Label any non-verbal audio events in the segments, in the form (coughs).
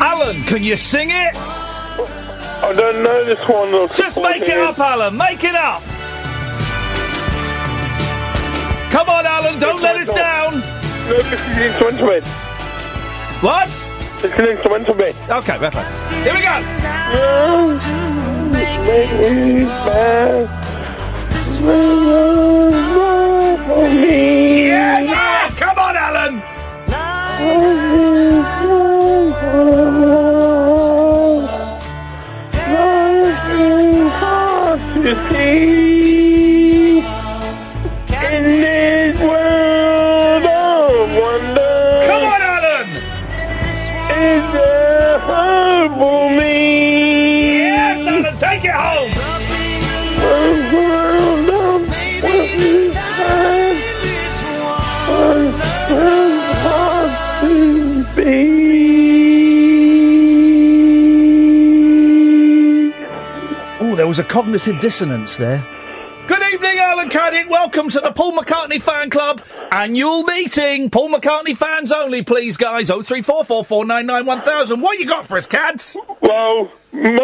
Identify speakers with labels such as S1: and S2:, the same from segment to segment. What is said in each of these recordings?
S1: Alan, can you sing it?
S2: I don't know this one. Look,
S1: Just make it up, Alan. Make it up. Come on, Alan. Don't let us down.
S2: No, this is the instrumental bit.
S1: What?
S2: It's an instrumental bit.
S1: Okay, we're fine. Here we go. Yes! Ah, Come on, Alan.
S2: In this world of wonder,
S1: Come on, Alan.
S2: is there hope for me?
S1: Yes, Alan. Take it home. Oh, there was a cognitive dissonance there. Good evening, Alan Caddick. Welcome to the Paul McCartney Fan Club annual meeting. Paul McCartney fans only, please, guys. Oh three four four four nine nine one thousand. What you got for us, cads?
S2: Well, M-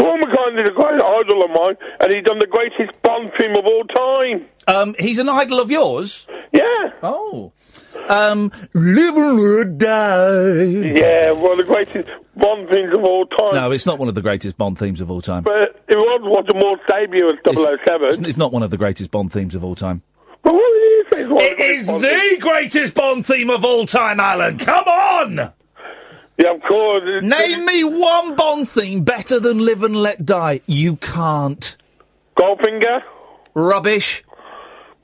S2: Paul McCartney is a great idol of mine, and he's done the greatest Bond film of all time.
S1: Um, he's an idol of yours.
S2: Yeah,
S1: Oh. Um, live or die.
S2: yeah, one of the greatest Bond films of all time.
S1: No, it's not one of the greatest Bond themes of all time.
S2: But it was Roger Moore's debut as 007.
S1: It's, it's not one of the greatest Bond themes of all time.
S2: But what is it? It's one of greatest Bond
S1: It is
S2: films.
S1: the greatest Bond theme of all time, Alan. Come on!
S2: Yeah, of course. It's-
S1: Name me one Bond theme better than Live and Let Die. You can't.
S2: Goldfinger,
S1: Rubbish.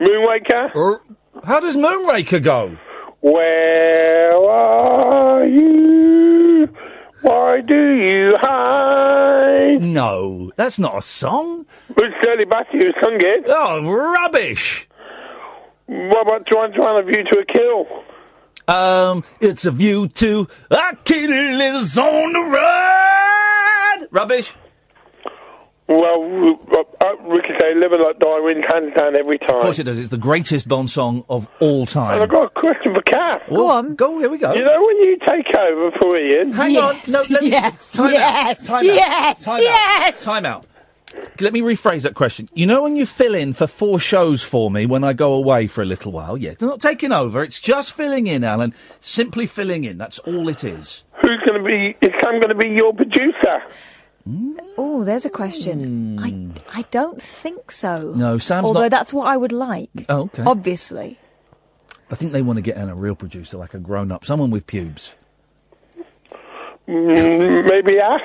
S2: Moonwaker.
S1: R- How does Moonraker go?
S2: Where are you? Why do you hide?
S1: No, that's not a song.
S2: Who's Shirley Bassey who sung it?
S1: Oh, rubbish.
S2: What about trying to find a view to a kill?
S1: Um, it's a view to a kill is on the run. Rubbish.
S3: Well, uh, uh, Ricky say, live and let die, wins hands down every time.
S4: Of course it does. It's the greatest Bond song of all time.
S3: And I've got a question for Kath.
S4: Go on. Go, here we go.
S3: You know when you take over for Ian?
S4: Hang on. No, let me. Time
S5: yes,
S4: out. Time
S5: yes,
S4: out. Time
S5: yes.
S4: out. Time out. Let me rephrase that question. You know when you fill in for four shows for me when I go away for a little while? Yeah, it's not taking over. It's just filling in, Alan. Simply filling in. That's all it is.
S3: Who's going to be? Is Sam going to be your producer?
S6: Oh, there's a question. I, I don't think so.
S4: Hmm. No, Sam's
S6: Although
S4: not-
S6: that's what I would like.
S4: Oh, okay.
S6: Obviously.
S4: I think they want to get in a real producer, like a grown up, someone with pubes.
S3: Mm, maybe us.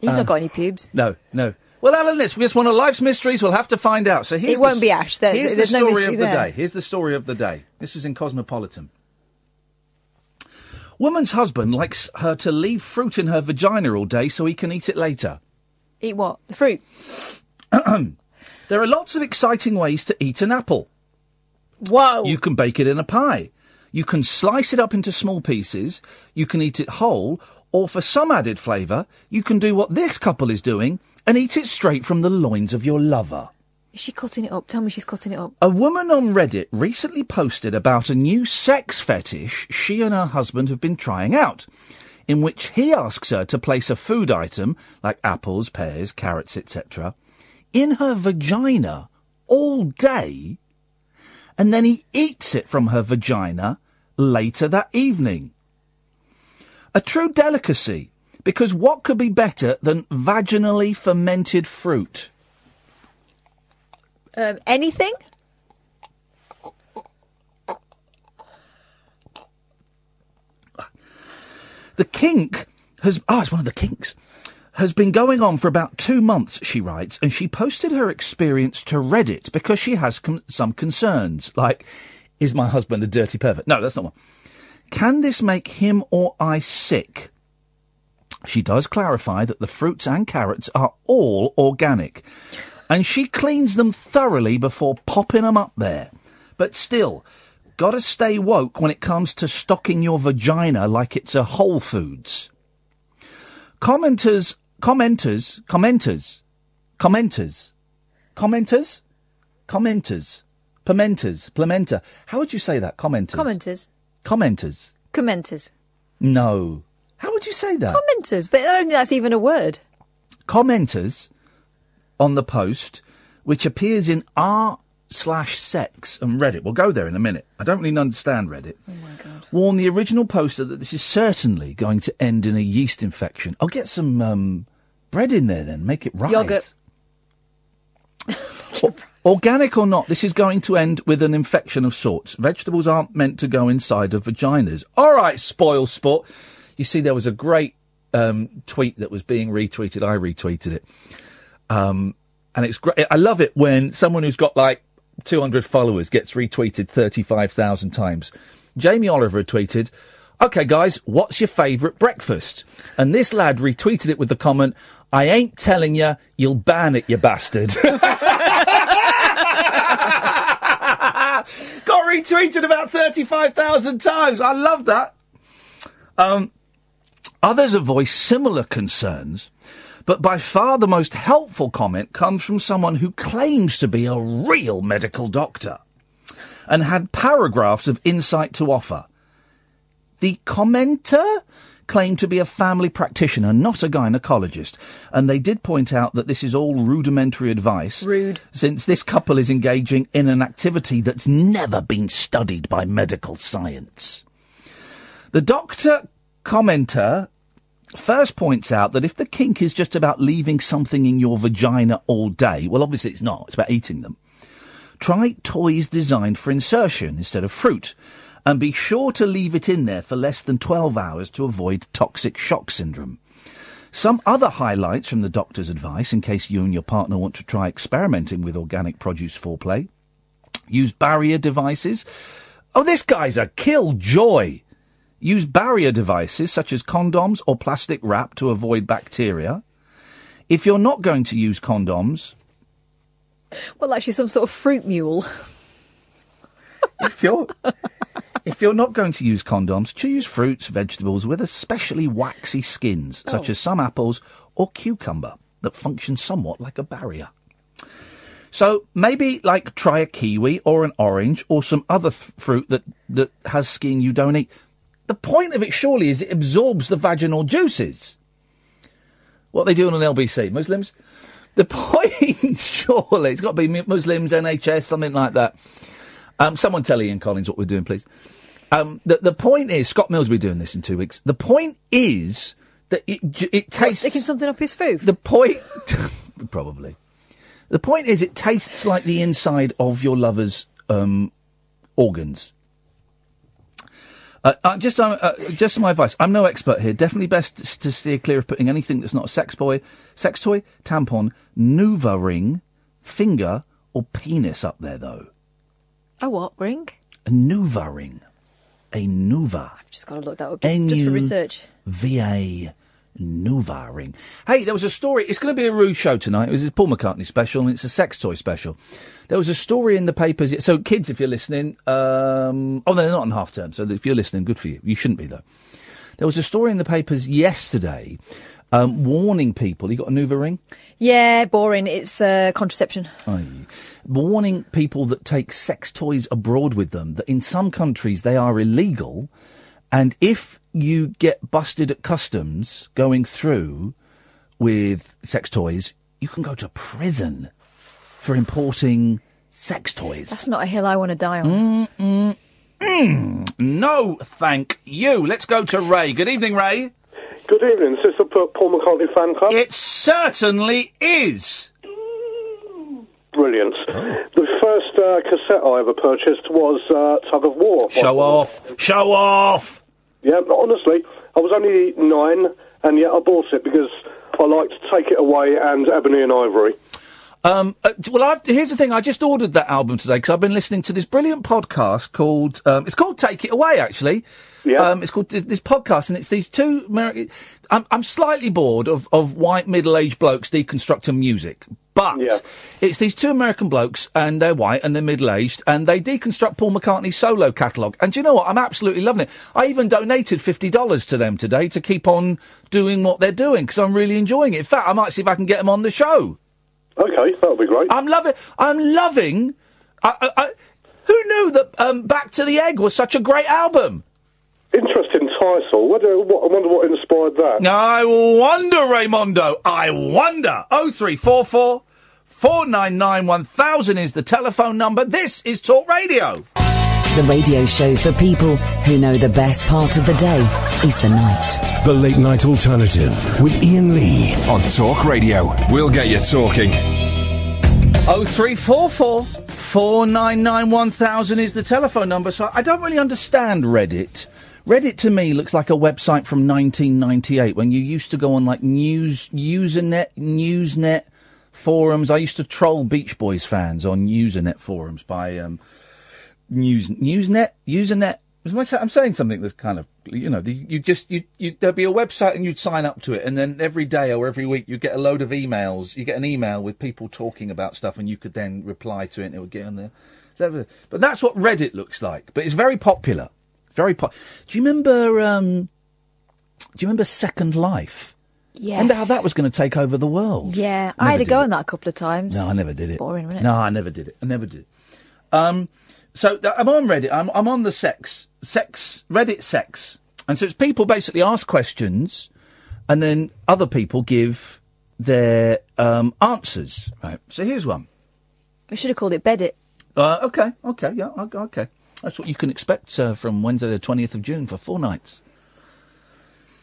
S6: He's
S4: Um,
S6: not got any pubes.
S4: No, no. Well, Alan, this we just one of life's mysteries. We'll have to find out. So here's
S6: It won't
S4: the,
S6: be Ash. There-
S4: here's
S6: there's
S4: the
S6: no
S4: story
S6: mystery
S4: of the
S6: there.
S4: day. Here's the story of the day. This was in Cosmopolitan. Woman's husband likes her to leave fruit in her vagina all day so he can eat it later.
S6: Eat what? The fruit.
S4: (clears throat) There are lots of exciting ways to eat an apple.
S6: Whoa.
S4: You can bake it in a pie. You can slice it up into small pieces. You can eat it whole. Or for some added flavour, you can do what this couple is doing and eat it straight from the loins of your lover.
S6: Is she cutting it up? Tell me she's cutting it up.
S4: A woman on Reddit recently posted about a new sex fetish she and her husband have been trying out, in which he asks her to place a food item, like apples, pears, carrots, etc., in her vagina all day, and then he eats it from her vagina later that evening. A true delicacy, because what could be better than vaginally fermented fruit?
S6: Um, anything?
S4: The kink has ah, it's one of the kinks. Has been going on for about two months, she writes, and she posted her experience to Reddit because she has con- some concerns, like, is my husband a dirty pervert? No, that's not one. Can this make him or I sick? She does clarify that the fruits and carrots are all organic, and she cleans them thoroughly before popping them up there. But still, gotta stay woke when it comes to stocking your vagina like it's a Whole Foods. Commenters, commenters, commenters, commenters, commenters, commenters, pimenters, plementer. How would you say that? Commenters.
S6: Commenters.
S4: Commenters.
S6: Commenters.
S4: No. How would you say that?
S6: Commenters. But I don't think that's even a word.
S4: commenters on the post, which appears in r slash sex and Reddit. We'll go there in a minute. I don't really understand Reddit. Oh my God. Warn the original poster that this is certainly going to end in a yeast infection. I'll get some um, bread in there then. Make it right.
S6: Yogurt.
S4: O- Organic or not, this is going to end with an infection of sorts. Vegetables aren't meant to go inside of vaginas. All right, spoil sport. You see, there was a great um, tweet that was being retweeted. I retweeted it. Um, and it's great. I love it when someone who's got like 200 followers gets retweeted 35,000 times. Jamie Oliver had tweeted, Okay, guys, what's your favourite breakfast? And this lad retweeted it with the comment, I ain't telling you, you'll ban it, you bastard. (laughs) got retweeted about 35,000 times. I love that. Um, others have voiced similar concerns, but by far the most helpful comment comes from someone who claims to be a real medical doctor and had paragraphs of insight to offer. The commenter claimed to be a family practitioner, not a gynecologist, and they did point out that this is all rudimentary advice. Rude. Since this couple is engaging in an activity that's never been studied by medical science. The doctor commenter first points out that if the kink is just about leaving something in your vagina all day, well, obviously it's not, it's about eating them. Try toys designed for insertion instead of fruit, and be sure to leave it in there for less than 12 hours to avoid toxic shock syndrome. Some other highlights from the doctor's advice, in case you and your partner want to try experimenting with organic produce foreplay. Use barrier devices. Oh, this guy's a killjoy. Use barrier devices such as condoms or plastic wrap to avoid bacteria. If you're not going to use condoms,
S6: Well, like she's some sort of fruit
S4: (laughs)
S6: mule.
S4: if you're (laughs) if you're not going to use condoms, choose fruits, vegetables with especially waxy skins, such as some apples or cucumber. that functions somewhat like a barrier. So maybe like try a kiwi or an orange or some other th- fruit that, that has skin you don't eat. The point of it surely is it absorbs the vaginal juices. What they do on an LBC, Muslims? The (laughs) point surely, it's got to be mu- Muslims, NHS, something like that. Um, someone tell Ian Collins what we're doing, please. Um, the, the point is, Scott Mills will be doing this in two weeks. The point is that it, j- it
S5: What,
S4: tastes.
S5: sticking something up his food.
S4: The point, (laughs) probably. The point is, it tastes like the inside of your lover's um, organs. Uh, uh, just, um, uh, just some advice. I'm no expert here. Definitely best s- to steer clear of putting anything that's not a sex boy, sex toy, tampon, Nuva ring, finger, or penis up there though.
S5: A what ring?
S4: A Nuva ring, a Nuva.
S5: Just gotta look that up just, just for
S4: NU.
S5: research.
S4: VA Nuva ring. Hey, there was a story. It's going to be a rude show tonight. It was a Paul McCartney special, and it's a sex toy special. There was a story in the papers. So, kids, if you're listening, um, oh, no, they're not on half term. So, if you're listening, good for you. You shouldn't be though. There was a story in the papers yesterday, um, warning people. You got a Nuva ring?
S5: Yeah, boring. It's uh, contraception.
S4: Aye. Warning people that take sex toys abroad with them that in some countries they are illegal, and if you get busted at customs going through with sex toys, you can go to prison for importing sex toys.
S5: That's not a hill I want to die on.
S4: Mm, no, thank you. Let's go to Ray. Good evening, Ray.
S1: Good evening. Is this the P- Paul McCartney fan club?
S4: It certainly is.
S1: Brilliant.
S4: Oh.
S1: The first uh, cassette I ever purchased was uh, Tug of War.
S4: Show off. Show off.
S1: Yeah, but honestly, I was only nine, and yet I bought it because I liked Take It Away and Ebony and Ivory.
S4: Um, uh, t- well, I've, here's the thing. I just ordered that album today because I've been listening to this brilliant podcast called. Um, it's called Take It Away, actually. Yeah. Um, it's called th- this podcast, and it's these two. Ameri- I'm, I'm slightly bored of of white middle aged blokes deconstructing music, but it's these two American blokes, and they're white and they're middle aged, and they deconstruct Paul McCartney's solo catalogue. And do you know what? I'm absolutely loving it. I even donated fifty dollars to them today to keep on doing what they're doing because I'm really enjoying it. In fact, I might see if I can get them on the show.
S1: Okay, that'll be great.
S4: I'm loving. I'm loving. I, I, I, who knew that um, Back to the Egg was such a great album?
S1: Interesting title. Whether, what, I wonder what inspired that.
S4: Now I wonder, Raimondo. I wonder. Oh three four four four nine nine one thousand is the telephone number. This is Talk Radio.
S7: The radio show for people who know the best part of the day is the night.
S2: The late night alternative with Ian Lee on Talk Radio. We'll get you talking.
S4: Oh three four four four nine nine one thousand is the telephone number. So I don't really understand Reddit. Reddit to me looks like a website from 1998 when you used to go on like news usernet newsnet forums. I used to troll Beach Boys fans on usernet forums by um, news newsnet usernet. Was my sa- I'm saying something that's kind of you know the- you just you, you there'd be a website and you'd sign up to it and then every day or every week you get a load of emails. You get an email with people talking about stuff and you could then reply to it and it would get on there. So- But that's what Reddit looks like. But it's very popular. Very pop. Do you remember? Um, do you remember Second Life?
S6: Yes.
S4: Remember how that was going to take over the world?
S6: Yeah,
S4: Never
S6: I had a
S4: did
S6: go
S4: it.
S6: on that a couple of times.
S4: No, I never did it.
S6: Boring, wasn't it?
S4: No, I never did it. I never did. it. Um, so th- I'm on Reddit. I'm I'm on the sex sex Reddit sex, and so it's people basically ask questions, and then other people give their um, answers. Right. So here's one.
S5: We should have called it Bedit.
S4: Uh, okay, okay, yeah, o- okay. That's what you can expect uh, from Wednesday the 20th of June for four nights.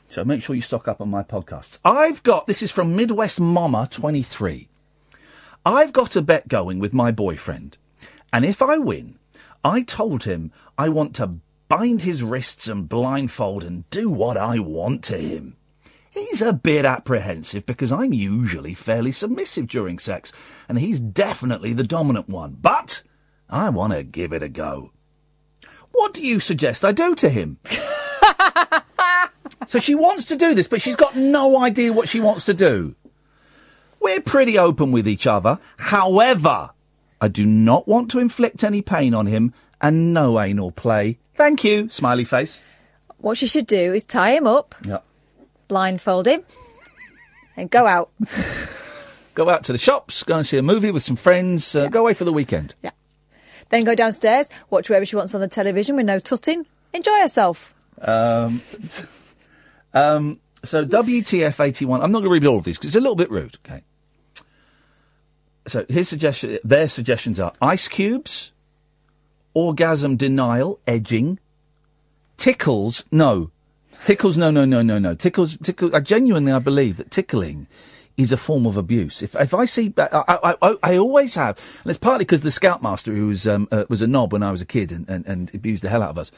S4: So make sure you stock up on my podcasts. I've got, this is from Midwest Mama 23. I've got a bet going with my boyfriend. And if I win, I told him I want to bind his wrists and blindfold and do what I want to him. He's a bit apprehensive because I'm usually fairly submissive during sex, and he's definitely the dominant one. But I want to give it a go. What do you suggest I do to him? so she wants to do this, but she's got no idea what she wants to do. We're pretty open with each other. However, I do not want to inflict any pain on him and no anal play. Thank you. Smiley face.
S5: What you should do is tie him up,
S4: Yep.
S5: blindfold him, and go out.
S4: Go out to the shops, go and see a movie with some friends, uh, go away for the weekend.
S5: Then go downstairs, watch whatever she wants on the television with no tutting. Enjoy herself.
S4: Um, (laughs) um, so WTF eighty one. I'm not going to read all of these because it's a little bit rude. Okay. So his suggestion, their suggestions are ice cubes, orgasm denial, edging, tickles. No, tickles. No, no, no, no, no. Tickles. Tickle. I genuinely, I believe that tickling is a form of abuse. If if I see, I I, I, I always have, and it's partly because the scoutmaster who was um, uh, was a knob when I was a kid and, and, and abused the hell out of us.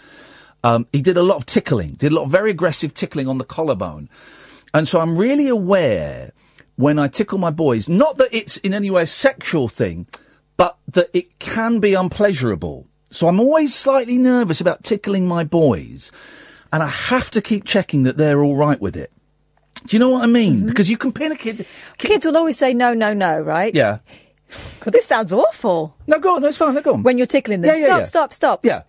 S4: Um, he did a lot of tickling, did a lot of very aggressive tickling on the collarbone, and so I'm really aware when I tickle my boys. Not that it's in any way a sexual thing, but that it can be unpleasurable. So I'm always slightly nervous about tickling my boys, and I have to keep checking that they're all right with it. Do you know what I mean? Because you can pin a kid.
S5: Kids will always say no, no, no, right?
S4: Yeah.
S5: But this sounds awful.
S4: No, go on. No, it's fine. No, go on.
S5: When you're tickling them,
S4: Yeah, yeah,
S5: stop,
S4: yeah.
S5: stop, stop.
S4: Yeah.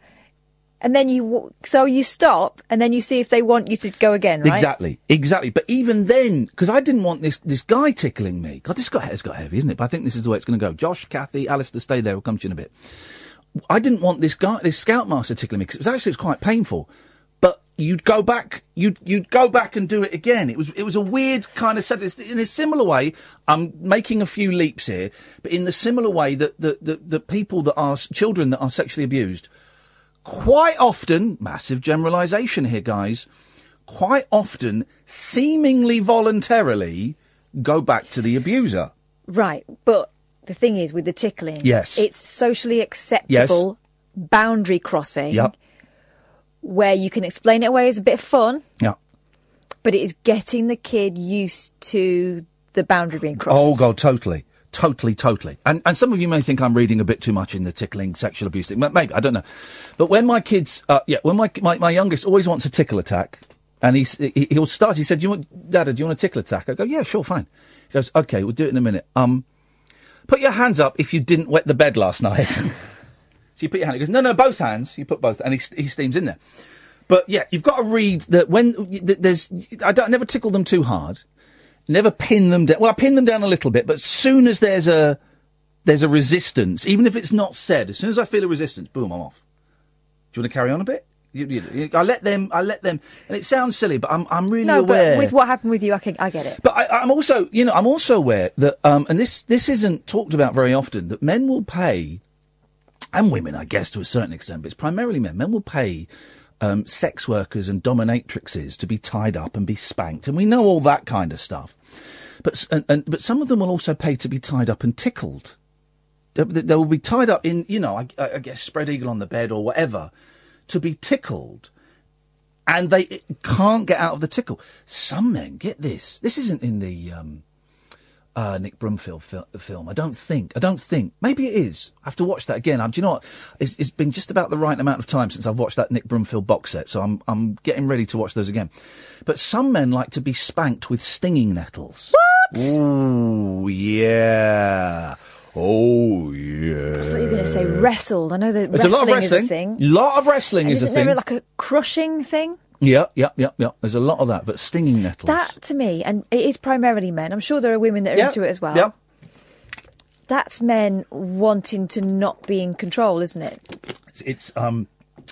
S5: And then you, w- so you stop, and then you see if they want you to go again, right?
S4: Exactly, exactly. But even then, because I didn't want this this guy tickling me. God, this guy has got heavy, isn't it? But I think this is the way it's going to go. Josh, Kathy, Alistair, stay there. We'll come to you in a bit. I didn't want this guy, this scoutmaster tickling me because it was actually it was quite painful. But you'd go back, you'd you'd go back and do it again. It was it was a weird kind of set. It's- In a similar way, I'm making a few leaps here, but in the similar way that the the, the people that are s- children that are sexually abused quite often, massive generalization here, guys, quite often, seemingly voluntarily, go back to the abuser.
S5: Right. But the thing is, with the tickling,
S4: Yes.
S5: it's socially acceptable boundary crossing
S4: Yep.
S5: where you can explain it away as a bit of fun,
S4: Yeah.
S5: but it is getting the kid used to the boundary being crossed.
S4: Oh, God, totally. Totally, totally. And, and some of you may think I'm reading a bit too much in the tickling sexual abuse thing. M- Maybe, I don't know. But when my kids, uh, yeah, when my, my, my youngest always wants a tickle attack, and he's, he, he'll start, he said, do you want, Dada, do you want a tickle attack? I go, yeah, sure, fine. He goes, okay, we'll do it in a minute. Um, put your hands up if you didn't wet the bed last night. (laughs) so you put your hand. He goes, no, no, both hands. You put both, and he, st- he steams in there. But yeah, you've got to read that when th- there's. I don't I never tickle them too hard. Never pin them down. Well, I pin them down a little bit, but as soon as there's a there's a resistance, even if it's not said, as soon as I feel a resistance, boom, I'm off. Do you want to carry on a bit? You, you- you- I let them. I let them. And it sounds silly, but I'm I'm really
S5: no,
S4: aware.
S5: but with what happened with you, I, can, I get it.
S4: But I, I'm also, you know, I'm also aware that, um, and this this isn't talked about very often, that men will pay, and women, I guess, to a certain extent, but it's primarily men. Men will pay um, sex workers and dominatrixes to be tied up and be spanked, and we know all that kind of stuff. But s- and, and but some of them will also pay to be tied up and tickled. They, they- they will be tied up in, you know, I, I I guess spread eagle on the bed or whatever, to be tickled and they can't get out of the tickle. Some men get this. This isn't in the um, uh, Nick Brumfield fil- film. I don't think. I don't think. Maybe it is. I have to watch that again. I, do you know what? It's, it's been just about the right amount of time since I've watched that Nick Brumfield box set, so I'm I'm getting ready to watch those again. But some men like to be spanked with stinging nettles. What? Ooh, yeah. Oh yeah.
S5: I thought you were going to say wrestled. I know that
S4: There's Uh, a
S5: wrestling,
S4: lot of
S5: is a
S4: wrestling.
S5: thing.
S4: lot of wrestling
S5: And
S4: is a
S5: isn't
S4: thing.
S5: there like a crushing thing?
S4: yeah, yeah, yeah, yeah. There's a lot of that, but stinging nettles.
S5: That to me, and it is primarily men. I'm sure there are women that are
S4: Yeah,
S5: into it as well.
S4: yeah.
S5: That's men wanting to not be in control, isn't it?
S4: It's, it's um,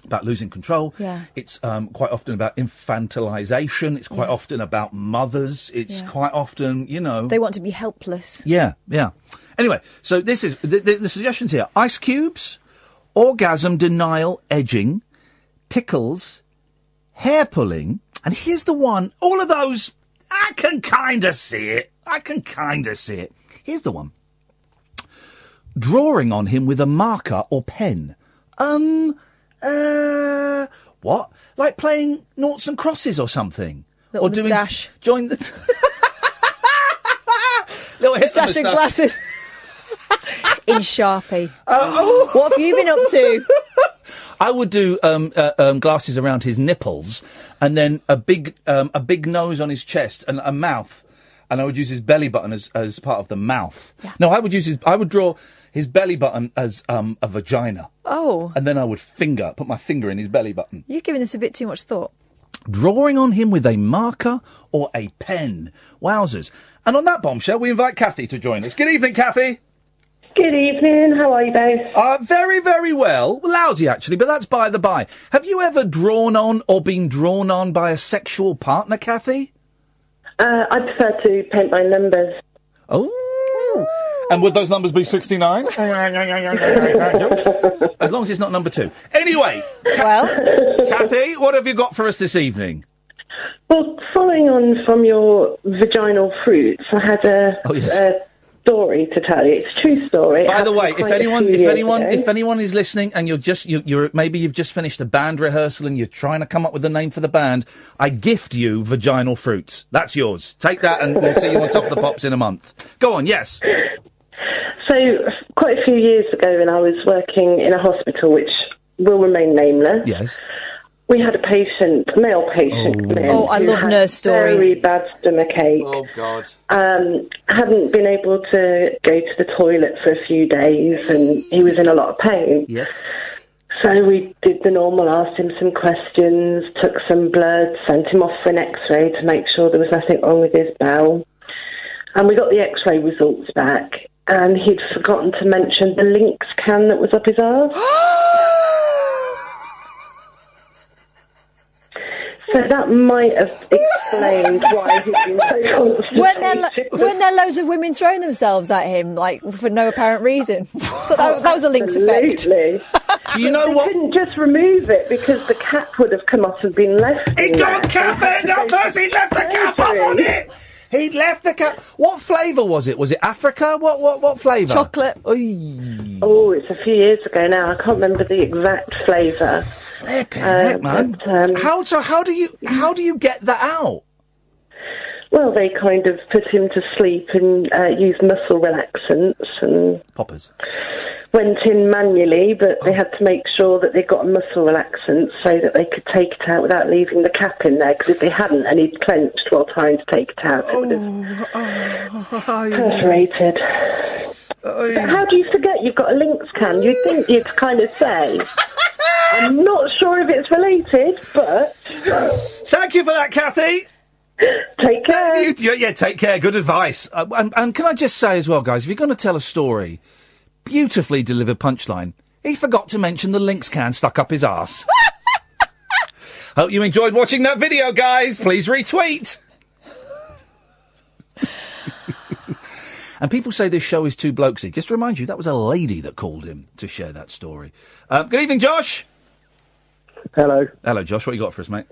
S4: about losing control.
S5: Yeah.
S4: It's um, quite often about infantilization. It's quite often about mothers. It's
S5: Yeah.
S4: quite often, you know.
S5: They want to be helpless.
S4: yeah, yeah. Anyway, so this is the, the, the suggestions here ice cubes, orgasm denial, edging, tickles, hair pulling. And here's the one, all of those, I can kind of see it. I can kind of see it. Here's the one drawing on him with a marker or pen. Um, uh, what? Like playing noughts and crosses or something?
S5: Little
S4: or doing-
S5: moustache. (laughs)
S4: Join the. (laughs) little Hitler
S5: Stash and
S4: (laughs)
S5: glasses. in Sharpie.
S4: Uh, oh,
S5: What have you been up
S4: (laughs)
S5: to?
S4: I would do um, uh, um, glasses around his nipples, and then a big um, a big nose on his chest and a mouth, and I would use his belly button as, as part of the mouth. No, I would use his I would draw his belly button as um, a vagina,
S5: Oh,
S4: and then I would finger put my finger in his belly button.
S5: you've given this a bit too much thought.
S4: Drawing on him with a marker or a pen. Wowzers. And on that bombshell, we invite Kathy to join us. Good evening, Kathy.
S8: Good evening. How are you both?
S4: Uh, very, very well. Lousy, actually, but that's by the by. Have you ever drawn on or been drawn on by a sexual partner, Kathy?
S8: Uh, I prefer to paint my numbers.
S4: Oh. And would those numbers be
S8: (laughs)
S4: 69? as long as it's not number two. Anyway,
S5: well,
S4: Kathy, what have you got for us this evening?
S8: Well, following on from your vaginal fruits, I had a,
S4: Oh, yes.
S8: a story to tell you. It's a true story.
S4: By the
S8: Happened
S4: way, if
S8: quite a
S4: anyone,
S8: few
S4: if
S8: years
S4: anyone,
S8: ago.
S4: if anyone is listening, and you're just you, you're maybe you've just finished a band rehearsal and you're trying to come up with a name for the band, I gift you vaginal fruits. That's yours. Take that, and we'll see you on top of the pops in a month. Go on, yes.
S8: So, f- quite a few years ago, when I was working in a hospital, which will remain nameless,
S4: Yes.
S8: we had a patient, male patient, come in
S5: Oh, I
S8: who
S5: love
S8: had
S5: nurse stories.
S8: Very bad stomachache.
S4: Oh God.
S8: um, hadn't been able to go to the toilet for a few days and he was in a lot of pain.
S4: Yes.
S8: So we did the normal, asked him some questions, took some blood, sent him off for an x ray to make sure there was nothing wrong with his bowel. And we got the x ray results back and he'd forgotten to mention the Lynx can that was up his arse. So that might have explained why he'd been so
S5: weren't there, lo-
S8: constipated.
S5: weren't there loads of women throwing themselves at him, like, for no apparent reason? (laughs) But that, that was a Lynx effect.
S8: Absolutely.
S4: (laughs) Do you know
S8: they
S4: what?
S8: couldn't just remove it because the cap would have come off and been left.
S4: He
S8: in
S4: got
S8: there.
S4: cap in
S8: They had
S4: up
S8: to go
S4: us. He left the cap up
S8: surgery.
S4: on it. He left the cap. What flavour was it? Was it Africa? What what what flavour?
S5: Chocolate.
S4: Oy,
S8: Oh, it's a few years ago now. I can't remember the exact flavour.
S4: flipping
S8: Uh,
S4: heck, man.
S8: but, um,
S4: how so? How do you how do you get that out?
S8: Well, they kind of put him to sleep and uh, used muscle relaxants and
S4: Poppers. Oh.
S8: went in manually, but they had to make sure that they got a muscle relaxant so that they could take it out without leaving the cap in there. Because if they hadn't and he'd clenched while trying to take it out, it would have
S4: Oh.
S8: perforated.
S4: Oh.
S8: How do you forget you've got a Lynx can? You'd think you'd kind of say. I'm not sure if it's related, but
S4: Thank you for
S8: (gasps)
S4: that, Kathy.
S8: take care.
S4: You- yeah, yeah, take care. Good advice. Uh, and, and can I just say as well, guys, if you're going to tell a story, beautifully delivered punchline. He forgot to mention the Lynx can stuck up his
S8: (laughs)
S4: arse. Hope you enjoyed watching that video, guys. Please retweet. (laughs) and people say this show is too blokesy. Just to remind you, that was a lady that called him to share that story. Um, good evening, Josh.
S9: Hello.
S4: Hello, Josh. What you got for us, mate?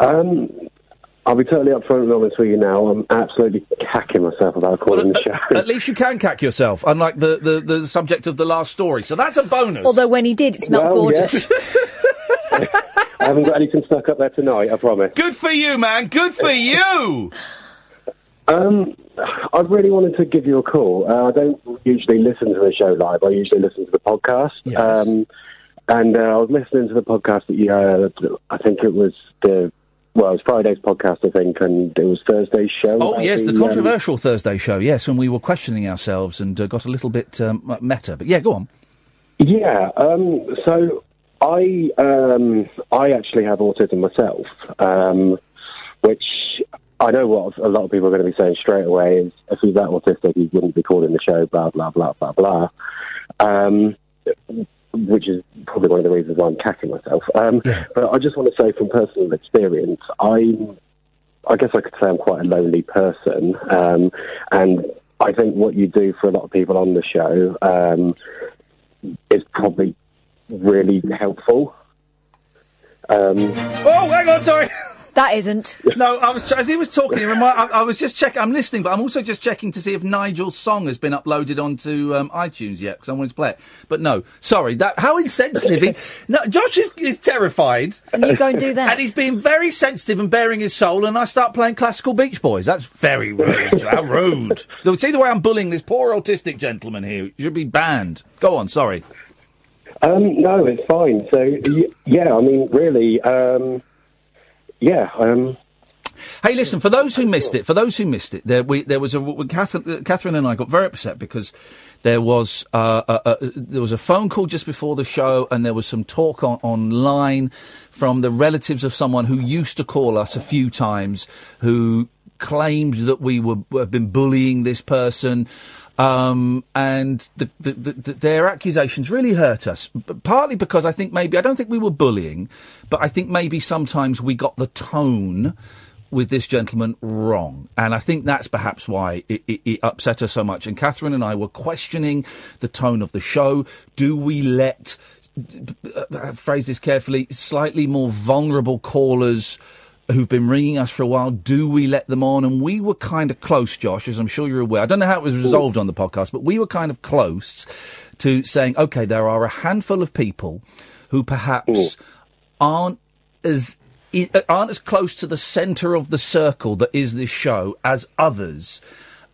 S9: Um, I'll be totally upfront and honest with you now. I'm absolutely cacking myself about calling the show.
S4: At least you can cack yourself, unlike the, the, the subject of the last story. So that's a bonus.
S5: Although when he did, it smelled
S9: Well,
S5: gorgeous.
S9: (laughs) I haven't got anything stuck up there tonight, I promise.
S4: Good for you, man. Good for you.
S9: Um, I really wanted to give you a call. Uh, I don't usually listen to the show live. I usually listen to the podcast.
S4: Yes.
S9: Um, and uh, I was listening to the podcast that you, uh, I think it was the, well, it was Friday's podcast, I think, and it was Thursday's show.
S4: Oh
S9: about
S4: yes, the
S9: um,
S4: controversial Thursday show. Yes, when we were questioning ourselves and uh, got a little bit um, m- meta. But yeah, go on.
S9: Yeah. Um, so I um, I actually have autism myself, um, which I know what a lot of people are going to be saying straight away is if he was that autistic, he wouldn't be calling the show. Blah blah blah blah blah. Um, which is probably one of the reasons why I'm catching myself. Um, But I just want to say, from personal experience, I'm I guess I could say I'm quite a lonely person. Um, and I think what you do for a lot of people on the show um, is probably really helpful. Um,
S4: Oh, hang on, sorry.
S5: that isn't.
S4: (laughs) No, I was as he was talking. It remind, I, I was just checking. I'm listening, but I'm also just checking to see if Nigel's song has been uploaded onto um, iTunes yet because I wanted to play it. But no, sorry. That how insensitive. He,
S5: (laughs)
S4: no, Josh is, is terrified.
S5: And you go and do that.
S4: And he's being very sensitive and bearing his soul, and I start playing classical Beach Boys. That's very rude.
S5: (laughs)
S4: How rude. See the way I'm bullying this poor autistic gentleman here. He should be banned. Go on, sorry.
S9: um, no, it's fine. So, y- yeah, I mean, really, um, yeah, um,
S4: Hey, listen, for those who missed it, for those who missed it, there, we, there was a, we, Catherine, Catherine and I got very upset because there was, uh, a, a, there was a phone call just before the show and there was some talk on, online from the relatives of someone who used to call us a few times who claimed that we were, have been bullying this person. Um, and the, the, the, the, their accusations really hurt us, b- partly because I think maybe, I don't think we were bullying, but I think maybe sometimes we got the tone with this gentleman wrong. And I think that's perhaps why it, it, it upset us so much. And Catherine and I were questioning the tone of the show. Do we let, d- b- uh, phrase this carefully, slightly more vulnerable callers who've been ringing us for a while, do we let them on? And we were kind of close, Josh, as I'm sure you're aware. I don't know how it was resolved on the podcast, but we were kind of close to saying, okay, there are a handful of people who perhaps aren't as i- aren't as close to the centre of the circle that is this show as others.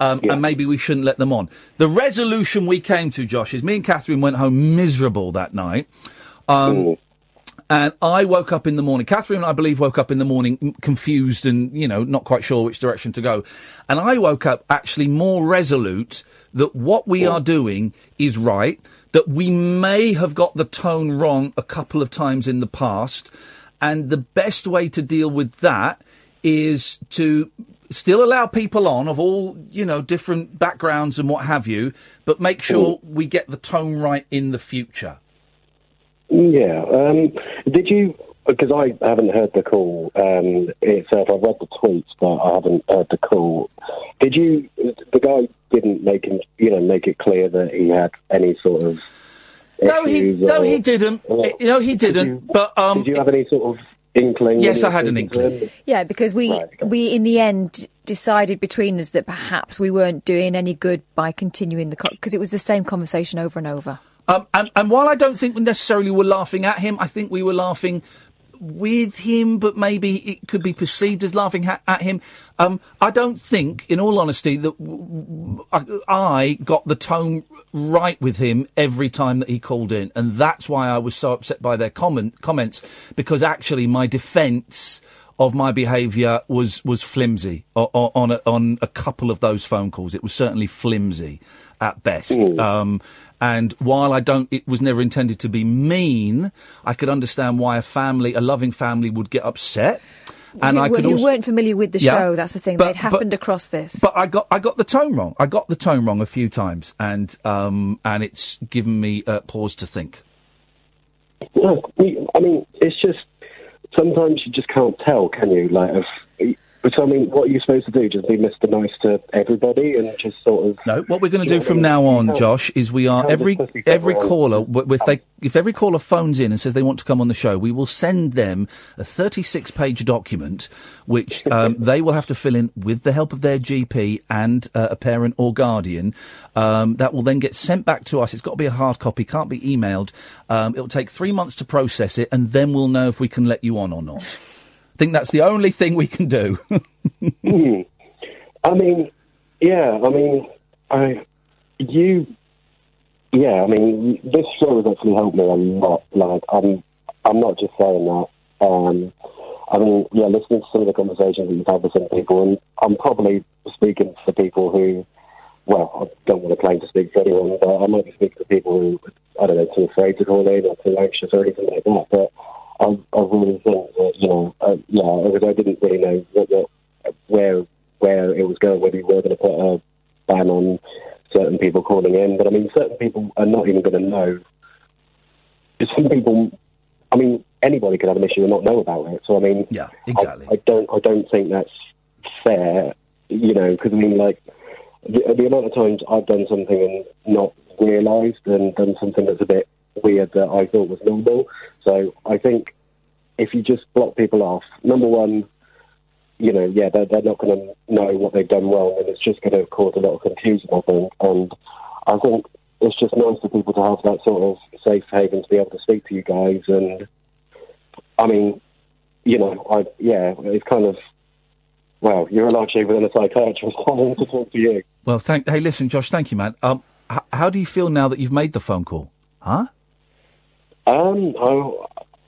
S4: Um, And maybe we shouldn't let them on. The resolution we came to, Josh, is me and Catherine went home miserable that night. Um, and I woke up in the morning. Catherine, I believe, woke up in the morning m- confused and, you know, not quite sure which direction to go. And I woke up actually more resolute that what we are doing is right, that we may have got the tone wrong a couple of times in the past. And the best way to deal with that is to still allow people on of all, you know, different backgrounds and what have you, but make sure we get the tone right in the future.
S9: Yeah. Um, did you? Because I haven't heard the call um, itself. I've read the tweets, but I haven't heard the call. Did you? The guy didn't make him, you know, make it clear that he had any sort of.
S4: No, he
S9: issues
S4: no
S9: or-
S4: he didn't.
S9: or-
S4: Eh, No, he didn't. but um,
S9: did you have any sort of inkling?
S4: Yes, I had an inkling.
S5: (laughs) Yeah, because we we in the end decided between us that perhaps we weren't doing any good by continuing the because it was the same conversation over and over.
S4: Um, and, and while I don't think we necessarily were laughing at him, I think we were laughing with him, but maybe it could be perceived as laughing ha- at him. Um, I don't think, in all honesty, that w- w- I I got the tone right with him every time that he called in. And that's why I was so upset by their comment- comments, because actually my defence of my behaviour was, was flimsy o- o- on, a, on a couple of those phone calls. It was certainly flimsy at best.
S5: Hmm.
S4: Um, and while I don't, it was never intended to be mean, I could understand why a family, a loving family, would get upset. And
S5: who,
S4: I
S5: were-
S4: could
S5: who
S4: also,
S5: weren't familiar with the
S4: Yeah.
S5: show. That's the thing.
S4: But-
S5: They'd happened across this.
S4: but I got I got the tone wrong. I got the tone wrong a few times, and um, and it's given me uh, pause to think.
S9: Look, we- I mean, it's just sometimes you just can't tell, can you? Like, if, so I mean, what are you supposed to do? Just be Mister Nice to everybody and just sort of
S4: No, what we're going to
S9: Yeah,
S4: do from
S9: I mean,
S4: now on,
S9: how-
S4: Josh, is we are
S9: how
S4: every
S9: does pussy
S4: every
S9: get around?
S4: caller. w- If they if every caller phones in and says they want to come on the show, we will send them a 36 page document,
S9: (laughs)
S4: which um, they will have to fill in with the help of their GP and uh, a parent or guardian. Um, that will then get sent back to us. It's got to be a hard copy, can't be emailed. Um, it'll take three months to process it, and then we'll know if we can let you on or not. I think that's the only thing we can do. (laughs)
S9: Hmm. I mean, yeah. I mean, I you. Yeah, I mean, this show has actually helped me a lot. Like, I'm, I'm not just saying that. Um, I mean, yeah, listening to some of the conversations that you've had with some people, and I'm probably speaking for people who, well, I don't want to claim to speak for anyone, but I might be speaking for people who, I don't know, too afraid to call in or too anxious or anything like that. But I, I really think that, you know, uh, yeah, because I didn't really know what, what where where it was going, whether you were going to put a ban on certain people calling in. But I mean, certain people are not even going to know. Some people, I mean, anybody could have an issue and not know about it. So I mean,
S4: yeah,
S9: exactly. I, I don't, I don't think that's fair. You know, because I mean, like the, the amount of times I've done something and not realised and done something that's a bit weird that I thought was normal. So I think if you just block people off, number one, you know, yeah, they're, they're not going to know what they've done wrong, and it's just going to cause a lot of confusion, I think. And I think it's just nice for people to have that sort of safe haven to be able to speak to you guys. And I mean, you know, I yeah, it's kind of well, you're a lot cheaper than a psychiatrist. (laughs) I want to talk to you.
S4: Well, thank. Hey, listen, Josh. Thank you, man. Um, h- how do you feel now that you've made the phone call? Huh?
S9: Um, I,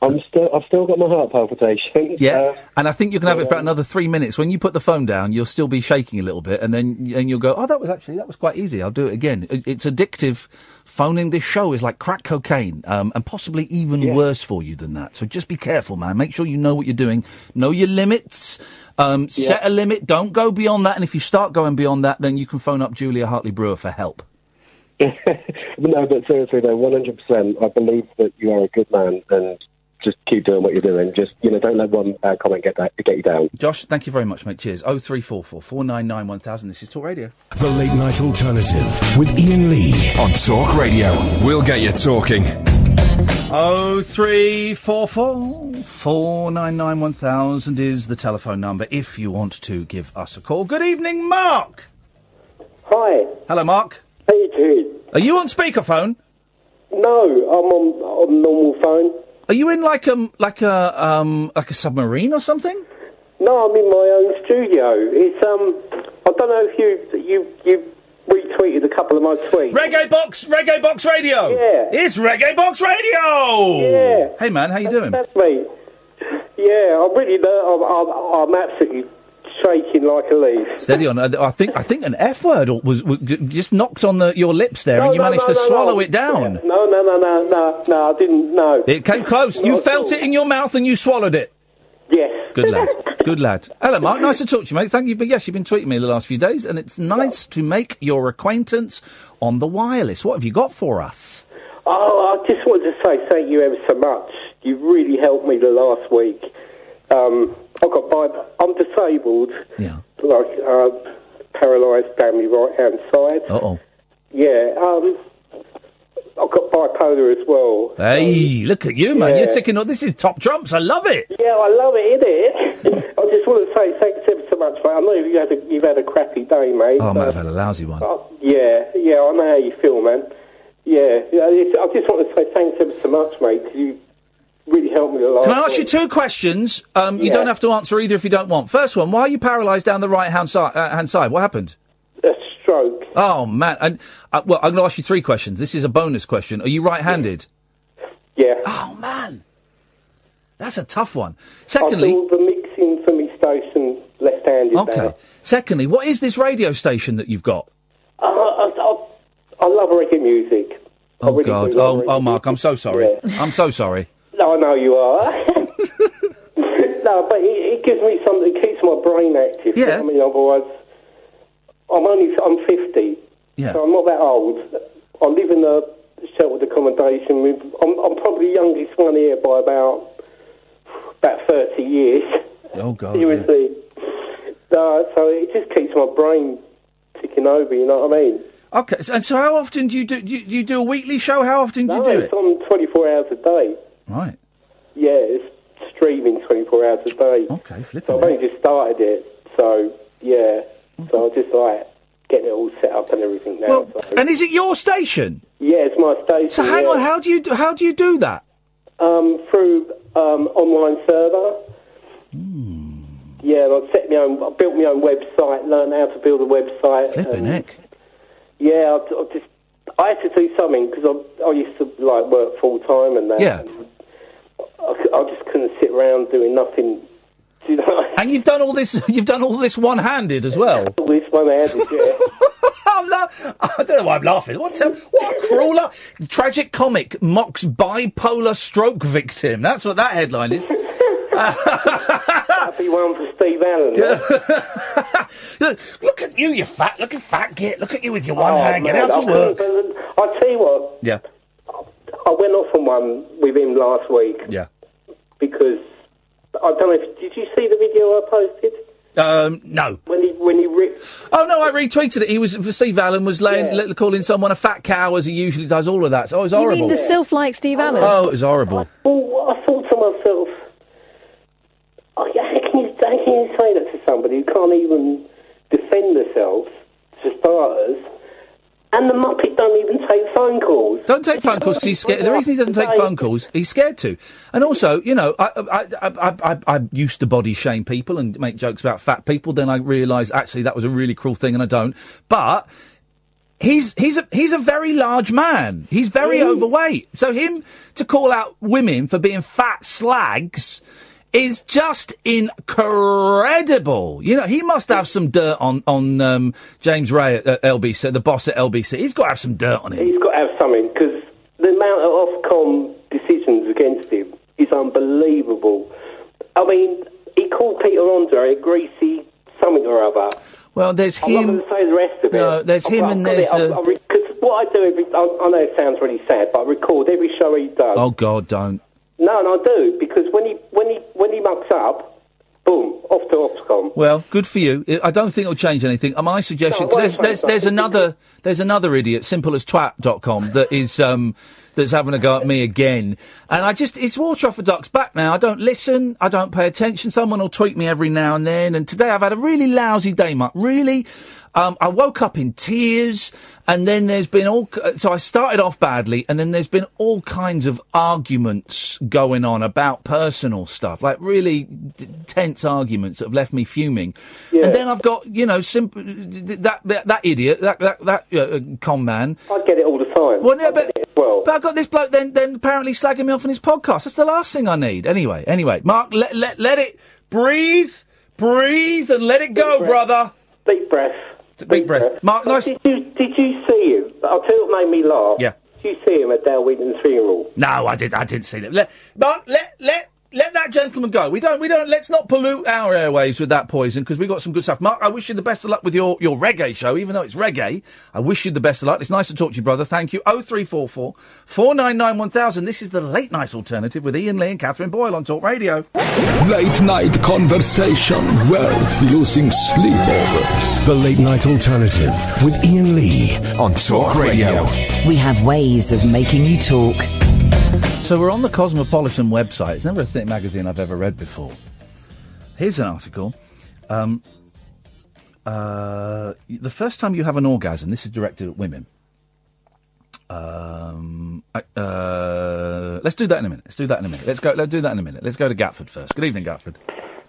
S9: I'm still, I've still got my heart palpitations.
S4: Yeah,
S9: Uh,
S4: and I think you can have it for about another three minutes. When you put the phone down, you'll still be shaking a little bit, and then and you'll go, "Oh, that was actually that was quite easy. I'll do it again." It- It's addictive. Phoning this show is like crack cocaine, um, and possibly even worse for you than that. So just be careful, man. Make sure you know what you're doing. Know your limits. Um,
S10: Yeah.
S4: Set a limit. Don't go beyond that. And if you start going beyond that, then you can phone up Julia Hartley Brewer for help.
S9: no, but seriously though, one hundred percent. I believe that you are a good man, and just keep doing what you're doing. Just you know, don't let one uh, comment get that, get you down.
S4: Josh, thank you very much, mate. Cheers. Oh three four four four nine nine one thousand. This is Talk Radio.
S2: The Late Night Alternative with Ian Lee on Talk Radio. We'll get you talking.
S4: Oh three four four four nine nine one thousand is the telephone number if you want to give us a call. Good evening, Mark.
S11: Hi.
S4: Hello, Mark.
S11: How you doing?
S4: Are you on speakerphone?
S11: No, I'm on on normal phone.
S4: Are you in like a like a um like a submarine or something?
S11: No, I'm in my own studio. It's um, I don't know if you you you retweeted a couple of my tweets.
S4: Reggae Box, Reggae Box Radio.
S11: Yeah.
S4: It's Reggae Box Radio.
S11: Yeah.
S4: Hey man, how you doing?
S11: That's me. Yeah, I'm really ner- I'm, I'm, I'm absolutely shaking like a leaf.
S4: Steady on. I, I think I think an F word or- was, was j- just knocked on the, your lips there,
S11: No,
S4: and you
S11: no,
S4: managed
S11: no,
S4: to
S11: no,
S4: swallow
S11: no.
S4: it down.
S11: No, no, no, no, no, no. I didn't. No.
S4: It came close. you
S11: Not at
S4: felt it in your mouth and you swallowed it.
S11: Yes.
S4: Good lad. Good lad. Hello, Mark. Nice to talk to you, mate. Thank you. But yes, you've been tweeting me the last few days, and it's nice to make your acquaintance on the wireless. What have you got for us?
S11: Oh, I just wanted to say thank you ever so much. You really helped me the last week. Um, I got by. I'm disabled.
S4: Yeah.
S11: Like uh, paralysed down my right hand side.
S4: Uh oh.
S11: Yeah. Um, I got bipolar as well.
S4: Hey, look at you, man.
S11: Yeah.
S4: You're ticking up. This is top trumps. I love it.
S11: Yeah, I love it, innit? I just want to say thanks ever so much, mate. I know you had a, you've had a crappy day, mate.
S4: Oh, I
S11: but-
S4: might have had a lousy one.
S11: Oh, yeah, yeah, I know how you feel, man. Yeah, yeah, I just, I just want to say thanks ever so much, mate, 'cause you really helped me a lot.
S4: Can I ask you two questions? Um, you
S11: Yeah.
S4: don't have to answer either if you don't want. First one, why are you paralysed down the right hand side? Uh, hand side? What happened?
S11: A stroke.
S4: Oh man! And uh, well, I'm going to ask you three questions. This is a bonus question. Are you right-handed?
S11: Yeah.
S4: Oh man, (laughs) that's a tough one. Secondly,
S11: I do all the mixing for me station left-handed.
S4: okay.
S11: now.
S4: Secondly, what is this radio station that you've got?
S11: I, I, I, I love reggae music.
S4: Oh
S11: really
S4: God!
S11: do love
S4: Oh,
S11: reggae
S4: oh, Mark, I'm so sorry. I'm so sorry.
S11: No, I know you are. (laughs) no, but it, it gives me something. It keeps my brain active.
S4: Yeah.
S11: I mean, otherwise, I'm only I'm 50.
S4: Yeah.
S11: So I'm not that old. I live in a sheltered accommodation. With, I'm, I'm probably the youngest one here by about about 30 years. (laughs)
S4: Oh God! yeah.
S11: Seriously. No, so it just keeps my brain ticking over. You know what I mean?
S4: Okay. so- And so, how often do you do? Do you, do you do a weekly show? How often
S11: no,
S4: do you do
S11: it's
S4: it?
S11: on 24 hours a day.
S4: Right.
S11: Yeah, it's streaming 24 hours a day.
S4: Okay. Flip
S11: So I've only just started it, so yeah. So I'm just like getting it all set up and everything now.
S4: Well,
S11: so.
S4: and is it your station?
S11: Yeah, it's my station.
S4: So hang
S11: yeah.
S4: on. How do you do, how do you do that?
S11: Um, through um, online server. Yeah, and I set my own. I built my own website. Learned how to build a website.
S4: Flipping
S11: and-
S4: heck.
S11: Yeah, I, I just I had to do something because I, I used to like work full time and that.
S4: Yeah.
S11: I, c- I just couldn't sit around doing nothing. Do you know?
S4: And
S11: (laughs)
S4: you've done all this. (laughs) You've done all this one-handed as well.
S11: All this one handed, yeah.
S4: I'm la- (laughs) I don't know why I'm laughing. What a, what a cruel, la- tragic comic mocks bipolar stroke victim. That's what that headline is.
S11: Happy one for Steve Allen.
S4: look, (laughs) look at you, you fat. Look at fat git. Look at you with your one
S11: Oh,
S4: hand. Get
S11: man,
S4: out
S11: I
S4: to work.
S11: couldn't- I tell you what,
S4: Yeah,
S11: I went off on one with him last week
S4: yeah.
S11: because I don't know. If, did you see the video I posted
S4: Um, no.
S11: when he when he ripped?
S4: Oh no, I retweeted it. He was Steve Allen was laying,
S11: Yeah.
S4: li- calling someone a fat cow as he usually does. All of that. So it was
S5: You
S4: horrible.
S5: mean the sylph like Steve Allen?
S4: oh, it was horrible.
S11: Well, I thought to myself, oh, yeah, how can you how can you say that to somebody who can't even defend themselves for starters? And the Muppet don't even take phone calls.
S4: Don't take phone calls 'cause he's scared. The reason he doesn't take phone calls, he's scared to. And also, you know, I I, I, I, I, I used to body shame people and make jokes about fat people. Then I realised actually that was a really cruel thing, and I don't. But he's he's a he's a very large man. He's very overweight. So him to call out women for being fat slags is just incredible. You know, he must have some dirt on on um, James Ray at, at LBC, the boss at LBC. He's got to have some dirt on him.
S11: He's got to have something because the amount of Ofcom decisions against him is unbelievable. I mean, he called Peter Andre a greasy something or other.
S4: Well, there's
S11: I'm
S4: him.
S11: not going to say the rest of
S4: No,
S11: it.
S4: there's
S11: I've-
S4: him
S11: I've
S4: and
S11: got
S4: there's,
S11: it. I've-
S4: uh,
S11: I've re- 'cause what I do every, I, I know it sounds really sad, but I record every show he does.
S4: Oh God, don't.
S11: No, and I do because when he when he when he mucks up, boom, off to Ofcom.
S4: Well, good for you. I I don't think it'll change anything. Uh, My suggestion,
S11: No, it
S4: 'cause
S11: won't
S4: there's,
S11: change
S4: there's, there's
S11: nothing.
S4: another there's another idiot, simple as twat.com, that is um, that's having a go at me again. And I just it's water off a duck's back now. I don't listen. I don't pay attention. Someone will tweet me every now and then. And today I've had a really lousy day, Mark. Really, um, I woke up in tears. And then there's been all k- so I started off badly, and then there's been all kinds of arguments going on about personal stuff, like really d- tense arguments that have left me fuming. And then I've got, you know, simp- that, that that idiot, that that that uh, uh, con man.
S11: I get it all the time.
S4: Well, no, but
S11: well.
S4: but I got this bloke then then apparently slagging me off on his podcast. That's the last thing I need. Anyway, anyway, Mark, let let let it breathe, breathe, and let it go, brother.
S11: Deep breath.
S4: Big, breath. Mark, nice.
S11: Did you did you see him? I'll tell you what made me laugh.
S4: Yeah.
S11: Did you see him at Dale Wheaton's funeral?
S4: No, I did. I didn't see that. Let, but let let let that gentleman go. We don't. We don't. Let's not pollute our airwaves with that poison because we got some good stuff. Mark, I wish you the best of luck with your your reggae show. Even though it's reggae, I wish you the best of luck. It's nice to talk to you, brother. Thank you. Oh three four four four nine nine one thousand. This is the late night alternative with Ian Lee and Catherine Boyle on Talk Radio.
S2: Late night conversation, wealth, losing sleep over it.
S7: The Late Night Alternative with Ian Lee on
S2: Talk Radio.
S7: We have ways of making you talk.
S4: So we're on the Cosmopolitan website. It's never a thick magazine I've ever read before. Here's an article. Um, uh, the first time you have an orgasm, this is directed at women. Um, I- uh, let's do that in a minute. Let's do that in a minute. Let's go. Let's do that in a minute. Let's go to Gatford first. Good evening, Gatford.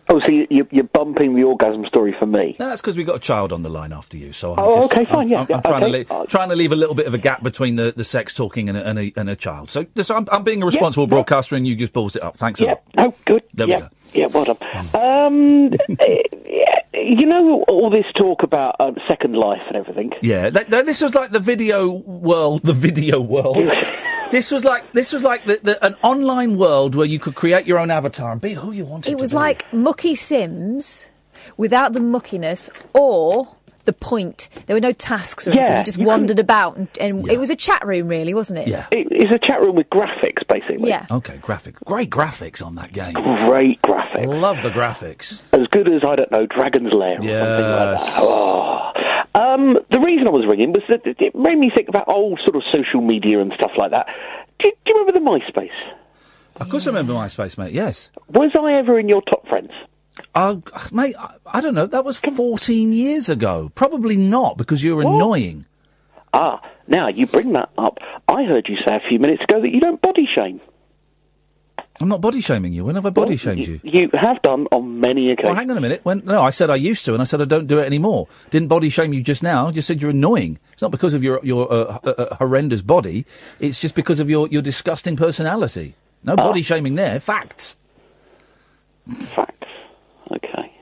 S10: Oh, so you- you, you're bumping the orgasm story for me.
S4: No, that's because we've got a child on the line after you. So I'm
S10: Oh,
S4: just,
S10: okay, fine,
S4: I'm,
S10: yeah,
S4: I'm,
S10: yeah,
S4: I'm trying
S10: okay. Uh,
S4: to leave, trying to leave a little bit of a gap between the, the sex talking and a, and a, and a child. So, so I'm, I'm being a responsible broadcaster, and you just balls it up. Thanks a
S10: Yeah,
S4: lot.
S10: oh, good.
S4: There
S10: yeah,
S4: we go.
S10: Yeah, well done. Um, (laughs) eh, yeah, you know all this talk about um, second life and everything.
S4: Yeah, th- th- this was like the video world, the video world.
S10: (laughs)
S4: this was like this was like the, the, an online world where you could create your own avatar and be who Oh, you wanted.
S5: It was like mucky Sims without the muckiness or the point. There were no tasks or anything.
S10: Yeah,
S5: you just
S10: you
S5: wandered about and, and it was a chat room, really, wasn't it?
S10: It, it's a chat room with graphics, basically.
S5: Yeah.
S4: Okay, graphic. Great graphics on that game.
S10: Great graphics.
S4: Love the graphics.
S10: As good as, I don't know, Dragon's Lair or something like that. Oh. Um, the reason I was ringing was that it it made me think about old sort of social media and stuff like that. Do, do you remember the MySpace?
S4: Of course, I remember MySpace, mate. Yes.
S10: Was I ever in your top friends?
S4: Uh, mate, I, I don't know. That was 14 years ago. Probably not because you're annoying.
S10: Ah, now you bring that up. I heard you say a few minutes ago that you don't body shame.
S4: I'm not body shaming you. When have I body shamed you?
S10: You have done on many occasions.
S4: Well, hang on a minute. When no, I said I used to, and I said I don't do it anymore. Didn't body shame you just now. I just said you're annoying. It's not because of your your uh, h- uh, horrendous body. It's just because of your your disgusting personality. No
S10: Ah.
S4: body shaming there. Facts.
S10: Facts. Okay.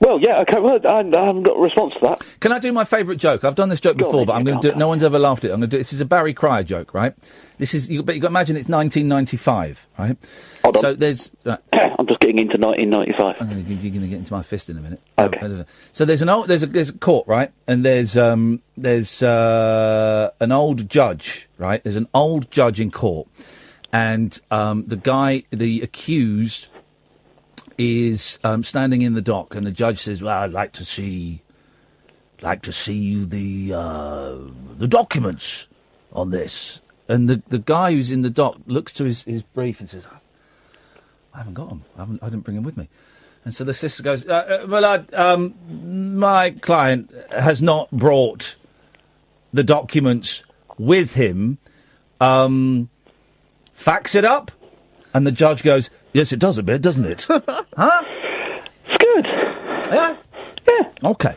S10: Well, yeah, okay. Well, I, I haven't got a response to that.
S4: Can I do my favourite joke? I've done this joke
S10: Go on,
S4: before, but
S10: then,
S4: I'm going to do it. No one's ever laughed at it. I'm going to do this. Is a Barry Cryer joke, right? This is, you, but you got to imagine it's 1995, right? Hold on. So there's. Right.
S10: (coughs) I'm just getting into 1995.
S4: I'm gonna, you're going to get into my fist in a minute. Okay. so there's an old there's a there's a court right, and there's um there's uh an old judge right. There's an old judge in court, and um the guy the accused is um standing in the dock, and the judge says, "Well, I'd like to see, like to see the uh the documents on this." And the the guy who's in the dock looks to his his brief and says. "Ah, I haven't got them. I, haven't, I didn't bring them with me. And so the sister goes, uh, uh, Well, I, um, my client has not brought the documents with him. Um, fax it up. And the judge goes, Yes,
S10: (laughs)
S4: it does a bit, doesn't it? huh? It's
S10: good.
S4: Yeah.
S10: Yeah.
S4: Okay.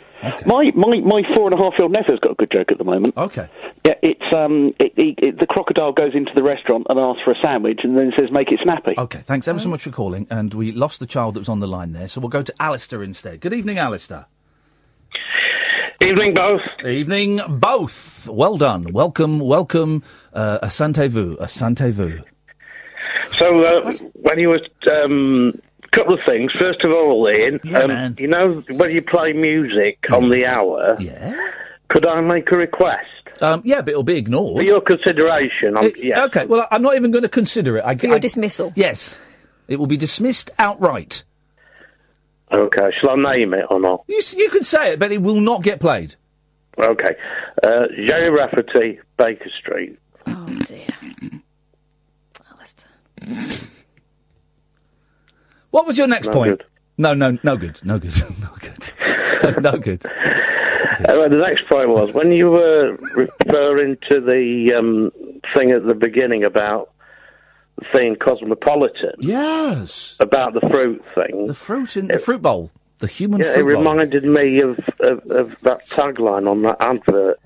S12: My, my my four and a half year old nephew's got a good joke at the moment.
S4: Okay.
S12: Yeah, it's um, it, he- it, the crocodile goes into the restaurant and asks for a sandwich, and then says, "Make it snappy."
S4: Okay, thanks ever so much for calling. And we lost the child that was on the line there, so we'll go to Alistair instead. Good evening, Alistair.
S13: Evening, both.
S4: Evening, both. Well done. Welcome, welcome. Uh, assante vous, assante vous.
S13: So, uh, when you were, um, couple of things. First of all, Ian, um, you know, when you play music
S4: Hmm.
S13: on the hour, yeah. could I make a request?
S4: Um, yeah, but it'll be ignored.
S13: For your consideration, I'm, yes.
S4: Okay, well, I'm not even going to consider it. I, For
S6: your dismissal.
S4: Yes. It will be dismissed outright.
S13: Okay, shall I name it or not?
S4: You, s- you can say it, but it will not get played.
S13: Okay. Uh, Jerry Rafferty, Baker Street.
S4: What was your next
S13: No
S4: point? No, no, no good. No good. (laughs) No good. no good.
S13: Uh, the next point was when you were referring to the um, thing at the beginning about the thing Cosmopolitan.
S4: Yes.
S13: About the fruit thing.
S4: The fruit in the fruit bowl. The human
S13: yeah,
S4: fruit
S13: it
S4: bowl.
S13: reminded me of, of, of that tagline on that advert.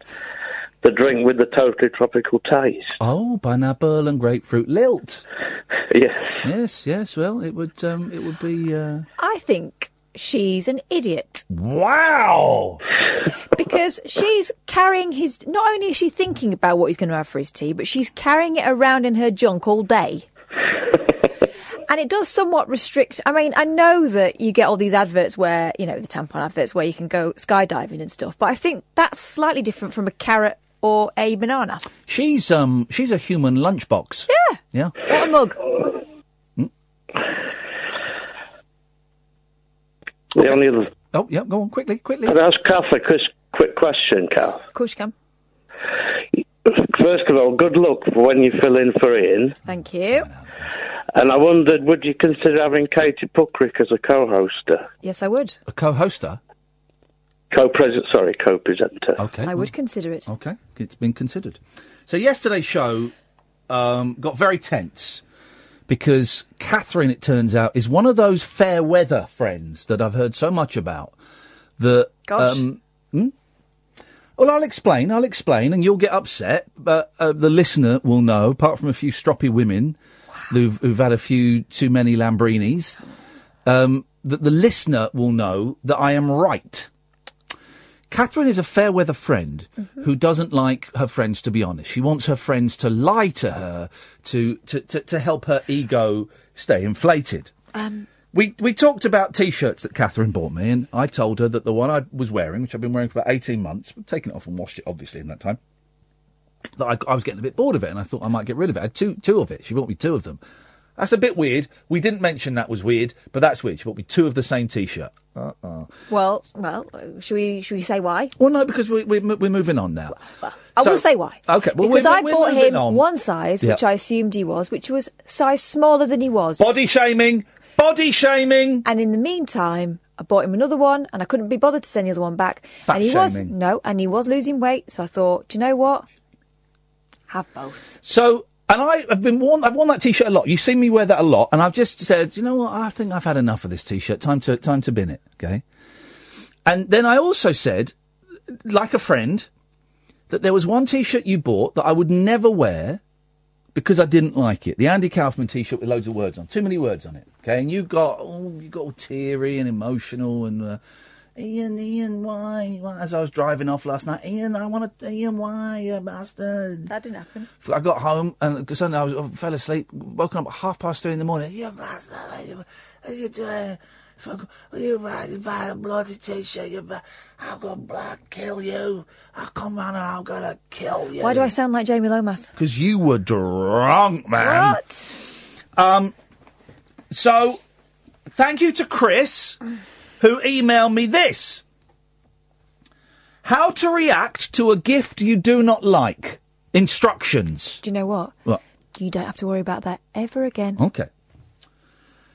S13: The drink with the totally tropical taste.
S4: Oh, pineapple and grapefruit lilt.
S13: Yes.
S4: Yes, yes. Well, it would. Um, it would be. Uh...
S6: I think she's an idiot
S4: Wow.
S6: because she's carrying his. Not only is she thinking about what he's going to have for his tea, but she's carrying it around in her junk all
S4: (laughs)
S6: day. And it does somewhat restrict. I mean, I know that you get all these adverts where, you know, the tampon adverts where you can go skydiving and stuff, but I think that's slightly different from a carrot or a banana.
S4: She's um. She's a human lunchbox. Yeah. Yeah.
S6: What a mug.
S13: The only other.
S4: Oh, yeah, go on quickly, quickly.
S13: Can I ask Kath a quick, quick question, Kath?
S6: Of course you can.
S13: First of all, good luck for when you fill in for Ian.
S6: Thank you.
S13: And I wondered, would you consider having Katie Puckrick as a co-hoster,
S6: Yes, I would.
S4: A co-hoster.
S13: co-president? Sorry, co-presenter.
S4: Okay.
S6: I would consider it.
S4: Okay, it's been considered. So yesterday's show um, got very tense because Catherine, it turns out, is one of those fair weather friends that I've heard so much about. That
S14: Gosh.
S4: Um, hmm? Well, I'll explain. I'll explain, and you'll get upset, but uh, the listener will know. Apart from a few stroppy women who've, who've had a few too many Lamborghinis, um, that the listener will know that I am right. Catherine is a fair weather friend who doesn't like her friends to be honest. She wants her friends to lie to her to, to, to, to help her ego stay inflated.
S14: Um,
S4: We we talked about t-shirts that Catherine bought me, and I told her that the one I was wearing, which I've been wearing for about eighteen months, I've taken it off and washed it obviously in that time. That I, I was getting a bit bored of it, and I thought I might get rid of it. I had two two of it. She bought me two of them. That's a bit weird. We didn't mention that was weird, but that's weird. She bought me two of the same t-shirt. Uh uh
S6: Well, well, uh, should we should we say why?
S4: Well, no, because we, we, we're moving on now.
S6: I
S4: So-
S6: will say why.
S4: Okay, well,
S6: because
S4: we're,
S6: I
S4: we're
S6: bought
S4: moving
S6: him
S4: on.
S6: one size, which
S4: Yeah.
S6: I assumed he was, which was size smaller than he was.
S4: Body shaming. Body shaming.
S6: And in the meantime, I bought him another one, and I couldn't be bothered to send the other one back.
S4: Fat
S6: and he was
S4: shaming.
S6: no, and he was losing weight, so I thought, do you know what? Have both.
S4: So, and I have been worn. I've worn that t-shirt a lot. You've seen me wear that a lot, and I've just said, you know what? I think I've had enough of this t-shirt. Time to time to bin it. Okay. And then I also said, like a friend, that there was one t-shirt you bought that I would never wear because I didn't like it. The Andy Kaufman t-shirt with loads of words on, too many words on it. Okay, and you got oh, you got all teary and emotional and. Uh, Ian, Ian, why, why? As I was driving off last night, Ian, I want to, Ian, why, you bastard?
S6: That didn't happen.
S4: I got home and because I was, I fell asleep, woken up at half past three in the morning. You bastard! You, you doing? Fuck! You buy, you buy a bloody t-shirt. You buy, I'm gonna bl- kill you. I'll come round and I'm gonna kill you.
S6: Why do I sound like Jamie Lomas?
S4: Because you were drunk, man.
S6: What?
S4: Um. So, thank you to Chris, who emailed me this. How to react to a gift you do not like. Instructions.
S6: Do you know what?
S4: What?
S6: You don't have to worry about that ever again.
S4: Okay.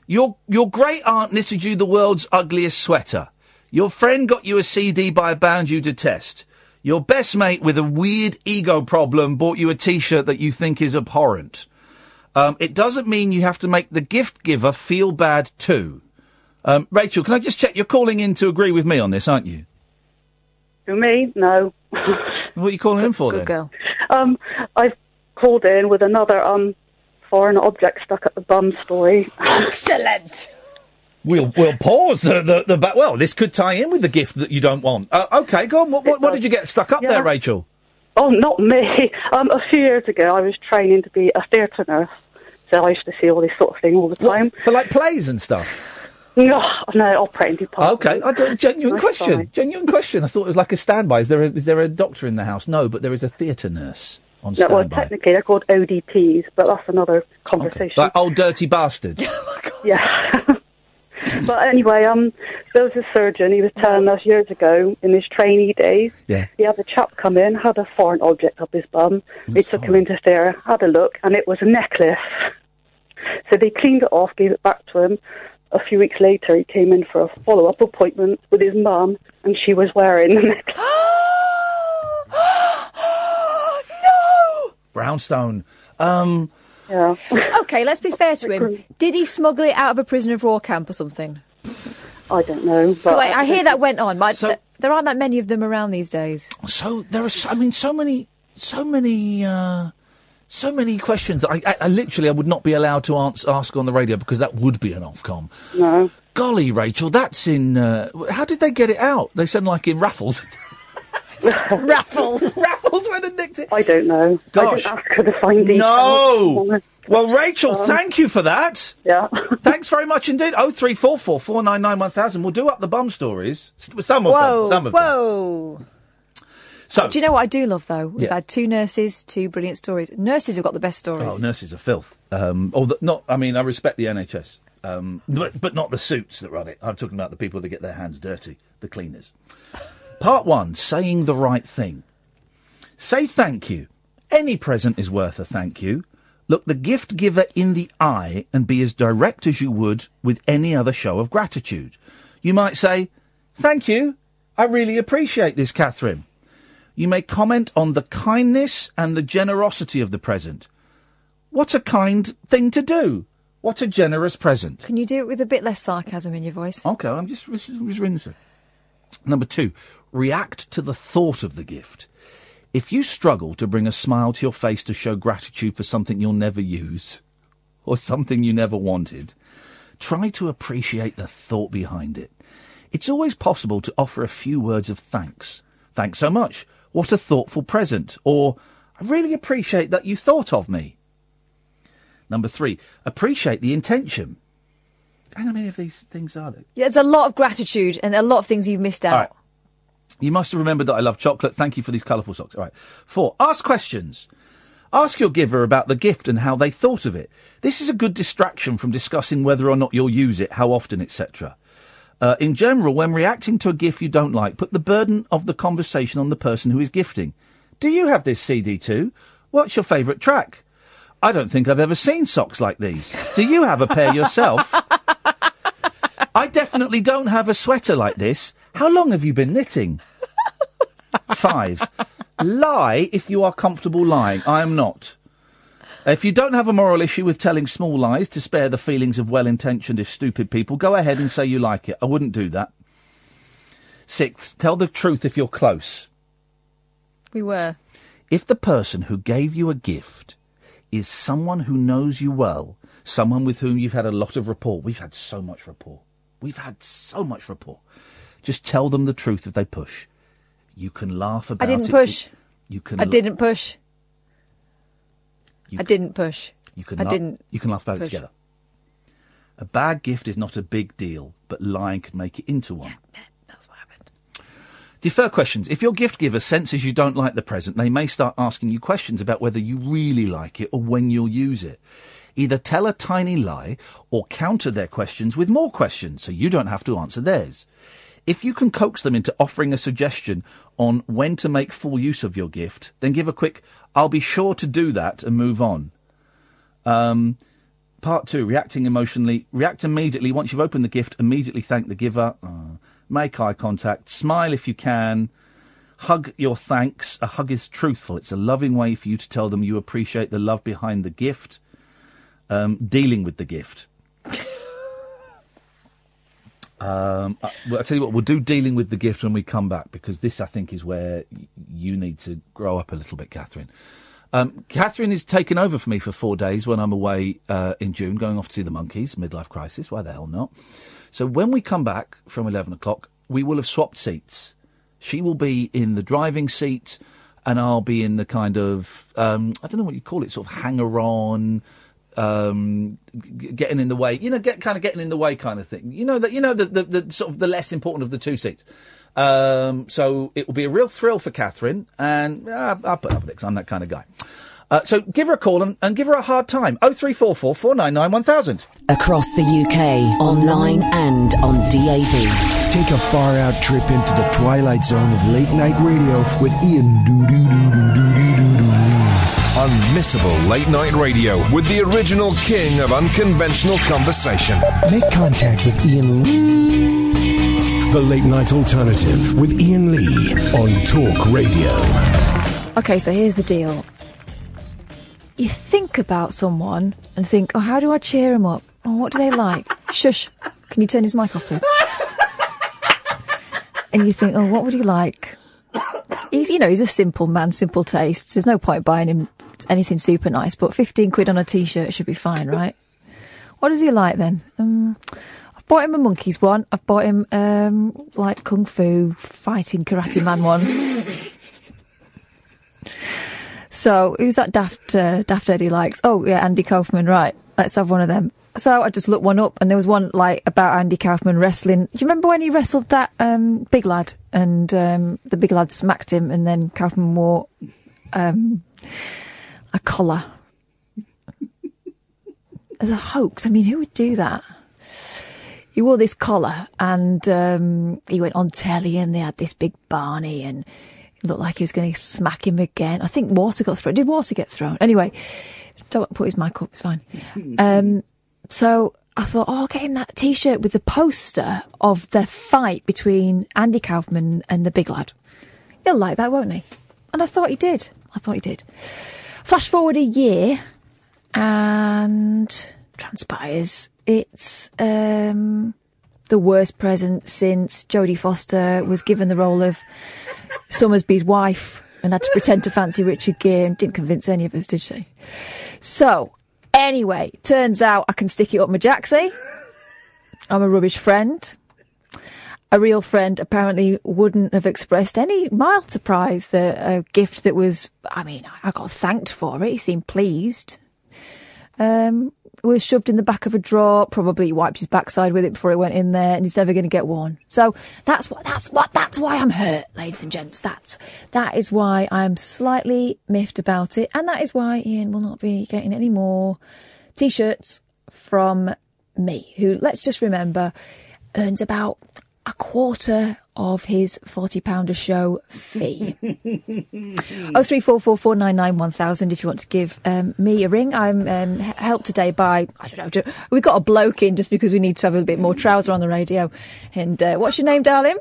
S4: Your your great aunt knitted you the world's ugliest sweater. Your friend got you a CD by a band you detest. Your best mate with a weird ego problem bought you a T-shirt that you think is abhorrent. Um, it doesn't mean you have to make the gift giver feel bad too. Um, Rachel, can I just check? You're calling in to agree with me on this, aren't you?
S15: To me, no.
S4: What are you calling in for then?
S15: girl. Um, I've called in with another um foreign object stuck at the bum story. Excellent.
S4: We'll we'll pause the the, the ba- well. This could tie in with the gift that you don't want. Uh, okay, go on. What what, what did you get stuck up there, Rachel?
S15: (laughs) Oh, not me. Um, a few years ago, I was training to be a theatre nurse, so I used to see all this sort of thing all the time.
S4: For like plays and stuff.
S15: (laughs) No, no, operating department.
S4: Okay, I don't, genuine
S15: Nice
S4: question.
S15: guy.
S4: Genuine question. I thought it was like a standby. Is there a, is there a doctor in the house? No, but there is a theatre nurse on
S15: No, well,
S4: standby.
S15: technically they're called ODPs, but that's another conversation.
S4: like old dirty bastard.
S15: Yeah. (laughs) but anyway, um, there was a surgeon. He was telling us years ago in his trainee days.
S4: Yeah.
S15: He had a chap come in, had a foreign object up his bum. They took him into there, had a look, and it was a necklace. So they cleaned it off, gave it back to him. A few weeks later, he came in for a follow-up appointment with his mum, and she was wearing the (laughs) necklace.
S4: (laughs) Brownstone. Um,
S15: Yeah.
S5: okay, let's be fair to him. Did he smuggle it out of a prisoner of war camp or something?
S15: I don't know. But
S5: Like, I hear that went on. My, th- there aren't that many of them around these days.
S4: So there are. So, I mean, so many, so many, uh, so many questions. that I, I, I literally, I would not be allowed to ans- ask on the radio because that would be an Ofcom.
S15: No.
S4: Golly, Rachel, that's in. Uh, how did they get it out? They sound like in raffles. Raffles. (laughs) Raffles went and nicked it.
S15: I don't know.
S4: Gosh.
S15: I didn't ask her to find details. (laughs)
S4: No. Well, Rachel,
S15: Um,
S4: thank you for that.
S15: Yeah. (laughs)
S4: Thanks very much indeed. Oh three four four four nine nine one thousand. We'll do up the bum stories. S- Some of them. Some of them.
S5: whoa.
S4: So,
S5: Do you know what I do love though? We've
S4: Yeah.
S5: had two nurses, two brilliant stories. Nurses have got the best stories.
S4: Oh, nurses are filth. Um, although not, I mean, I respect the NHS, um, but, but not the suits that run it. I'm talking about the people that get their hands dirty, the cleaners. Part one: saying the right thing. Say thank you. Any present is worth a thank you. Look the gift giver in the eye and be as direct as you would with any other show of gratitude. You might say, "Thank you. I really appreciate this, Catherine." You may comment on the kindness and the generosity of the present. What a kind thing to do. What a generous present.
S5: Can you do it with a bit less sarcasm in your voice?
S4: Okay, I'm just, just, just rinsing. Number two, react to the thought of the gift. If you struggle to bring a smile to your face to show gratitude for something you'll never use (laughs) or something you never wanted, try to appreciate the thought behind it. It's always possible to offer a few words of thanks. Thanks so much. What a thoughtful present. Or, I really appreciate that you thought of me. Number three, appreciate the intention. How many of these things are there?
S5: Yeah, there's a lot of gratitude and a lot of things you've missed out.
S4: All right. You must have remembered that I love chocolate. Thank you for these colourful socks. All right. Four, ask questions. Ask your giver about the gift and how they thought of it. This is a good distraction from discussing whether or not you'll use it, how often, etc. Uh, in general, when reacting to a gift you don't like, put the burden of the conversation on the person who is gifting. Do you have this CD too? What's your favourite track? I don't think I've ever seen socks like these. Do you have a pair yourself? (laughs) I definitely don't have a sweater like this. How long have you been knitting? Five. Lie if you are comfortable lying. I am not. If you don't have a moral issue with telling small lies to spare the feelings of well intentioned, if stupid people, go ahead and say you like it. I wouldn't do that. Sixth, tell the truth if you're close.
S5: We were.
S4: If the person who gave you a gift is someone who knows you well, someone with whom you've had a lot of rapport, we've had so much rapport. We've had so much rapport. Just tell them the truth if they push. You can laugh about it.
S5: didn't
S4: to-
S5: push.
S4: You can.
S5: I
S4: la-
S5: didn't push.
S4: You
S5: I didn't push.
S4: You can.
S5: I
S4: la-
S5: didn't.
S4: You can laugh about it
S5: push.
S4: together. A bad gift is not a big deal, but lying could make it into one. Defer questions. If your gift giver senses you don't like the present, they may start asking you questions about whether you really like it or when you'll use it. Either tell a tiny lie or counter their questions with more questions so you don't have to answer theirs. If you can coax them into offering a suggestion on when to make full use of your gift, then give a quick, I'll be sure to do that and move on. Um, part two, reacting emotionally. React immediately. Once you've opened the gift, immediately thank the giver. Uh, make eye contact. Smile if you can. Hug your thanks. A hug is truthful. It's a loving way for you to tell them you appreciate the love behind the gift. Um, dealing with the gift. Um, I, well, I'll tell you what, we'll do dealing with the gift when we come back because this, I think, is where y- you need to grow up a little bit, Catherine. Um, Catherine is taking over for me for four days when I'm away uh, in June, going off to see the monkeys, midlife crisis. Why the hell not? So when we come back from 11 o'clock, we will have swapped seats. She will be in the driving seat, and I'll be in the kind of, um, I don't know what you call it, sort of hanger on. Um, g- getting in the way, you know, get kind of getting in the way, kind of thing. You know that, you know the, the, the sort of the less important of the two seats. Um, so it will be a real thrill for Catherine, and uh, I'll put up with it 'cause I'm that kind of guy. Uh, so give her a call and, and give her a hard time. Oh three four four four nine nine one thousand.
S16: Across the UK, online and on DAB.
S2: Take a far out trip into the twilight zone of late night radio with Ian Doo Doo Doo Doo Doo Doo Doo Doo. Unmissable late night radio with the original king of unconventional conversation.
S17: Make contact with Ian
S2: The late night alternative with Ian Lee on Talk Radio.
S6: Okay, so here's the deal. You think about someone and think, oh, how do I cheer him up? Oh, what do they like? Shush. Can you turn his mic off, please? and you think, oh, what would he like? He's, you know, he's a simple man, simple tastes. There's no point buying him anything super nice, but 15 quid on a t shirt should be fine, right? What does he like then? Um, I've bought him a monkeys one. I've bought him, um, like kung fu fighting karate man one. So who's that daft uh, daft Eddie likes? Oh yeah, Andy Kaufman. Right, let's have one of them. So I just looked one up, and there was one like about Andy Kaufman wrestling. Do you remember when he wrestled that um, big lad, and um, the big lad smacked him, and then Kaufman wore um, a collar (laughs) as a hoax? I mean, who would do that? He wore this collar, and um, he went on telly, and they had this big Barney, and it looked like he was going to smack him again. I think water got thrown. Did water get thrown? Anyway, don't put his mic up. It's fine. Um, so I thought, oh, I'll get him that T-shirt with the poster of the fight between Andy Kaufman and the big lad. He'll like that, won't he? And I thought he did. I thought he did. Flash forward a year, and transpires it's um, the worst present since Jodie Foster was given the role of Summersby's wife and had to pretend to fancy Richard Gere and didn't convince any of us, did she? So, anyway, turns out I can stick it up my jacksie. I'm a rubbish friend. A real friend apparently wouldn't have expressed any mild surprise that a gift that was, I mean, I got thanked for it. He seemed pleased. Um, was shoved in the back of a drawer. Probably wiped his backside with it before it went in there, and he's never going to get one. So that's what that's what that's why I'm hurt, ladies and gents. That's that is why I'm slightly miffed about it, and that is why Ian will not be getting any more t-shirts from me. Who, let's just remember, earns about a quarter of his forty pound a show
S15: (laughs)
S6: fee. Oh three four four four nine nine one thousand. If you want to give um, me a ring, I'm um, h- helped today by I don't know. do- We got a bloke in just because we need to have a bit more trouser on the radio. And uh, what's your name, darling?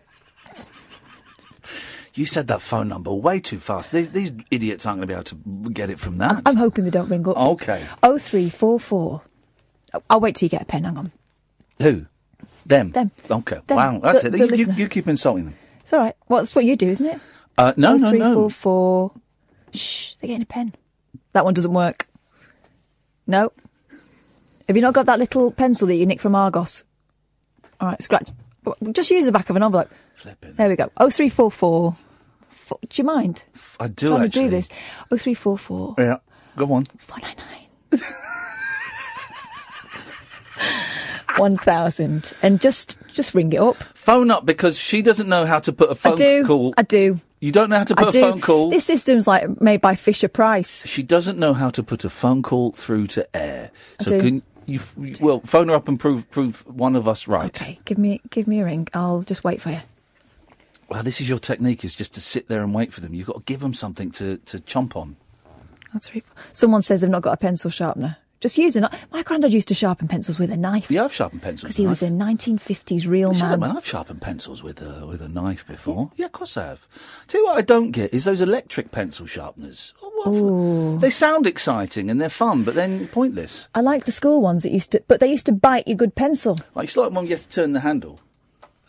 S4: You said that phone number way too fast. These, these idiots aren't going to be able to get it from that.
S6: I'm hoping they don't ring up.
S4: Okay.
S6: Oh three four four. Oh, I'll wait till you get a pen. Hang on.
S4: Who? Them.
S6: Them.
S4: Okay.
S6: Them.
S4: Wow. That's
S6: The-
S4: it.
S6: the
S4: You- you,
S6: listener.
S4: you keep insulting them.
S6: It's all right. Well, that's what you do, isn't it?
S4: Uh, no,
S6: Oh,
S4: no,
S6: three,
S4: no.
S6: four, four. Shh. They're getting a pen. That one doesn't work. No. Have you not got that little pencil that you nicked from Argos? All right, scratch. Just use the back of an envelope. There we go. Oh three four four. Four- Do you mind?
S4: I do
S6: Trying
S4: actually.
S6: to do this. Oh three four four.
S4: Yeah. Go on.
S6: One thousand. And just just ring it up.
S4: Phone up because she doesn't know how to put a phone
S6: I do.
S4: call.
S6: I do.
S4: You don't know how to put
S6: I
S4: a
S6: do.
S4: phone call.
S6: This system's like made by Fisher Price.
S4: She doesn't know how to put a phone call through to air.
S6: I
S4: So
S6: do.
S4: can you, f- you- well phone her up and prove prove one of us right. Okay.
S6: Give me give me a ring. I'll just wait for you.
S4: Well, this is your technique is just to sit there and wait for them. You've got to give them something to to chomp on.
S6: Oh, three, four. Someone says they've not got a pencil sharpener. Just use a knife. My granddad used to sharpen pencils with a knife
S4: Yeah, I've sharpened pencils.
S6: because he was a 1950s real
S4: Shut up,
S6: man.
S4: man. I've sharpened pencils with a, with a knife before. Yeah. of course I have. Tell you what I don't get is those electric pencil sharpeners. Oh, what for- They sound exciting and they're fun, but then pointless.
S6: I like the school ones that used to, but they used to bite your good pencil.
S4: Like, it's like when you have to turn the handle.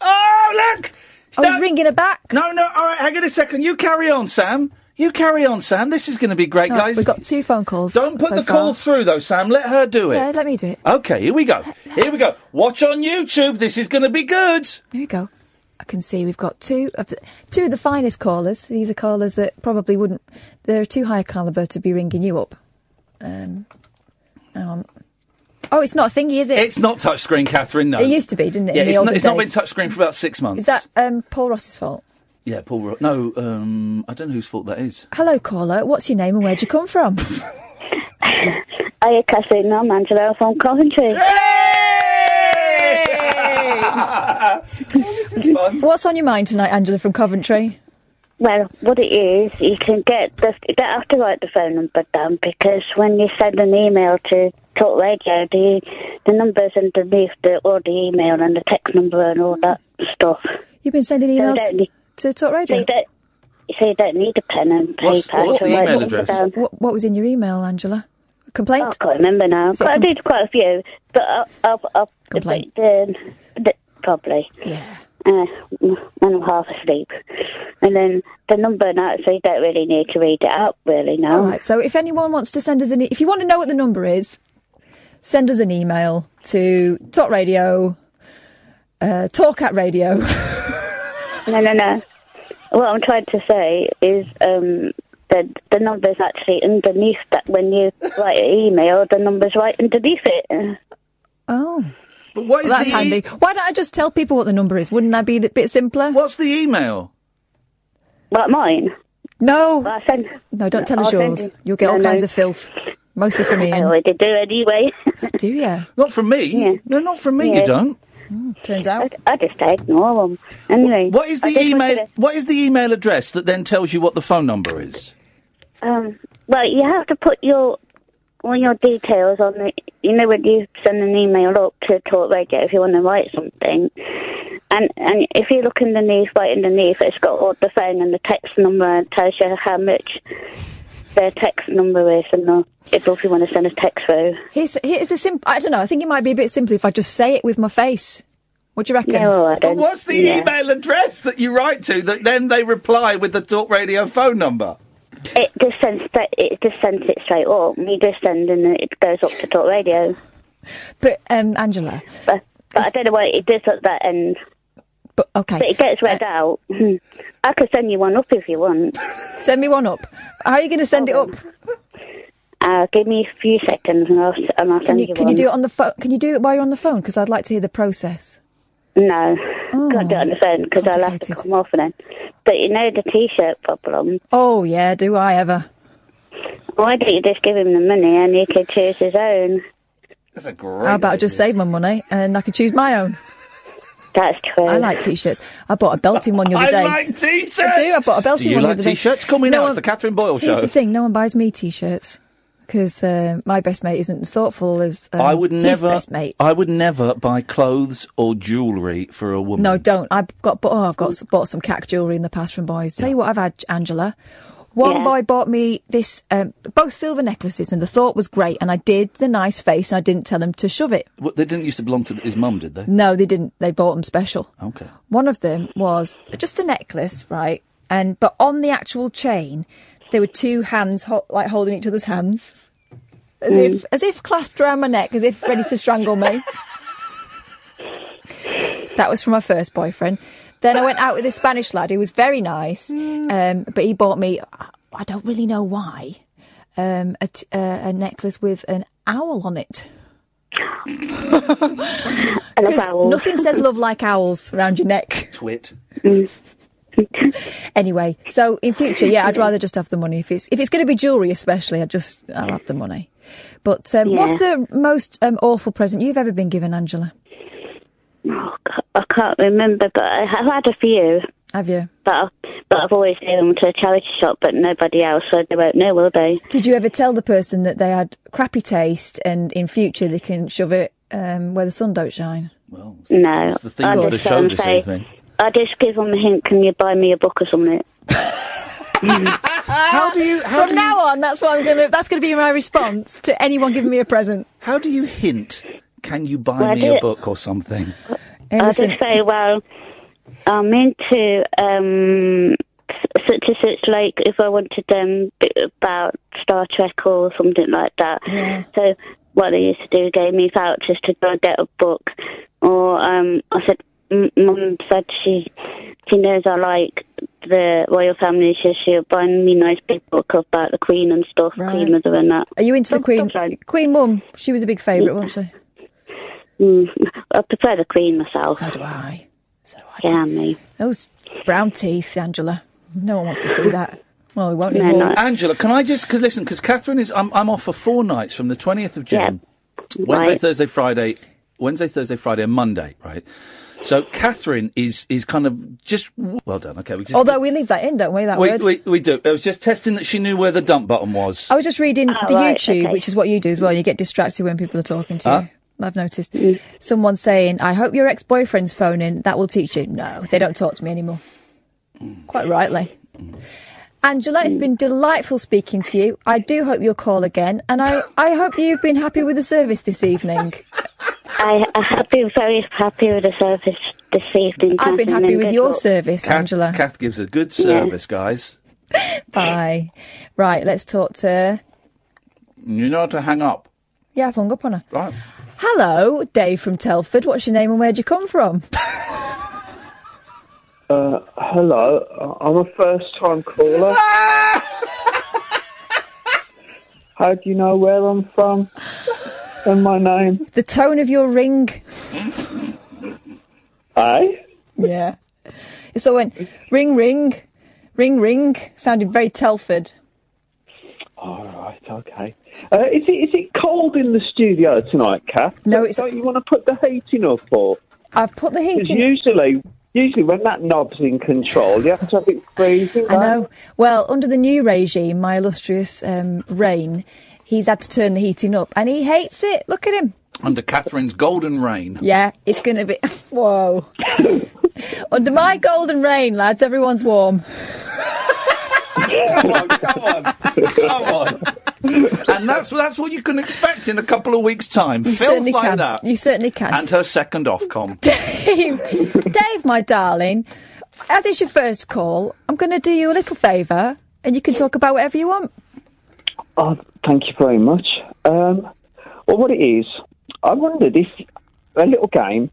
S4: Oh, look! I was ringing her back. No, no, all right, hang on a second. You carry on, Sam. You carry on, Sam. This is going to be great,
S6: No,
S4: guys.
S6: We've got two phone calls.
S4: Don't put the call through, though, Sam. Let her do it.
S6: Yeah, let me do it.
S4: Okay, here we go. Here we go. Watch on YouTube. This is going to be good.
S6: Here we go. I can see we've got two of the, two of the finest callers. These are callers that probably wouldn't. They're too high a caliber to be ringing you up. Um, hang on. Oh, it's not a thingy, is it?
S4: It's not touchscreen, Catherine. No,
S6: It used to be, didn't it?
S4: Yeah,
S6: in the
S4: it's,
S6: older
S4: not, it's not been
S6: days?
S4: touchscreen for about six months.
S6: Is that um, Paul Ross's fault?
S4: Yeah, Paul. Ro- No, um, I don't know whose fault that is.
S6: Hello, caller. What's your name and where'd you come from?
S18: (laughs) Hiya, Catherine. I'm Angela from Coventry.
S6: (laughs) What's on your mind tonight, Angela from Coventry?
S18: Well, what it is, you can get the you don't have to write the phone number down because when you send an email to Talk Radio, the the numbers underneath the all the email and the text number and all that stuff.
S6: You've been sending emails
S18: don't need-
S6: to Talk
S18: So
S6: Radio.
S18: you don't, so you don't need a pen and paper.
S6: What's- what's
S18: to
S6: the
S18: write
S6: email
S18: it
S6: address?
S18: down.
S6: What, what was in your email, Angela? A
S18: Oh,
S6: complaint?
S18: I can't remember now.
S6: Was it a
S18: Quite- I
S6: com-
S18: did quite a few, but I, I, I,
S6: Complaint.
S18: Then, th- probably.
S6: Yeah.
S18: Uh, when I'm half asleep, and then the number now, so you don't really need to read it out, really. Now,
S6: All right. So if anyone wants to send us an, e- if you want to know what the number is, send us an email to Talk Radio, uh, Talk at Radio. (laughs)
S18: no, no, no. uh, What I'm trying to say is um, that the number's actually underneath that. When you write an email, the number's right underneath it.
S6: Oh.
S4: But what
S18: is
S6: That's
S18: the e-
S6: handy. Why don't I just tell people what the number is? Wouldn't that be a bit simpler?
S4: What's the email?
S18: Like mine?
S6: No.
S18: no,
S6: don't tell us
S18: I'll send
S6: yours.
S18: you-
S6: You'll get
S18: No,
S6: all
S18: no.
S6: kinds of filth, mostly
S18: (laughs)
S6: from
S18: I
S6: Ian.
S18: already do anyway.
S6: (laughs) Do you?
S4: Not from me. No, not from me. You don't.
S6: Hmm, turns out.
S18: I, I just ignore them. Anyway.
S4: What is the email? What is the email address that then tells you what the phone number is?
S18: Um, well, you have to put your all your details on the. You know when you send an email up to Talk Radio if you want to write something, and and if you look underneath, right underneath, it's got all the phone and the text number and tells you how much their text number is and the, if if you want to send a text through.
S6: Here's, here's a simple. I don't know. I think it might be a bit simpler if I just say it with my face. What do you reckon?
S4: But what's the email address that you write to that then they reply with the talk radio phone number?
S18: It just sends straight. It just sends it straight up. You just send and it goes up to Talk Radio.
S6: But um, Angela.
S18: But, but I don't know why it does at that end.
S6: But okay. Uh,
S18: But it gets read out. (laughs) I could send you one up if you want.
S6: Send me one up. How are you going to send it up?
S18: Uh, give me a few seconds and I'll, s- and I'll
S6: Can
S18: send
S6: you,
S18: you
S6: can
S18: one.
S6: you do it on the phone? Can you do it while you're on the phone? Because I'd like to hear the process.
S18: No, can't do it on the phone because I'll have to come off and then. But you know the T-shirt problem.
S6: Oh yeah, do I ever?
S18: Why don't you just give him the money and he can choose his own?
S4: That's a great.
S6: How about I just save my money and I can choose my own?
S18: That's true.
S6: I like t-shirts. I bought a belting
S4: (laughs)
S6: one the other
S4: I
S6: day.
S4: like t-shirts.
S6: I do. I bought a belting
S4: Do you
S6: one
S4: like
S6: the other day.
S4: t-shirts? Call me now. It's the Catherine Boyle
S6: Here's
S4: show.
S6: the thing: no one buys me t-shirts because uh, my best mate isn't as thoughtful as um,
S4: I would
S6: his
S4: never.
S6: best mate.
S4: I would never buy clothes or jewellery for a woman.
S6: No, don't. I've got. but- Oh, I've got bought some cack jewellery in the past from boys. Tell you what, I've had Angela. One
S18: Yeah.
S6: boy bought me this, um, both silver necklaces, and the thought was great. And I did the nice face, and I didn't tell him to shove it.
S4: What, they didn't used to belong to his mum, did they?
S6: No, they didn't. They bought them special.
S4: Okay.
S6: One of them was just a necklace, right? And but on the actual chain, there were two hands ho- like holding each other's hands, as
S18: Mm.
S6: if as if clasped around my neck, as if ready to strangle me. that was from my first boyfriend. Then I went out with a Spanish lad who was very nice, um, but he bought me. I- I don't really know why. Um, a, t- uh, a necklace with an owl on
S18: (laughs)
S6: it. Because
S18: owls.
S6: nothing says love like owls around your neck.
S4: Twit.
S18: Mm. (laughs)
S6: Anyway, so in future, yeah, I'd rather just have the money if it's if it's going to be jewellery, especially. I just I'll have the money. But um,
S18: Yeah.
S6: what's the most um, awful present you've ever been given, Angela?
S18: Oh, I can't remember, but I have had a few.
S6: Have you?
S18: But I've, but I've always given them to a charity shop, but nobody else, so they won't know, will they?
S6: Did you ever tell the person that they had crappy taste and in future they can shove it um, where the sun don't shine?
S4: Well,
S18: No.
S4: It's the theme
S18: I
S4: of the
S18: just let
S4: show
S18: 'em
S4: this
S18: say,
S4: evening.
S18: I just give them a hint. Can you buy me a book or something?
S4: How do you? How
S6: Ah, From
S4: do you,
S6: now on, that's what I'm gonna. That's gonna be my response to anyone giving me a present.
S4: how do you hint? Can you buy
S18: Well, I
S4: me
S18: did
S4: a
S18: it-
S4: book or something?
S18: I just say, well, I'm into um, s- such and such, like if I wanted them um, about Star Trek or something like that. So what they used to do, gave me vouchers to go and get a book, or um, I said, m- Mum said she she knows I like the royal family, so she'll buy me nice big book about the Queen and stuff, Queen Mother and that. (laughs)
S6: Are you into the Queen? Queen Mum. She was a big favourite, wasn't she?
S18: Mm, I prefer the Queen myself.
S6: So do I. So do I.
S18: Yeah, me.
S6: Those brown teeth, Angela. No one wants to see that. Well, we won't anymore.
S4: Angela, can I just because listen because Catherine is I'm I'm off for four nights from the twentieth of June, Wednesday,
S19: Right.
S4: Thursday, Friday, Wednesday, Thursday, Friday, and Monday, right? So Catherine is is kind of just well done. Okay, we just
S6: Although we leave that in, don't we? That
S4: we,
S6: word.
S4: we we do. I was just testing that she knew where the dump button was.
S6: I was just reading
S18: Oh,
S6: the
S18: right,
S6: YouTube,
S18: okay.
S6: which is what you do as well. You get distracted when people are talking to
S4: Huh?
S6: you. I've noticed
S18: Mm.
S6: someone saying, "I hope your ex-boyfriend's phoning. That will teach you." No, they don't talk to me anymore.
S4: Mm.
S6: Quite rightly. Angela,
S18: Mm.
S6: it's been delightful speaking to you. I do hope you'll call again, and I, I hope you've been happy with the service this evening.
S18: I, I've been very happy with the service this evening.
S6: I've been
S18: Catherine,
S6: happy
S18: and
S6: with
S18: good
S6: your
S18: luck.
S6: service,
S4: Kath,
S6: Angela.
S4: Kath gives a good service, guys.
S6: Bye. Right, let's talk to.
S4: You know how to hang up.
S6: Yeah, I've hung up on her.
S4: Right.
S6: Hello, Dave from Telford. What's your name and where'd you come from?
S20: Uh, hello, I'm a first
S6: (laughs)
S20: time caller. How do you know where I'm from and my name?
S6: The tone of your ring.
S20: Aye?
S6: (laughs) Yeah. So it went ring, ring, ring, ring. Sounded very Telford.
S20: Alright, okay. Uh, is, it, is it cold in the studio tonight, Kath?
S6: No, it's.
S20: Don't you want to put the heating up or?
S6: I've put the
S20: Because
S6: heating.
S20: usually, usually when that knob's in control, you have to have it freezing.
S6: I know. Well, under the new regime, my illustrious um, reign, he's had to turn the heating up, and he hates it. Look at him.
S4: Under Catherine's golden reign.
S6: Yeah, it's going to be. (laughs) Whoa. Under my golden reign, lads, everyone's warm.
S4: (laughs) come on, come on, come on. And that's that's what you can expect in a couple of weeks' time.
S6: You
S4: Filth
S6: certainly
S4: like
S6: can.
S4: that.
S6: You certainly can.
S4: And her second Ofcom.
S6: Dave, Dave, my darling, as it's your first call, I'm going to do you a little favour, and you can talk about whatever you want.
S20: Oh, thank you very much. Um, well, what it is, I wondered if a little game.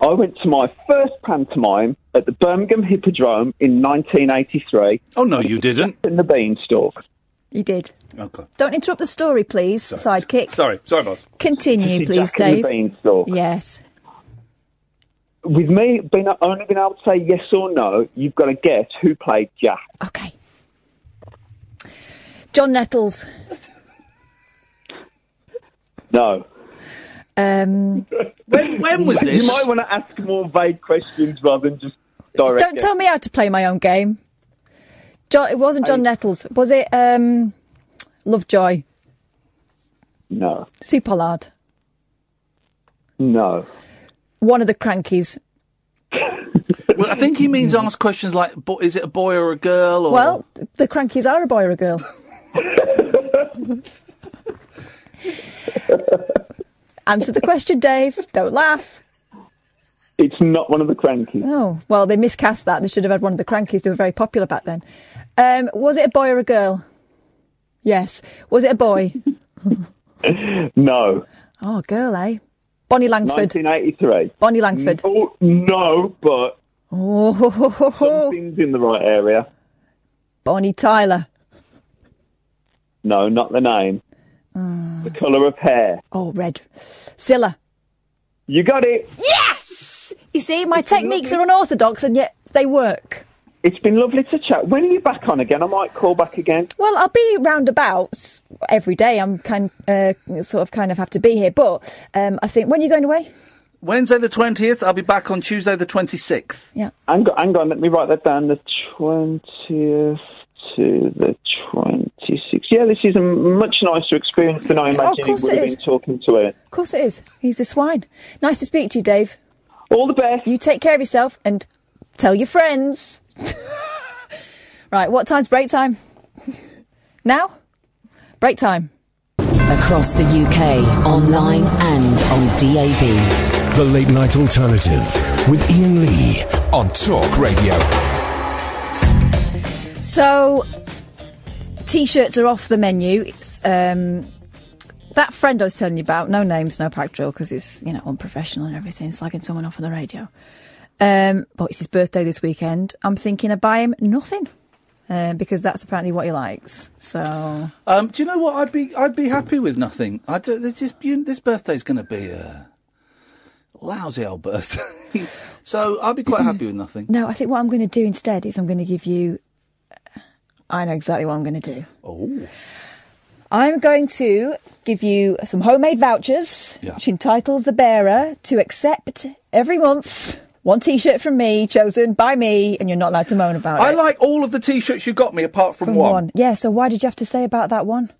S20: I went to my first pantomime at the Birmingham Hippodrome in 1983.
S4: Oh no, you didn't!
S20: In the beanstalk.
S6: You did.
S4: Okay.
S6: Don't interrupt the story, please, sidekick.
S4: Sorry, sorry, boss.
S20: (laughs)
S6: Continue, please,
S20: Jack and the
S6: Dave.
S20: Beanstalk.
S6: Yes.
S20: With me being only being able to say yes or no, you've got to guess who played Jack.
S6: Okay. John Nettles.
S20: No.
S6: Um,
S4: when, when was this?
S20: You might want to ask more vague questions rather than just direct.
S6: don't tell me how to play my own game. John, it wasn't John Nettles. Was it um, Lovejoy?
S20: No.
S6: Sue Pollard?
S20: No.
S6: One of the crankies.
S4: Well, I think he means ask questions like, bo- "Is it a boy or a girl?" Or
S6: Well, th- the crankies are a boy or a girl. Answer the question, Dave. Don't laugh.
S20: It's not one of the crankies.
S6: Oh, well, they miscast that. They should have had one of the crankies. They were very popular back then. Um, was it a boy or a girl? Yes. Was it a boy?
S20: (laughs) No.
S6: oh, a girl, eh? Bonnie Langford.
S20: 1983.
S6: Bonnie Langford.
S20: No, no, but
S6: Oh, ho, ho, ho, ho.
S20: something's in the right area.
S6: Bonnie Tyler.
S20: No, not the name.
S6: Oh,
S20: The colour of hair.
S6: oh, red. Scylla.
S20: You got it.
S6: Yes! You see, my techniques are unorthodox and yet they work.
S20: It's been lovely to chat. When are you back on again? I might call back again.
S6: Well, I'll be roundabouts every day. I'm kind uh, sort of kind of have to be here, but um, I think when are you going away?
S4: Wednesday the twentieth. I'll be back on Tuesday the twenty sixth.
S6: Yeah.
S20: Hang on, hang on, let me write that down. The 20th to the 26th. Yeah, this is a much nicer experience than I
S6: of
S20: imagined
S6: course
S20: would
S6: it
S20: have
S6: is.
S20: been talking to it.
S6: Of course it is. He's a swine. Nice to speak to you, Dave.
S20: All the best.
S6: You take care of yourself and tell your friends. (laughs) right, what time's break time? (laughs) now? Break time.
S7: Across the UK, online and on DAB.
S2: The Late Night Alternative with Ian Lee on Talk Radio.
S6: So, t-shirts are off the menu. It's um, that friend I was telling you about. No names, no pack drill, because it's you know unprofessional and everything. It's slagging someone off on the radio. Um, but it's his birthday this weekend. I'm thinking of buying him nothing uh, because that's apparently what he likes. So
S4: Um, do you know what? I'd be I'd be happy with nothing. I do, this is, you, this birthday's going to be a lousy old birthday. (laughs) so I'd be quite happy with nothing.
S6: no, I think what I'm going to do instead is I'm going to give you. I know exactly what I'm going to do.
S4: Oh.
S6: I'm going to give you some homemade vouchers, which entitles the bearer to accept every month one T-shirt from me, chosen by me, and you're not allowed to moan about
S4: I
S6: it.
S4: like all of the t-shirts you got me, apart from, one.
S6: Yeah. So why did you have to say about that one?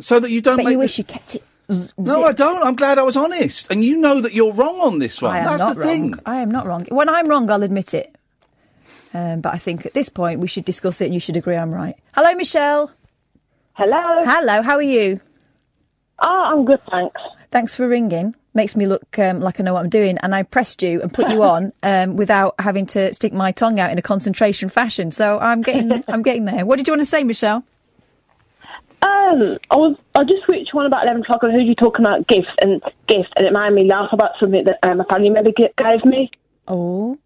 S4: So that you don't.
S6: But
S4: make
S6: you
S4: the-
S6: wish you kept it. z-
S4: No,
S6: zipped.
S4: I don't. I'm glad I was honest, and you know that you're wrong on this one.
S6: I am
S4: That's
S6: not
S4: the
S6: wrong.
S4: thing.
S6: I am not wrong. When I'm wrong, I'll admit it. Um, but I think at this point we should discuss it, and you should agree I'm right. Hello, Michelle.
S19: Hello.
S6: Hello. How are you?
S19: Oh, I'm good, thanks.
S6: Thanks for ringing. Makes me look um, like I know what I'm doing, and I pressed you and put
S19: (laughs)
S6: you on um, without having to stick my tongue out in a concentration fashion. So I'm
S19: (laughs)
S6: getting, I'm getting there. What did you want to say, Michelle?
S19: Um, I was I just reached one about eleven o'clock and heard you talking about gifts and gifts, and it made me laugh about something that um, a family member g- gave me. Uh,
S6: Oh,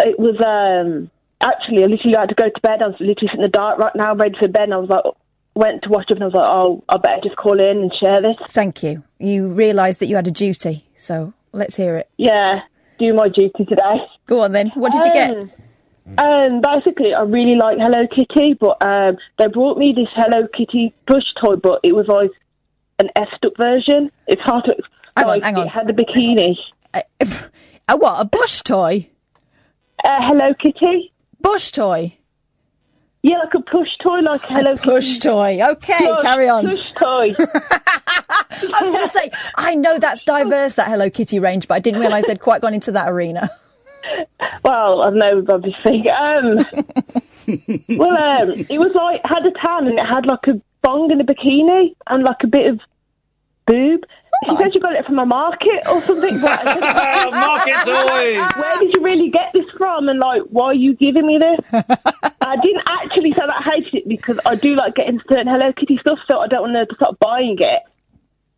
S19: it was um actually I literally had to go to bed. I was literally sitting in the dark right now, ready for bed. And I was like, went to watch up, and I was like, oh, I better just call in and share this.
S6: Thank you. You realised that you had a duty, so let's hear it.
S19: Yeah, do my duty today.
S6: Go on then. What did you get?
S19: Um, basically, I really like Hello Kitty, but um, they brought me this Hello Kitty plush toy, but it was like an effed up version. It's hard to. Hang on, hang on. It had the bikini.
S6: Uh, A, what? A bush toy?
S19: Uh, Hello Kitty.
S6: Bush toy.
S19: Yeah, like a push toy, like Hello
S6: a push toy. Okay,
S19: Push-
S6: carry on.
S19: Push toy.
S6: (laughs) I was going to say, I know that's diverse that Hello Kitty range, but I didn't realise they'd quite gone into that arena. (laughs)
S19: Well, I know obviously. Um, well, um, it was like had a tan and it had like a bong and a bikini and like a bit of boob. She said you got it from a market or something. But
S4: market toys.
S19: Where did you really get this from? And like, why are you giving me this? I didn't actually say that I hated it because I do like getting certain Hello Kitty stuff, so I don't want to stop buying it.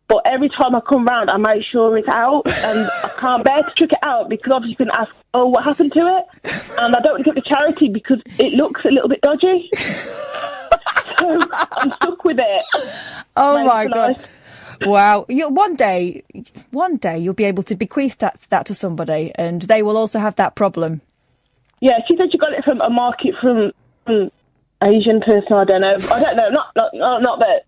S19: But every time I come round, I make sure it's out, and I can't bear to trick it out because obviously you can ask, "Oh, what happened to it?" And I don't want to give it to charity because it looks a little bit dodgy. (laughs) so I'm stuck with it.
S6: Oh
S19: Thanks
S6: my
S19: a
S6: god!
S19: lot.
S6: Wow. You, one day, one day you'll be able to bequeath that that to somebody, and they will also have that problem.
S19: Yeah, she said she got it from a market from, from Asian person. I don't know. I don't know. Not not uh, not, not that.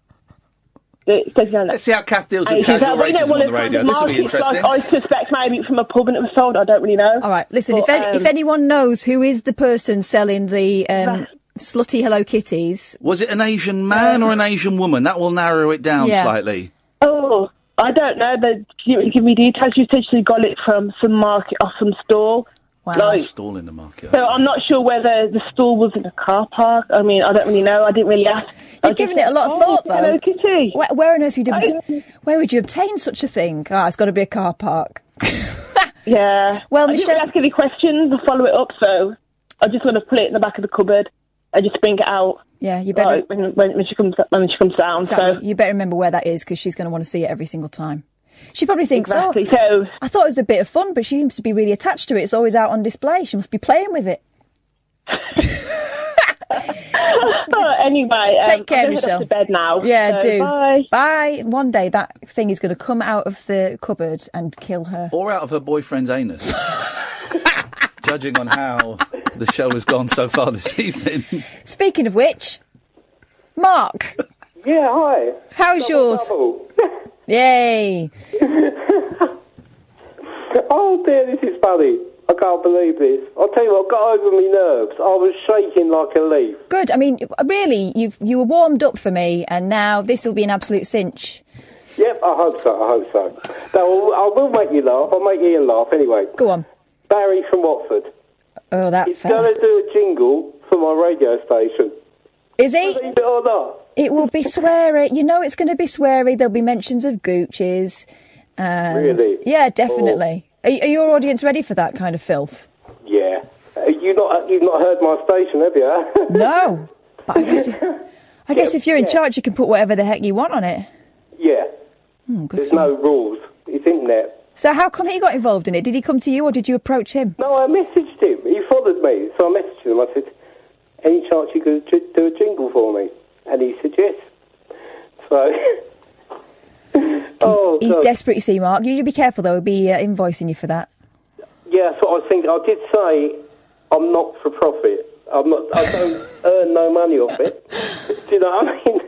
S19: Let's
S4: see how Kath deals with
S19: Asians.
S4: casual
S19: I really don't
S4: racism
S19: want
S4: on the
S19: to find
S4: radio. This will be
S19: market, like,
S4: interesting.
S19: I suspect maybe from a pub and it was sold. I don't really know.
S6: All right, listen. if any,
S19: um,
S6: if anyone knows who is the person selling the um, slutty Hello Kitties,
S4: Was it an Asian man or an Asian woman? That will narrow it down
S6: Yeah.
S4: slightly.
S19: Oh, I don't know. They didn't give me details. You said she got it from some market or some store. Like,
S4: Stall in the market.
S19: so I'm not sure whether the store was in a car park. I mean, I don't really know. I didn't really ask.
S6: You've given it a lot of thought, though.
S19: Hello Kitty.
S6: Where, where on earth would you, obtain- where would you obtain such a thing? Ah, it's got to be a car park.
S19: Yeah.
S6: Well,
S19: I
S6: Michelle-
S19: didn't ask any questions or follow it up, so I just want to put it in the back of the cupboard and just bring it out.
S6: Yeah, you better-
S19: like, (laughs) when, when, when she comes when she comes down.
S6: Exactly. You better remember where that is because she's going to want to see it every single time. She probably thinks,
S19: Exactly,
S6: oh, I thought it was a bit of fun, but she seems to be really attached to it. It's always out on display. She must be playing with it.
S19: So anyway, um,
S6: Take care,
S19: I'm gonna head off
S6: Michelle.
S19: To bed now.
S6: Yeah,
S19: so
S6: do.
S19: bye.
S6: Bye. One day that thing is going to come out of the cupboard and kill her.
S4: Or out of her
S6: (laughs)
S4: boyfriend's anus. Judging on how the show has gone so far this evening.
S6: Speaking of which, Mark.
S21: (laughs) Yeah, hi.
S6: How's yours?
S21: (laughs)
S6: Yay.
S21: (laughs) Oh dear, this is funny. I can't believe this. I'll tell you what, I got over my nerves. I was shaking like a leaf.
S6: Good. I mean, really, you you were warmed up for me, and now this will be an absolute cinch.
S21: Yep, I hope so, I hope so. Now, I will make you laugh. I'll make Ian laugh anyway.
S6: Go on.
S21: Barry from Watford.
S6: Oh, that
S21: He's going
S6: fella.
S21: to do a jingle for my radio station.
S6: Is he?
S21: Believe it or not.
S6: It will be sweary. You know, it's going to be sweary. There'll be mentions of Gucci's. And
S21: Really? Oh. (laughs)
S6: Yeah, definitely. Are, are your audience ready for that kind of filth?
S21: Yeah. Uh, you not, you've not heard my station, have you? (laughs)
S6: no. But I guess, I guess if you're in charge, you can put whatever the heck you want on it.
S21: yeah.
S6: Hmm, good
S21: There's no rules. It's internet.
S6: So how come he got involved in it? Did he come to you or did you approach him?
S21: No, I messaged him. He followed me. So I messaged him. I said, any chance you could j- do a jingle for me? And he said yes. So, (laughs) oh,
S6: He's
S21: God.
S6: desperate, you see, Mark. You should be careful, though. He'll be uh, invoicing you for that.
S21: Yeah, that's what I was thinking. I did say I'm not for profit. I'm not.
S6: (laughs)
S21: I don't earn no money off it. Do you know what I mean?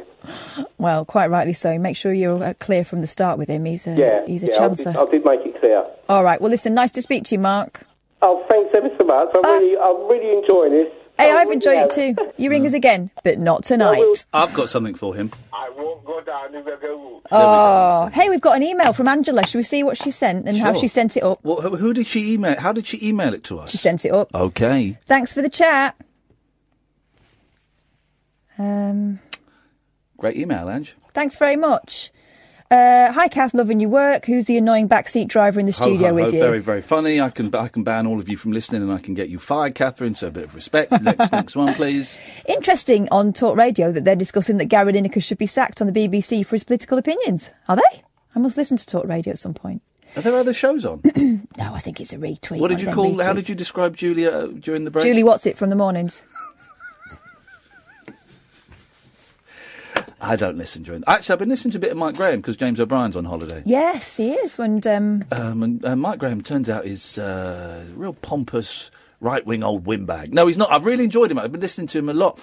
S6: Well, quite rightly so. Make sure you're uh, clear from the start with him. He's a,
S21: yeah,
S6: he's a
S21: yeah, I did-
S6: chancer.
S21: I did, make it clear.
S6: All right. Well, listen, nice to speak to you, Mark.
S21: Oh, thanks ever so much. I'm really, I'm really enjoying this.
S6: Uh, Hey,
S11: Oh,
S6: I've enjoyed it too. You ring us again, but not tonight.
S4: I've got something for him.
S6: Oh, hey, we've got an email from Angela. Shall we see what she sent and how
S4: Sure.
S6: she sent it up?
S4: Well, who, who did she email? How did she email it to us?
S6: She sent it up.
S4: Okay.
S6: Thanks for the chat. Um,
S4: Great email, Ange.
S6: thanks very much. Uh, hi, Kath, loving your work. Who's the annoying backseat driver in the
S4: Ho,
S6: studio
S4: ho,
S6: with
S4: ho,
S6: you?
S4: Oh, Very, very funny. I can I can ban all of you from listening, and I can get you fired, Catherine. So a bit of respect.
S6: (laughs)
S4: next next one, please.
S6: Interesting on Talk Radio that they're discussing that Gary Lineker should be sacked on the BBC for his political opinions. Are they? I must listen to Talk Radio at some point.
S4: Are there other shows on?
S6: (clears throat) no, I think it's a retweet.
S4: what
S6: one
S4: did
S6: of
S4: you
S6: them
S4: call? How
S6: retweets.
S4: did you describe Julia uh, during the break?
S6: Julie, what's it from the mornings?
S4: I don't listen during. Actually, I've been listening to a bit of Mike Graham because James O'Brien's on holiday.
S6: Yes, he is. And um,
S4: Um, and uh, Mike Graham turns out is uh, a real pompous right wing old windbag. No, he's not. I've really enjoyed him. I've been listening to him a lot,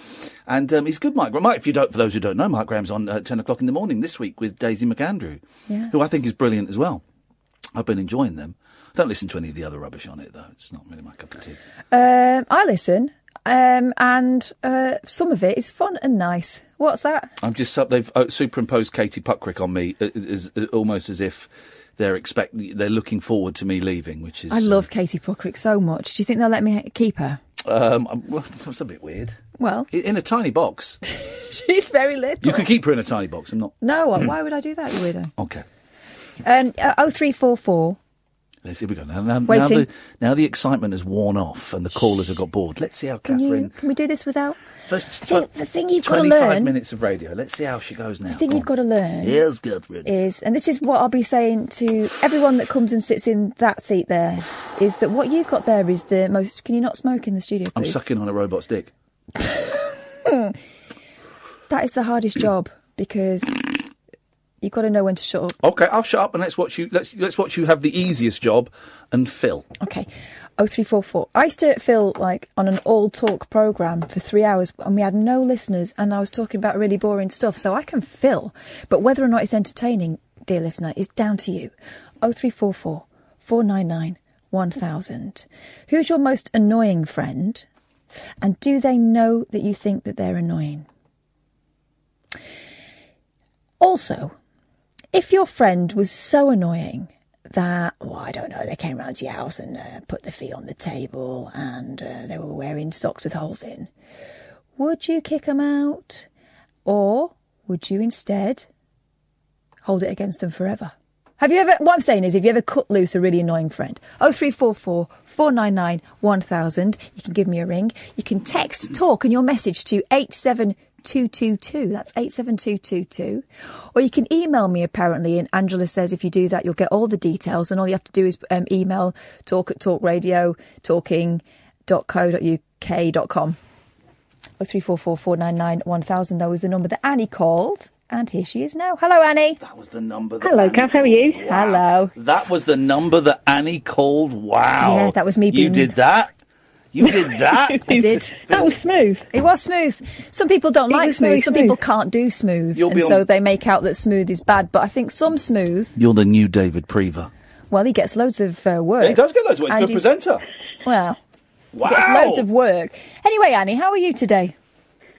S4: and um, he's good. Mike Graham. Mike, if you don't, for those who don't know, Mike Graham's on uh, ten o'clock in the morning this week with Daisy McAndrew,
S22: Yeah.
S4: who I think is brilliant as well. I've been enjoying them. I don't listen to any of the other rubbish on it though. It's not really my cup of tea.
S6: um, I listen, um, and uh, some of it is fun and nice. What's that?
S4: I'm just sup- they've uh, superimposed Katie Puckrick on me, uh, as, uh, almost as if they're expect they're looking forward to me leaving, which is
S6: I love Katie Puckrick so much. Do you think they'll let me keep her?
S4: Um, I'm- well, (laughs) it's a bit weird.
S6: Well,
S4: I- In a tiny box.
S6: (laughs) she's very little.
S4: you could Hmm. keep her in a tiny box. I'm not.
S6: (laughs) No, why would I do that, you weirdo?
S4: Okay.
S6: Um, uh, 0344
S4: Let's see. Here we go. Now, now, now,
S6: Waiting.
S4: the, now the excitement has worn off and the callers have got bored. Let's see how
S6: Can you?
S4: Catherine.
S6: Can we do this without?
S4: First,
S6: See, the thing you've got to
S4: 25
S6: learn.
S4: minutes of radio. Let's see how she goes now.
S6: The thing
S4: Go
S6: you've got to
S4: on.
S6: learn
S4: Yes, Catherine.
S6: is, and this is what I'll be saying to everyone that comes and sits in that seat there, is that what you've got there is the most. Can you not smoke in the studio,
S4: I'm
S6: please?
S4: sucking on a robot's dick.
S6: (laughs) that is the hardest job because you've got to know when to shut up.
S4: Okay, I'll shut up and let's watch you. Let's let's watch you have the easiest job, and Phil.
S6: Okay. 0344. I used to feel like on an all talk program for three hours and we had no listeners and I was talking about really boring stuff. So I can fill. But whether or not it's entertaining, dear listener, is down to you. 0344 499 1000. Who's your most annoying friend? And do they know that you think that they're annoying? Also, if your friend was so annoying that, well, I don't know, they came round to your house and uh, put their feet on the table and uh, they were wearing socks with holes in, would you kick them out? Or would you instead hold it against them forever? Have you ever, what I'm saying is, have you ever cut loose a really annoying friend? 0344 499 1000. You can give me a ring. You can text, talk, and your message to 87222. That's 87222. Or you can email me, apparently. And Angela says if you do that, you'll get all the details. And all you have to do is um, email talk at talkradio, talking.co.uk.com. 0344 499 1000, though, is the number that Annie called. And here she is now. Hello, Annie.
S4: That was the number. That
S6: Hello, Kath. How are you? Hello.
S4: That was the number that Annie called. Wow.
S6: Yeah, that was me
S4: You
S6: being-
S4: did that. You
S6: (laughs)
S4: did that.
S6: I did. That was smooth. It was smooth. Some people don't like smooth. Some people can't do smooth,
S4: You'll
S6: and
S4: be
S6: so
S4: on-
S6: they make out that smooth is bad. But I think some smooth,
S4: You're the new David Prever.
S6: well, he gets loads of uh, work.
S4: he does get loads of work. He's a
S6: And
S4: good presenter.
S6: Well,
S4: Wow.
S6: he gets loads of work. Anyway, Annie, how are you today?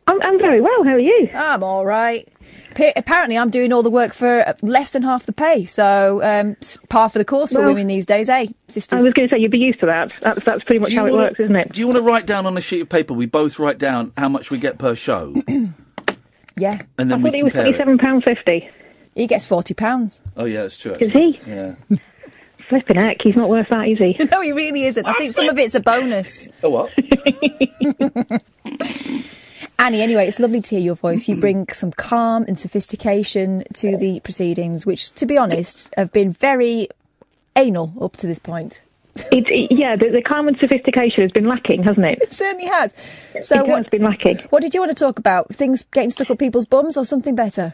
S6: I'm, I'm very well. How are you? I'm all right. Pa- apparently, I'm doing all the work for uh, less than half the pay. So, um, s- par for the course for
S23: Well,
S6: women these days, eh, sisters?
S23: I was going to say you'd be used to that. That's that's pretty much
S4: Do you
S23: how it
S4: wanna-
S23: works, isn't it?
S4: Do you want to write down on a sheet of paper? We both write down how much we get per show,
S6: (clears throat) yeah.
S4: and
S23: I
S4: then
S23: thought
S4: we compare
S23: it was
S4: it.
S23: twenty-seven pound fifty.
S6: He gets forty pounds.
S4: Oh yeah, that's true.
S23: Does
S4: actually.
S23: he?
S4: Yeah.
S23: Flipping heck, he's not worth that,
S6: (laughs)
S23: is he?
S6: No, he really isn't. I think some of it's a bonus.
S4: Oh, what?
S6: (laughs) Annie, anyway, it's lovely to hear your voice. You bring some calm and sophistication to the proceedings, which, to be honest, have been very anal up to this point.
S23: It, it- yeah, the, the calm and sophistication has been lacking,
S6: (laughs)
S23: hasn't it?
S6: It certainly has. So
S23: it
S6: what-
S23: has been lacking.
S6: What did you want to talk about? Things getting stuck up people's bums or something better?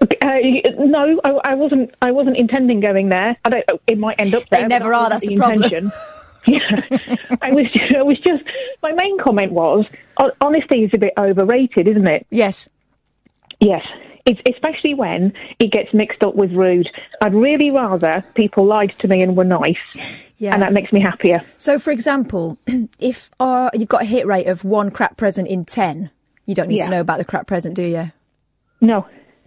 S23: Uh, no, I, I wasn't. I wasn't intending going there. I don't. oh, It might end up
S6: They
S23: there. but
S6: never are,
S23: wasn't
S6: that's the problem.
S23: intention. (laughs) yeah, I was. Just, I was just. My main comment was hon- honesty is a bit overrated, isn't it?
S6: Yes.
S23: Yes. It's, especially when it gets mixed up with rude. I'd really rather people lied to me and were nice,
S6: Yeah.
S23: and that makes me happier.
S6: So, for example, (clears throat) if uh, you've got a hit rate of one crap present in 10, you don't need
S23: Yeah.
S6: to know about the crap present, do you?
S23: No.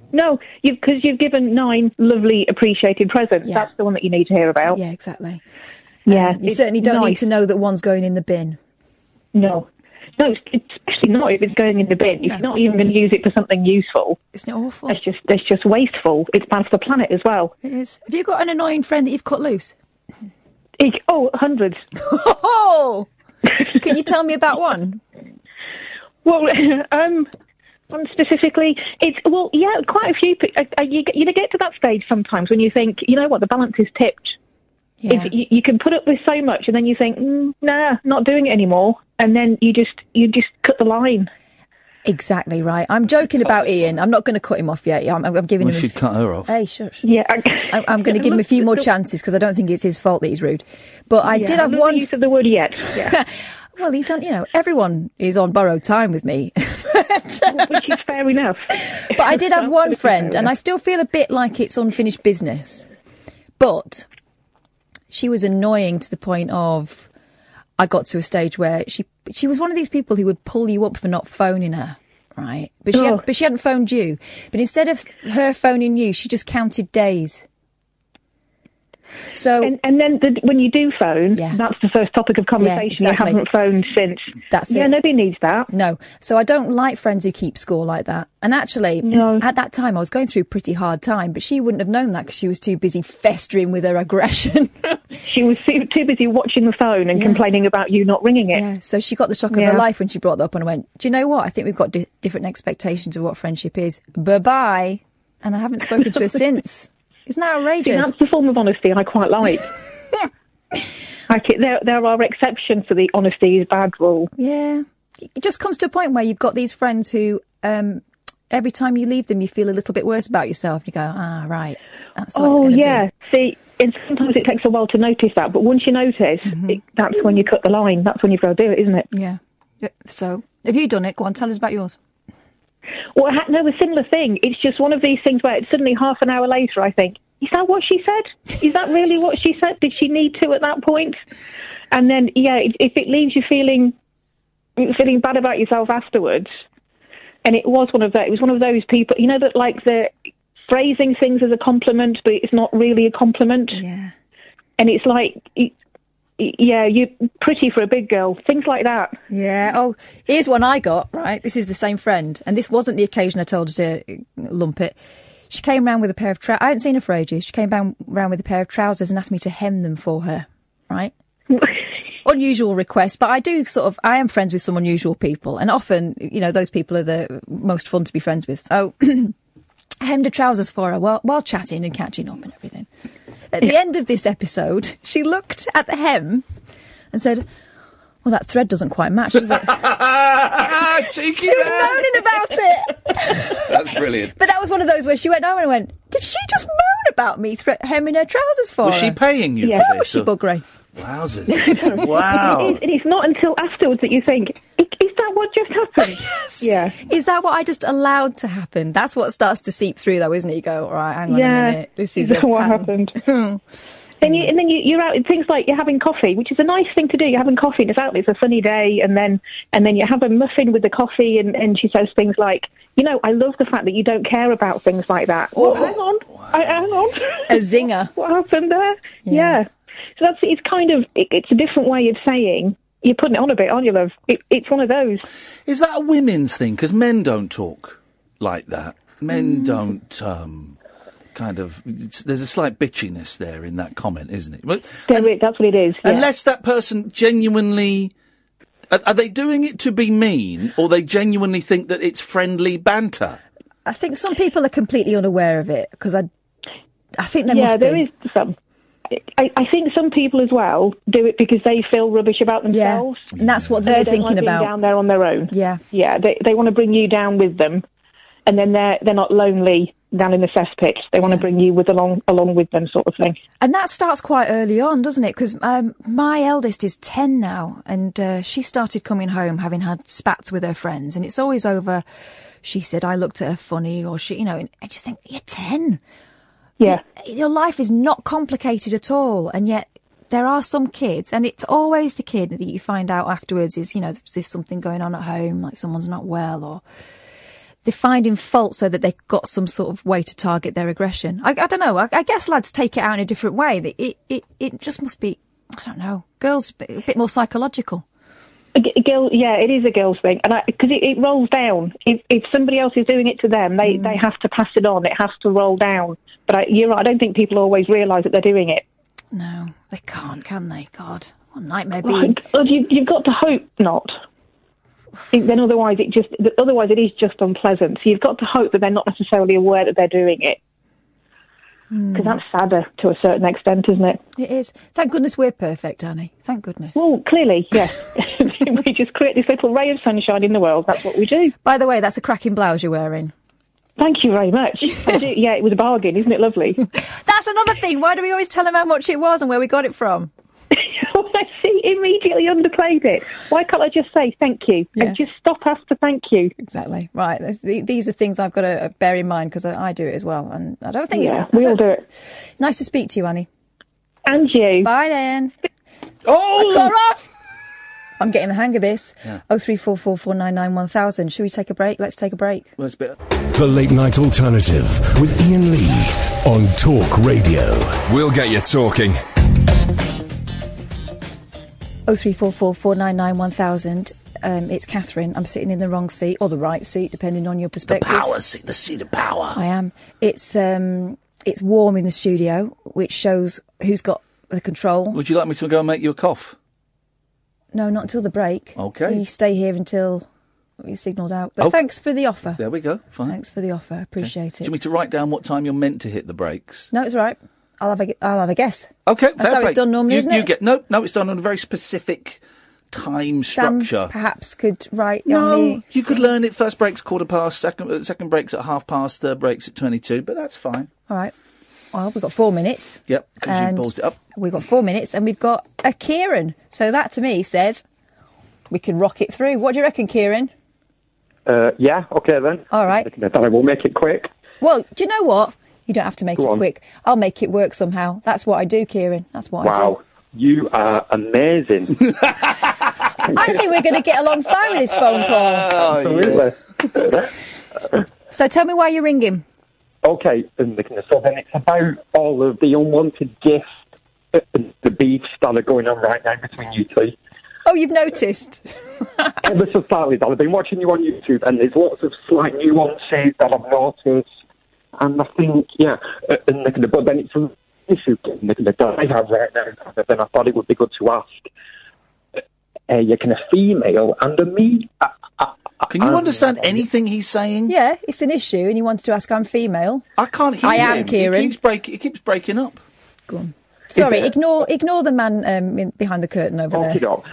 S23: No, because you've given nine lovely, appreciated presents. That's the one that you need to hear about.
S6: Yeah, exactly. Um,
S23: Yeah,
S6: You certainly don't need to know that one's going in the bin.
S23: No. No, it's- it's especially not if it's going in the bin. If you're not even going to use it for something useful.
S6: Isn't it awful?
S23: That's just, that's just wasteful. It's bad for the planet as well.
S6: It is. Have you got an annoying friend that you've cut loose?
S23: oh, hundreds.
S6: Oh! Can you tell me about one?
S23: Well, (laughs) um, one specifically, it's well, yeah, quite a few. pe- Uh, uh, you, get- you get to that stage sometimes when you think, you know what, the balance is tipped.
S6: Yeah.
S23: If you, you can put up with so much, and then you think, mm, nah, not doing it anymore, and then you just you just cut the line.
S6: Exactly right. (laughs) I'm joking about Ian. I'm not going to cut him off yet. I'm, I'm giving
S4: We
S6: him.
S4: should cut
S6: (laughs)
S4: her off.
S6: Hey, shush.
S23: Yeah, I,
S6: I'm, going
S23: (laughs)
S6: to give him a few more chances because I don't think it's his fault that he's rude. But I
S23: Yeah,
S6: did have
S23: I've
S6: one.
S23: Use of the word yet. Yeah.
S6: (laughs) well, he's on. You know, everyone is on borrowed time with me. Which
S23: is fair enough.
S6: But I did have one friend, and I still feel a bit like it's unfinished business. But she was annoying to the point of I got to a stage where she she was one of these people who would pull you up for not phoning her, right? But she had, but she hadn't phoned you. But instead of her phoning you, she just counted days. So
S23: and, and then the, when you do phone, that's the first topic of conversation.
S6: exactly.
S23: You haven't phoned since.
S6: That's
S23: yeah,
S6: it.
S23: nobody needs that.
S6: No. So I don't like friends who keep score like that. And actually, at that time, I was going through a pretty hard time, but she wouldn't have known that because she was too busy festering with her aggression. (laughs)
S23: she was too, too busy watching the phone and complaining about you not ringing it.
S6: Yeah. So she got the shock of
S23: Yeah.
S6: her life when she brought that up and I went, Do you know what? I think we've got di- different expectations of what friendship is. Bye bye. And I haven't spoken
S23: (laughs)
S6: to her since. Isn't that
S23: See,
S6: outrageous?
S23: that's the form of honesty I
S6: (laughs)
S23: quite like. like it, there, there are exceptions to the honesty is bad rule.
S6: Yeah. It just comes to a point where you've got these friends who, um, every time you leave them, you feel a little bit worse about yourself. You go, ah, right. That's the way it's
S23: oh
S6: going to
S23: yeah,
S6: be.
S23: see, and sometimes it takes a while to notice that, but once you notice, it, that's when you cut the line. That's when you've got to do it, isn't it?
S6: Mm-hmm. Yeah. Yeah, So, have you done it? Go on, tell us about yours.
S23: Well, ha- no, a similar thing. It's just one of these things where it's suddenly half an hour later, I think, is that what she said? Is that really what she said? Did she need to at that point? And then, yeah, if if it leaves you feeling feeling bad about yourself afterwards, and it was one of that. It was one of those people, you know, that like the phrasing things as a compliment, but it's not really a compliment.
S6: Yeah.
S23: And it's like, y- y- yeah, you're pretty for a big girl. Things like that.
S6: Yeah. Oh, here's one I got, right? This is the same friend. And this wasn't the occasion I told her to uh, lump it. She came round with a pair of trousers. I hadn't seen her for ages. She came round, round with a pair of trousers and asked me to hem them for her, right? Unusual request, but I do sort of, I am friends with some unusual people. And often, you know, those people are the most fun to be friends with. So, (clears throat) hemmed her trousers for her while, while chatting and catching up and everything. At the end of this episode, she looked at the hem and said, well, that thread doesn't quite match, does it?
S4: Cheeky
S6: she was
S4: man.
S6: moaning about it.
S4: (laughs) That's brilliant.
S6: But that was one of those where she went home and went, did she just moan about me thre- hemming her trousers for
S4: Was
S6: her?
S4: she paying you
S6: Yeah.
S4: for
S6: Why
S4: this,
S6: was she
S4: or-
S23: (laughs)
S6: buggering? (laughs)
S4: Wowzers. (laughs) wow.
S23: It is, and it's not until afterwards that you think, "I- is that what just
S6: (laughs)
S23: happened? Yeah.
S6: Is that what I just allowed to happen? That's what starts to seep through, though, isn't it? You go, all right, hang on a
S23: Yeah,
S6: minute. This is
S23: is
S6: a
S23: what
S6: pattern. happened.
S23: Then you, and then you, you're out. Things like you're having coffee, which is a nice thing to do. You're having coffee, and it's out. It's a sunny day, and then and then you have a muffin with the coffee, and, and she says things like, "You know, I love the fact that you don't care about things like that." Well, hang on, I, hang on.
S6: A zinger.
S23: (laughs) what happened there? Yeah. So that's it's kind of it, it's a different way of saying you're putting it on a bit, aren't you, love? It, it's one of those.
S4: Is that a
S6: Mm.
S4: women's thing? Because men don't talk like that. Men don't um, kind of it's, there's a slight bitchiness there in that comment, isn't it? Well,
S24: There it- that's what it is. yeah.
S4: Unless that person genuinely are, are they doing it to be mean, or they genuinely think that it's friendly banter?
S6: (laughs) I think some people are completely unaware of it because I, I think there
S23: yeah,
S6: must
S23: there
S6: be.
S23: is some. I, I think some people as well do it because they feel rubbish about themselves.
S6: and that's what
S23: they
S6: they're
S23: don't like
S6: thinking
S23: being
S6: about.
S23: down there on their own.
S6: Yeah,
S23: yeah. They they want to bring you down with them, and then they're they're not lonely down in the cesspit. They want to bring you with along along with them, sort of thing.
S6: And that starts quite early on, doesn't it? Because um, my eldest is 10 now, and uh, she started coming home having had spats with her friends, and it's always over, she said, I looked at her funny, or she, you know, and I just think, you're 10.
S23: Yeah.
S6: Y- Your life is not complicated at all, and yet there are some kids, and it's always the kid that you find out afterwards is, you know, there's something going on at home, like someone's not well, or they're finding fault so that they've got some sort of way to target their aggression. I, I don't know. I, I guess lads take it out in a different way. They- It, it, it just must be, I don't know, girls a bit, a bit more psychological.
S23: A g- a girl, yeah, it is a girl's thing, and because it, it rolls down. If if somebody else is doing it to them,
S6: Mm.
S23: they they have to pass it on. It has to roll down. But I, you're right. I don't think people always realise that they're doing it.
S6: No, they can't, can they? God, what a nightmare
S23: Well,
S6: being.
S23: God, you, you've got to hope not. It- then otherwise it just otherwise it is just unpleasant. So you've got to hope that they're not necessarily aware that they're doing it because that's sadder to a certain extent, isn't it?
S6: Hmm, It is. Thank goodness we're perfect, Annie. Thank goodness.
S23: Well, clearly, yes. (laughs) we just create this little ray of sunshine in the world. That's what we do.
S6: By the way, that's a cracking blouse you're wearing.
S23: Thank you
S6: (laughs)
S23: very much. I do- yeah, it was a bargain, isn't it lovely?
S6: That's another thing. Why do we always tell them how much it was and where we got it from?
S23: I see. Immediately underplayed it. Why can't I just say thank you and just stop after thank you?
S6: Exactly. Right. Th- th- These are things I've got to uh, bear in mind because I, I do it as well. And I don't think
S23: Yeah,
S6: it's.
S23: we all do it.
S6: Nice to speak to you, Annie.
S23: And you.
S6: Bye then.
S4: Oh!
S6: I got off! I'm getting the hang of this.
S2: Yeah.
S6: Oh three four four four nine nine one thousand. Should we take a break? Let's take a break.
S4: Well, it's a bit-
S2: The Late Night Alternative with Ian Lee on Talk Radio. We'll get you talking.
S6: Oh three four four four nine nine one thousand. Um, it's Catherine. I'm sitting in the wrong seat or the right seat, depending on your perspective.
S4: Power, see the seat of power.
S6: I am. It's um, it's warm in the studio, which shows who's got the control.
S4: Would you like me to go and make you a cough?
S6: No, not until the break.
S4: Okay.
S6: You stay here until you signalled out. But
S4: Oh.
S6: thanks for the offer.
S4: There we go. Fine.
S6: Thanks for the offer. Appreciate
S4: Do
S6: it.
S4: you need to write down what time you're meant to hit the brakes?
S6: No, it's all right. I'll have a, gu- I'll have a guess.
S4: Okay,
S6: That's
S4: fair
S6: how
S4: play.
S6: it's done normally,
S4: you,
S6: isn't
S4: you
S6: it?
S4: Get, no, no, it's done on a very specific time
S6: Sam
S4: structure.
S6: perhaps could write on
S4: no,
S6: the
S4: you could learn it. First breaks quarter past, second uh, second breaks at half past, third breaks at twenty two. But that's fine.
S6: All right. Well, we've got four minutes.
S4: Yep, because you
S6: And-
S4: paused it up.
S6: We've got four minutes and we've got a Kieran. So that to me says we can rock it through. What do you reckon, Kieran?
S5: Uh, yeah, okay then.
S6: All right.
S5: I thought I will make it quick.
S6: Well, do you know what? You don't have to make
S5: Go
S6: it
S5: on.
S6: quick. I'll make it work somehow. That's what I do, Kieran. That's what I do.
S5: Wow, you are amazing.
S6: I think we're going to get along fine with this phone call.
S5: Absolutely.
S6: So tell me why you're ringing.
S5: Okay, and the- so then it's about all of the unwanted gifts, and the beef that are going on right now between you two.
S6: Oh, you've noticed.
S5: Ever so slightly, Dan, I've been watching you on YouTube, and there's lots of slight nuances that I've noticed. And I think, yeah, uh, and the- but then it's an issue that I have right now. But then I thought it would be good to ask. Uh, you can a female and a me.
S4: Can you understand anything he's saying?
S6: Yeah, it's an issue, and you wanted to ask. I'm female.
S4: I can't hear
S6: I am
S4: him.
S6: Kieran.
S4: It keeps, break, it keeps breaking up.
S6: Go on. Sorry, ignore ignore the man um, in, behind the curtain over
S5: Okay,
S6: there.
S5: dog.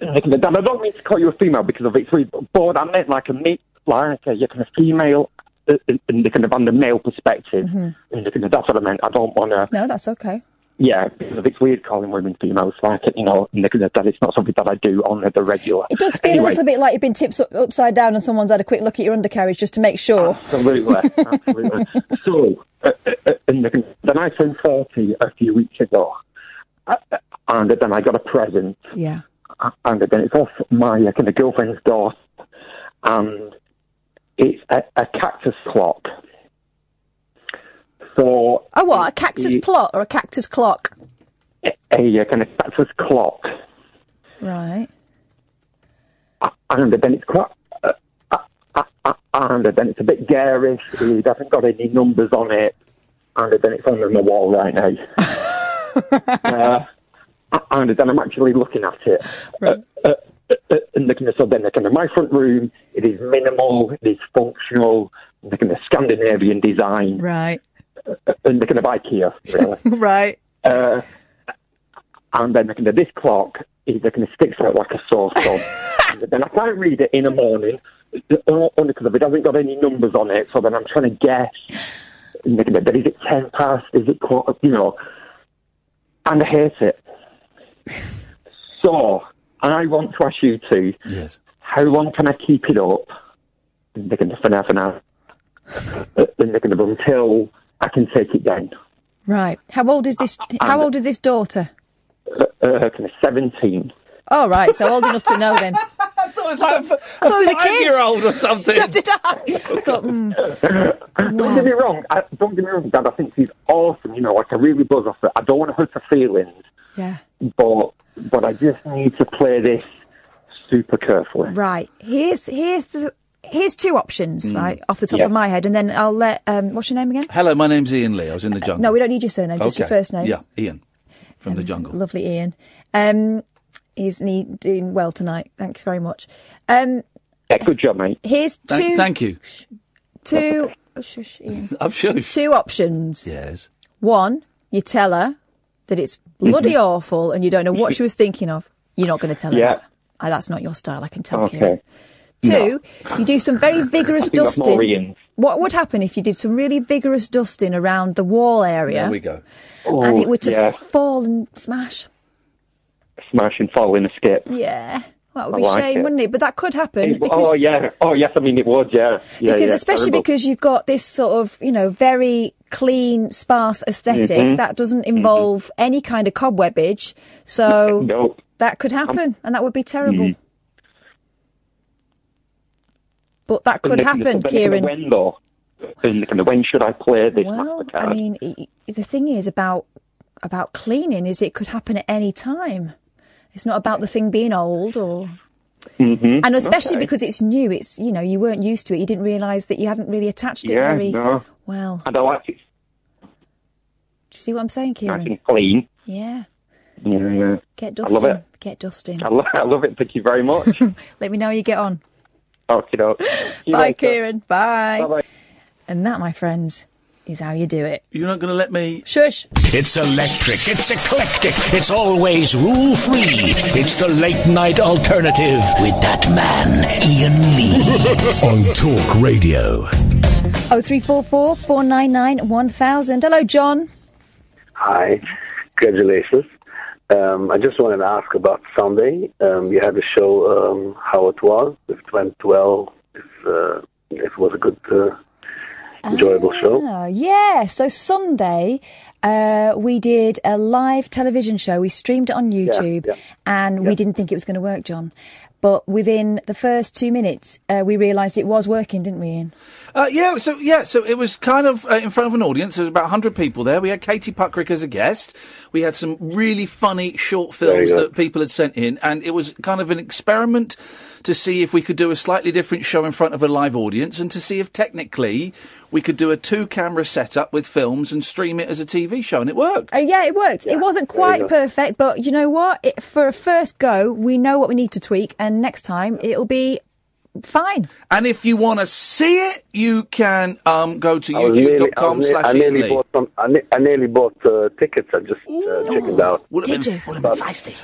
S5: Nicola, Dan, I don't mean to call you a female because of it's really bored. I meant like a mix, like a, you kind of female, uh, uh, and the kind of on the male perspective.
S6: Mhm.
S5: And the kind of- that's what I meant. I don't want to,
S6: No, that's okay.
S5: yeah, because of it's weird calling women females, like you know, and the kind of- that it's not something that I do on the regular.
S6: It does feel a little bit like you've been tipped up, upside down, and someone's had a quick look at your undercarriage just to make sure.
S5: Absolutely, absolutely. so, uh, uh, uh, and the, then I turned 40 a few weeks ago, uh, uh, and then I got a present. Uh,
S6: Yeah.
S5: and again, it's off my uh, kind of girlfriend's door, and it's a, a cactus clock. So
S6: Oh, what? A cactus
S5: it-
S6: plot or a cactus clock?
S5: a, uh kind of cactus clock,
S6: Right.
S5: and then it's quite. Uh, uh, uh, uh, and then it's a bit garish. It hasn't got any numbers on it. and then it's on the wall right now. uh, and then I'm actually looking at it. Uh, uh, uh, and looking at so then they're kind of my front room. It is minimal. It is functional. The kind of Scandinavian design.
S6: Right.
S5: Uh, and the kind of IKEA really.
S6: Right.
S5: Uh, and then the kind of this clock is the kind of sticks out like a sore thumb. then I can't read it in the morning only because it hasn't got any numbers on it. So then I'm trying to guess. And the kind of, but is it ten past? Is it quarter? You know. And I hate it. So I want to ask you two.
S4: Yes.
S5: How long can I keep it up? And they're going to FNAF and I- and they're going to until I can take it down.
S6: Right. How old is this? How old is this daughter?
S5: Uh, uh, kind of 17.
S6: Oh, right. So old enough to know then.
S4: (laughs) I thought it was like a,
S6: I thought it was Oh, a kid.
S4: five-year-old or something.
S6: So did I. I thought, hmm,
S5: Don't get me wrong. I, don't get me wrong, Dad. I think she's awesome. You know, like I really buzz off it. I don't want to hurt her feelings,
S6: yeah.
S5: but but I just need to play this super carefully.
S6: Right. Here's here's the here's two options,
S4: Mm.
S6: right, off the top
S4: Yeah.
S6: of my head, and then I'll let um, what's your name again?
S4: Hello, my name's Ian Lee. I was in the jungle.
S6: No, we don't need your surname, just your
S4: Okay.
S6: first name.
S4: Yeah, Ian from the jungle.
S6: Lovely Ian. Um he's ne- doing well tonight. Thanks very much. Um
S5: Yeah, good job, mate.
S6: here's two
S4: Thank, thank you.
S6: two oh, shush, Ian.
S4: (laughs) I'm sure.
S6: two options.
S4: Yes.
S6: One, you tell her that
S5: (laughs)
S6: it's
S5: Mm-hmm.
S6: bloody awful and you don't know what she was thinking of. You're not going to tell her
S5: Yeah.
S6: that. Ah, that's not your style, I can tell you.
S5: Okay.
S6: Two, you do some very vigorous
S5: (laughs) I think that's more
S6: dusting.
S5: Ian.
S6: What would happen if you did some really vigorous dusting around the wall area
S5: There we go.
S6: and it were to
S5: Oh, yeah,
S6: fall and smash?
S5: smash and fall in a skip.
S6: Yeah. That would
S5: I
S6: be
S5: like
S6: shame,
S5: it.
S6: wouldn't it? But that could happen because,
S5: oh yeah, oh yes. I mean, it would. Yeah, yeah.
S6: because
S5: yeah,
S6: especially
S5: terrible.
S6: because you've got this sort of, you know, very clean, sparse esthetic
S5: Mhm.
S6: that doesn't involve any kind of cobwebbage. So
S5: (laughs) no.
S6: that could happen and that would be terrible.
S5: Mm.
S6: But that
S5: And
S6: could
S5: the kind of-
S6: happen,
S5: but the kind of
S6: Kieran.
S5: When though? And the kind of when should I play this?
S6: Well,
S5: master
S6: I
S5: card?
S6: mean, i- i- the thing is about about cleaning is it could happen at any time. It's not about the thing being old or
S4: Mm-hmm.
S5: Mhm.
S6: and especially
S5: Okay.
S6: because it's new. It's you know you weren't used to it. You didn't realise that you hadn't really attached it
S5: yeah,
S6: very
S5: no.
S6: well.
S5: And I like it
S6: Do you see what I'm saying,
S5: nice
S6: Kieran?
S5: and clean.
S6: Yeah,
S5: Yeah, yeah.
S6: get
S5: I love
S6: dusting.
S5: it.
S6: Get dusting.
S5: I, lo- (laughs) I love it. Thank you very much.
S6: Let me know how you get on.
S5: Okay, doke.
S6: Bye, Kieran. Bye.
S5: Bye-bye.
S6: And that, my friends, is how you do it.
S4: You're not going to let me.
S6: Shush.
S2: It's electric, it's eclectic, it's always rule free. It's the late night alternative with that man, Ian (laughs) Lee.
S25: On Talk Radio.
S6: Oh three four four four nine nine one thousand. Hello, John.
S13: Hi, congratulations. Um, I just wanted to ask about Sunday. Um, you had a show, um, how it was, if it went well, if, uh, if it was a good, uh, enjoyable
S5: Oh.
S13: show.
S6: Ah, yeah. So Sunday, uh, we did a live television show. We streamed it on YouTube, and we didn't think it was going to work, John. But within the first two minutes, uh, we realised it was working, didn't we, Ian?
S4: Uh, yeah, so yeah, so it was kind of uh, in front of an audience. There was about 100 people there. We had Katie Puckrick as a guest. We had some really funny short
S21: Very
S4: films
S21: good.
S4: that people had sent in, and it was kind of an experiment to see if we could do a slightly different show in front of a live audience, and to see if technically we could do a two-camera setup with films and stream it as a TV show, and it worked.
S6: Uh, yeah, it worked. it wasn't quite
S4: good.
S6: perfect, but you know what? It, for a first go, we know what we need to tweak, and next time it'll be fine.
S4: And if you want to see it, you can um, go to
S13: I was nearly- I
S4: youtube.com
S13: was ne- I
S4: slash Ian
S13: nearly
S4: Lee.
S13: bought some, I, ne- I nearly bought uh, tickets. I just uh, chickened out.
S6: Did you?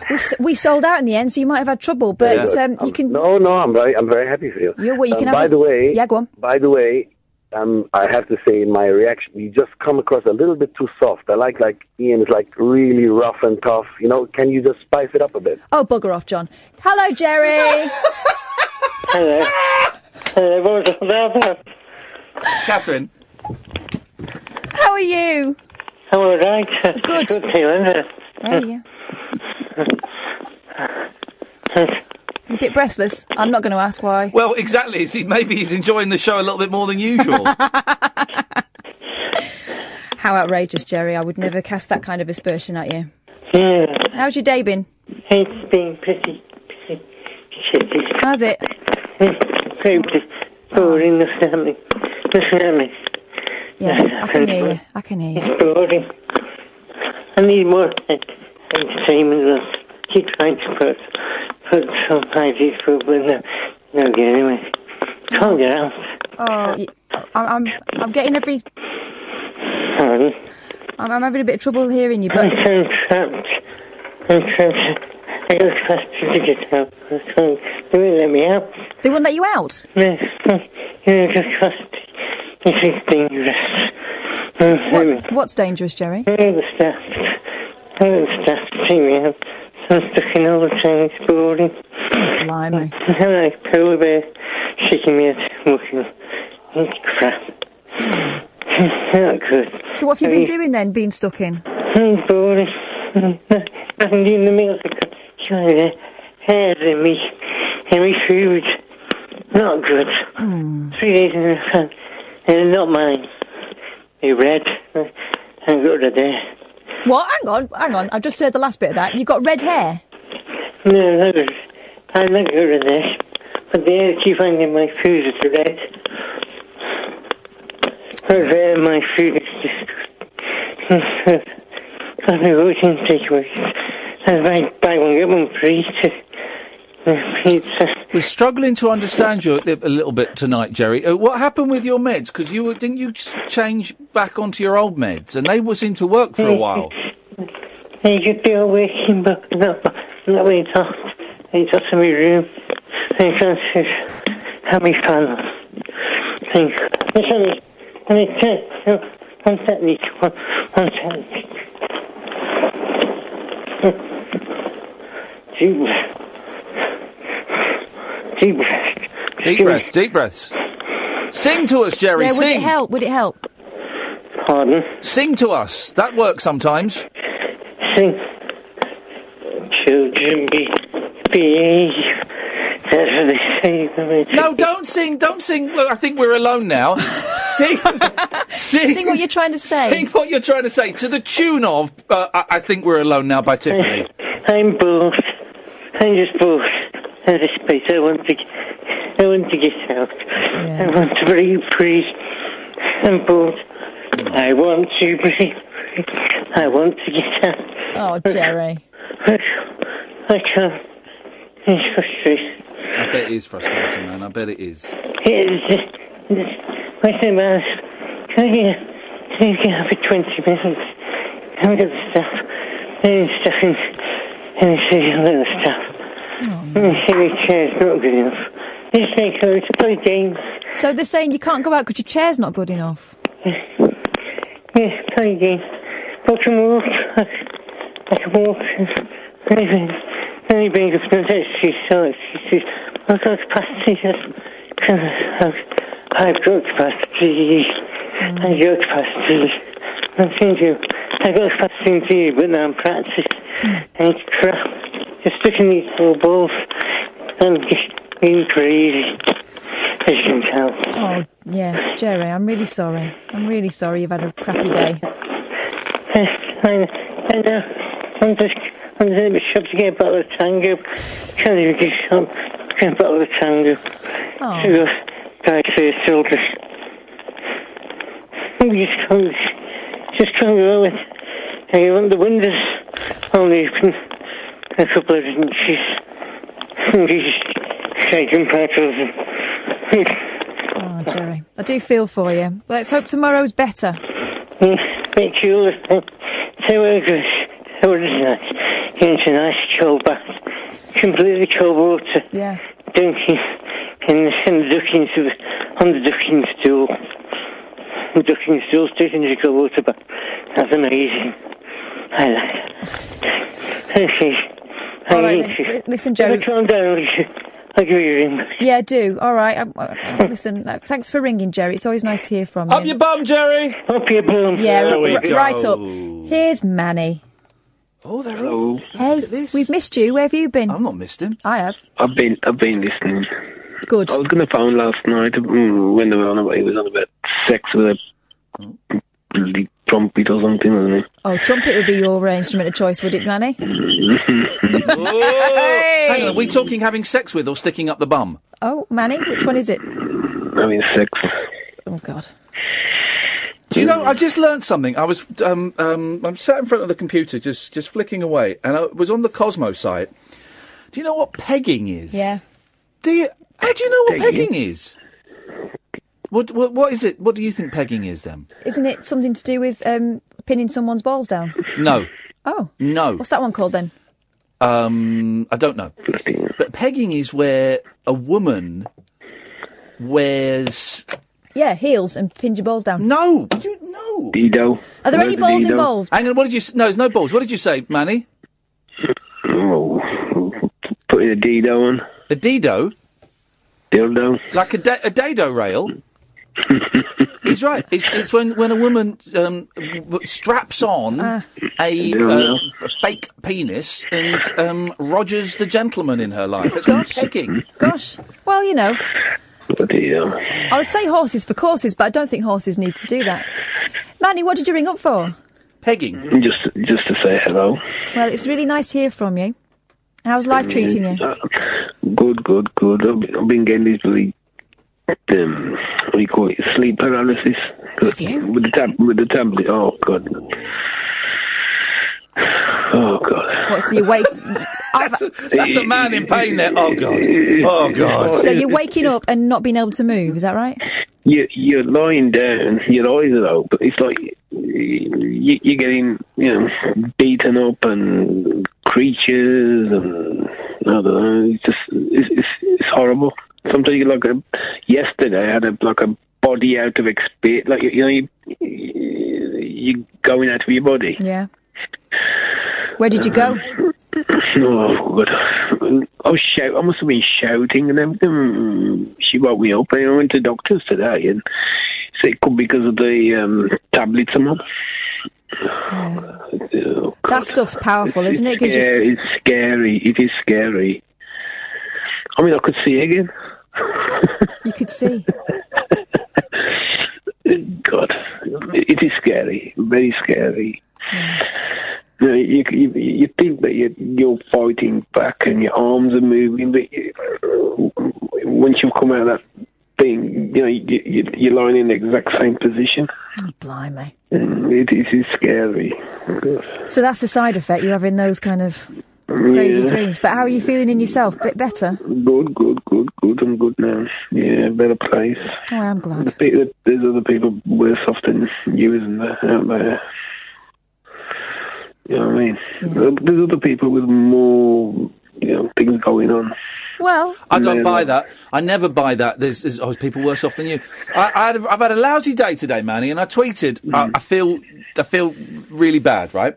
S6: We, s- we sold out in the end, so you might have had trouble, but um, you
S13: I'm-
S6: can.
S13: No, no, I'm very, I'm very happy for you.
S6: Yeah, well, you
S13: Um,
S6: can have
S13: by
S6: a-
S13: the way,
S6: yeah, go on.
S13: By the way, um, I have to say, in my reaction, you just come across a little bit too soft. I like, like Ian is like really rough and tough. You know, can you just spice it up a bit?
S6: Oh, bugger off, John. Hello, Jerry.
S17: Hello. Hello, what was that about?
S4: Catherine.
S6: How are you?
S17: I'm all right. Good. Good feeling.
S6: There you go. You're a bit breathless. I'm not going to ask why.
S4: (laughs) Well, exactly. See, maybe he's enjoying the show a little bit more than usual.
S6: How outrageous, Jerry. I would never cast that kind of aspersion at you.
S17: Yeah.
S6: How's your day been?
S17: It's been pretty, pretty shitty.
S6: Has it? Oh.
S17: oh, It's very boring. Nothing happening. Nothing happening.
S6: Yeah, I can hear you. I can hear you.
S17: It's boring. I need more ent- entertainment. than- He tried to put, put some ideas through, but no, no getting it. Can't get out.
S6: Oh, y- I'm, I'm, I'm getting every.
S17: Pardon.
S6: I'm, I'm having a bit of trouble hearing you,
S17: I'm
S6: but
S17: so trapped. I'm trapped. I got faster to get out. I can't. They won't let me out.
S6: They won't let you out?
S17: No. You know, just faster. It's just dangerous. What's,
S6: what's dangerous, Jerry?
S17: I Uh, the staff. I the staff team me out. So I'm stuck in all the time. It's boring.
S6: Blimey.
S17: I'm like a polar bear shaking me out walking. It's crap. Not good.
S6: so what have you been doing then, being stuck in?
S17: I'm boring. I'm doing the meals because you're there. Hair in me. And me food. Not good.
S6: Hmm.
S17: Three days in a row. And not mine. They red. I've got red hair.
S6: What? Hang on, hang on. I've just heard the last bit of that. You've got red hair.
S17: No, not good. I'm not good at this. But they keep on getting my food is red. But there, my food is just. I'm eating takeaways. I buy, buy one, get one free. (laughs) Pizza.
S4: We're struggling to understand you a li- a little bit tonight, Jerry. Uh, what happened with your meds? Because you were, didn't you s- change back onto your old meds, and they were seem to work for a while.
S17: And you feel waking, but not, not when it's off. It's off in my room. And you can't just have me fun. Think, it's only, let me check. One technique, one, one technique. Deep breath. Deep breath.
S4: Deep breaths, deep breaths. Sing to us, Jerry.
S6: yeah, would
S4: sing.
S6: it help? Would it help?
S17: Pardon?
S4: Sing to us. That works sometimes.
S17: Sing. Children be, behave. That's what they say when they
S4: No, don't sing. Don't sing. Look, I think we're
S6: (laughs)
S4: alone now. sing, sing. Sing what
S6: you're trying to say.
S4: Sing what you're trying to say to the tune of uh, I, "I Think We're Alone Now" by Tiffany.
S17: I'm bored. I'm just bored of this place. I want to. g- I want to get out. I want to breathe, breathe. I'm bored. I want to breathe. breathe. I want to get out.
S6: Oh, Jerry.
S17: (laughs) I can't. It's frustrating.
S4: I bet it is frustrating, man. I bet it is.
S17: It's just. It's, where's the mouse? Can I get? Can I get out for twenty minutes? Can I get the stuff? Any stuff in? Any serial stuff? Any silly chairs not good enough. It's like oh, it's play games.
S6: So they're saying you can't go out because your chair's not good enough.
S17: Yeah, play games. But I can walk. I can walk. Anything. Any big of no she saw it. She says, I've got capacity. I've, I've got capacity. I've got capacity. Nothing to I've got capacity indeed, but now I'm practiced. (laughs) And it's crap. You're stuck in these little balls. I'm just being crazy. As you can tell.
S6: Oh, yeah, Jerry, I'm really sorry. I'm really sorry you've had a crappy day.
S17: I, I know. I'm just, I'm just in the shop to get a bottle of tango. Can't even get some. Get a bottle of tango.
S6: Oh.
S17: To go back to your shoulders. You just can't, just can't go with. And you want the windows only open a couple of inches. And you just shaking petals.
S6: Oh, Jerry, I do feel for you. Let's hope tomorrow's better.
S17: Make sure listen. Say what it is. Say what it is nice. Into a nice cold bath. Completely cold water.
S6: Yeah.
S17: Dunking. And the ducking to on the ducking stool. The ducking stool straight into the cold water bath. That's amazing. I like it. Okay.
S6: All
S17: I
S6: right,
S17: need
S6: then.
S17: to.
S6: Li- listen, Joe.
S17: If I calm down, I'll give you- I'll give you a ring.
S6: Yeah, do. All right. Um, uh, listen, uh, thanks for ringing, Jerry. It's always nice to hear from you. Up your
S4: bum, Jerry.
S17: Up your bum.
S6: Yeah,
S4: There
S6: r-
S4: we
S6: r-
S4: go.
S6: right up. Here's Manny.
S4: Oh, there
S3: Hello.
S6: Hey, we've missed you. Where have you been? I've
S4: not missed him.
S6: I have.
S3: I've been I've been listening.
S6: Good.
S3: I was gonna phone last night mm, when they were on about he was on about sex with a bloody trumpet or something, wasn't
S6: Oh, trumpet would be your uh, instrument of choice, would it,
S4: (laughs)
S6: Manny?
S3: he?
S4: Oh, Hang on, are we talking having sex with or sticking up the bum?
S6: Oh, Manny, which one is it?
S3: I mean sex.
S6: Oh God.
S4: Do you know? I just learned something. I was um, um, I'm sat in front of the computer, just just flicking away, and I was on the Cosmo site. Do you know what pegging is?
S5: Yeah.
S4: Do you? How do you know what
S5: Pegging?
S4: pegging is? What, what what is it? What do you think pegging is then?
S6: Isn't it something to do with um, pinning someone's balls down?
S4: No,
S6: Oh,
S4: no.
S6: what's that one called then?
S4: Um, I don't know. But pegging is where a woman wears.
S6: Yeah, heels and pin your balls down.
S4: No, you, no. Dido.
S6: Are there any balls involved?
S4: Hang on, what did you? s- No, there's no balls. What did you say, Manny?
S3: Oh, Putting a Dido on.
S4: A Dido?
S3: Dildo.
S4: Like a, da- a dado rail? He's right. It's, it's when, when a woman um, w- w- straps on
S6: Ah.
S4: a,
S3: I don't
S4: uh,
S3: know.
S4: a fake penis and um, rogers the gentleman in her life. It's called pegging.
S6: Gosh. Well, you know,
S3: A Dido.
S6: I would say horses for courses, but I don't think horses need to do that. Manny, what did you ring up for?
S4: Pegging.
S3: Just, just to say hello.
S6: Well, it's really nice to hear from you. How's life treating you?
S3: Uh, good, good, good. I've been- I've been getting this really, um, what do you call it, sleep paralysis. Have you? With the tab- with the tablet. Oh God. Oh God.
S6: What, so you're
S4: (laughs)
S6: wake?
S4: That's a, that's a man in pain there. Oh, God.
S3: (laughs)
S4: Oh, God.
S6: so you're waking up and not being able to move, is that right?
S3: You, you're lying down. Your eyes are open. It's like you, you're getting, you know, beaten up and creatures and I don't know. It's just, it's, it's, it's horrible. Sometimes you like a, yesterday I had a, like a body out of experience. Like you, you know, you, you're going out of your body.
S6: Yeah. Where did you go?
S3: Oh God! I was shout. I must have been shouting and everything. She woke me up, and I went to doctors today, and said it could be because of the um, tablets I'm on.
S6: That stuff's powerful, isn't it?
S3: It's
S4: (laughs)
S6: 'Cause you-
S3: scary. It's scary. It is scary. I mean, I could see again.
S6: you could see.
S3: God, it is scary, very scary. You, know, you, you, you think that you're, you're fighting back and your arms are moving, but you, once you've come out of that thing, you know you, you, you're lying in the exact same position.
S6: Oh, Blimey.
S3: And It, it is scary.
S6: So that's the side effect. You're having those kind of crazy
S3: Yeah.
S6: dreams. But how are you feeling in yourself? Bit better?
S3: Good, good, good, good. I'm good now. Yeah, better place.
S6: Oh, I am glad.
S3: The pe- There's other people worse off than you, isn't there, out there? You know what I mean? There's other people with more, you know, things going on.
S6: Well,
S4: I don't
S3: Yeah.
S4: buy that. I never buy that. There's, there's always people worse off than you. I, I had a, I've had a lousy day today, Manny, and I tweeted. I, I feel I feel really bad, right?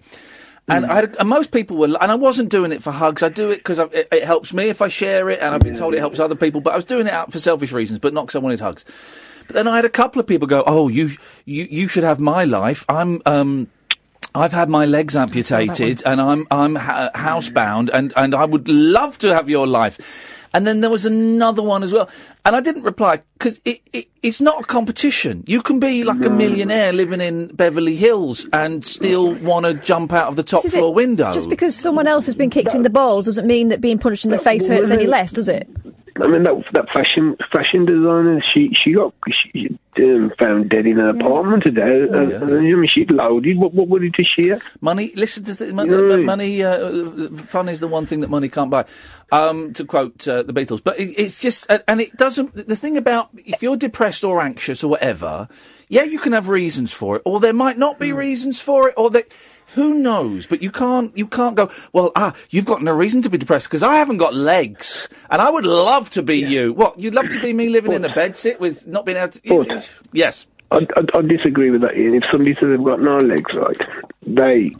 S4: And I had, and most people were, and I wasn't doing it for hugs. I do it because it, it helps me if I share it, and I've been told it helps other people. But I was doing it out for selfish reasons, but not because I wanted hugs. But then I had a couple of people go, "Oh, you you you should have my life. I'm um." I've had my legs amputated and I'm I'm ha- housebound and and I would love to have your life. And then there was another one as well, and I didn't reply because it, it it's not a competition. You can be like a millionaire living in Beverly Hills and still want to jump out of the top
S6: This is
S4: floor
S6: it.
S4: window.
S6: Just because someone else has been kicked in the balls doesn't mean that being punched in the face hurts any less, does it?
S3: I mean, that that fashion fashion designer, she she got she, um, found dead in her apartment today. Uh, I mean, she loaded. What what would it to share?
S4: Money, listen to the, mon-
S3: Yeah.
S4: mon- money. Uh, fun is the one thing that money can't buy, um, to quote uh, the Beatles. But it, it's just, and- and it doesn't. The thing about if you're depressed or anxious or whatever, yeah, you can have reasons for it, or there might not be reasons for it, or that who knows. But you can't, you can't go. Well, ah, you've got no reason to be depressed because I haven't got legs, and I would love to be you. What you'd love to be me living in a bed, sit with not being able to. Yes.
S3: I, I, I disagree with that, Ian. If somebody says they've got no legs, right, they,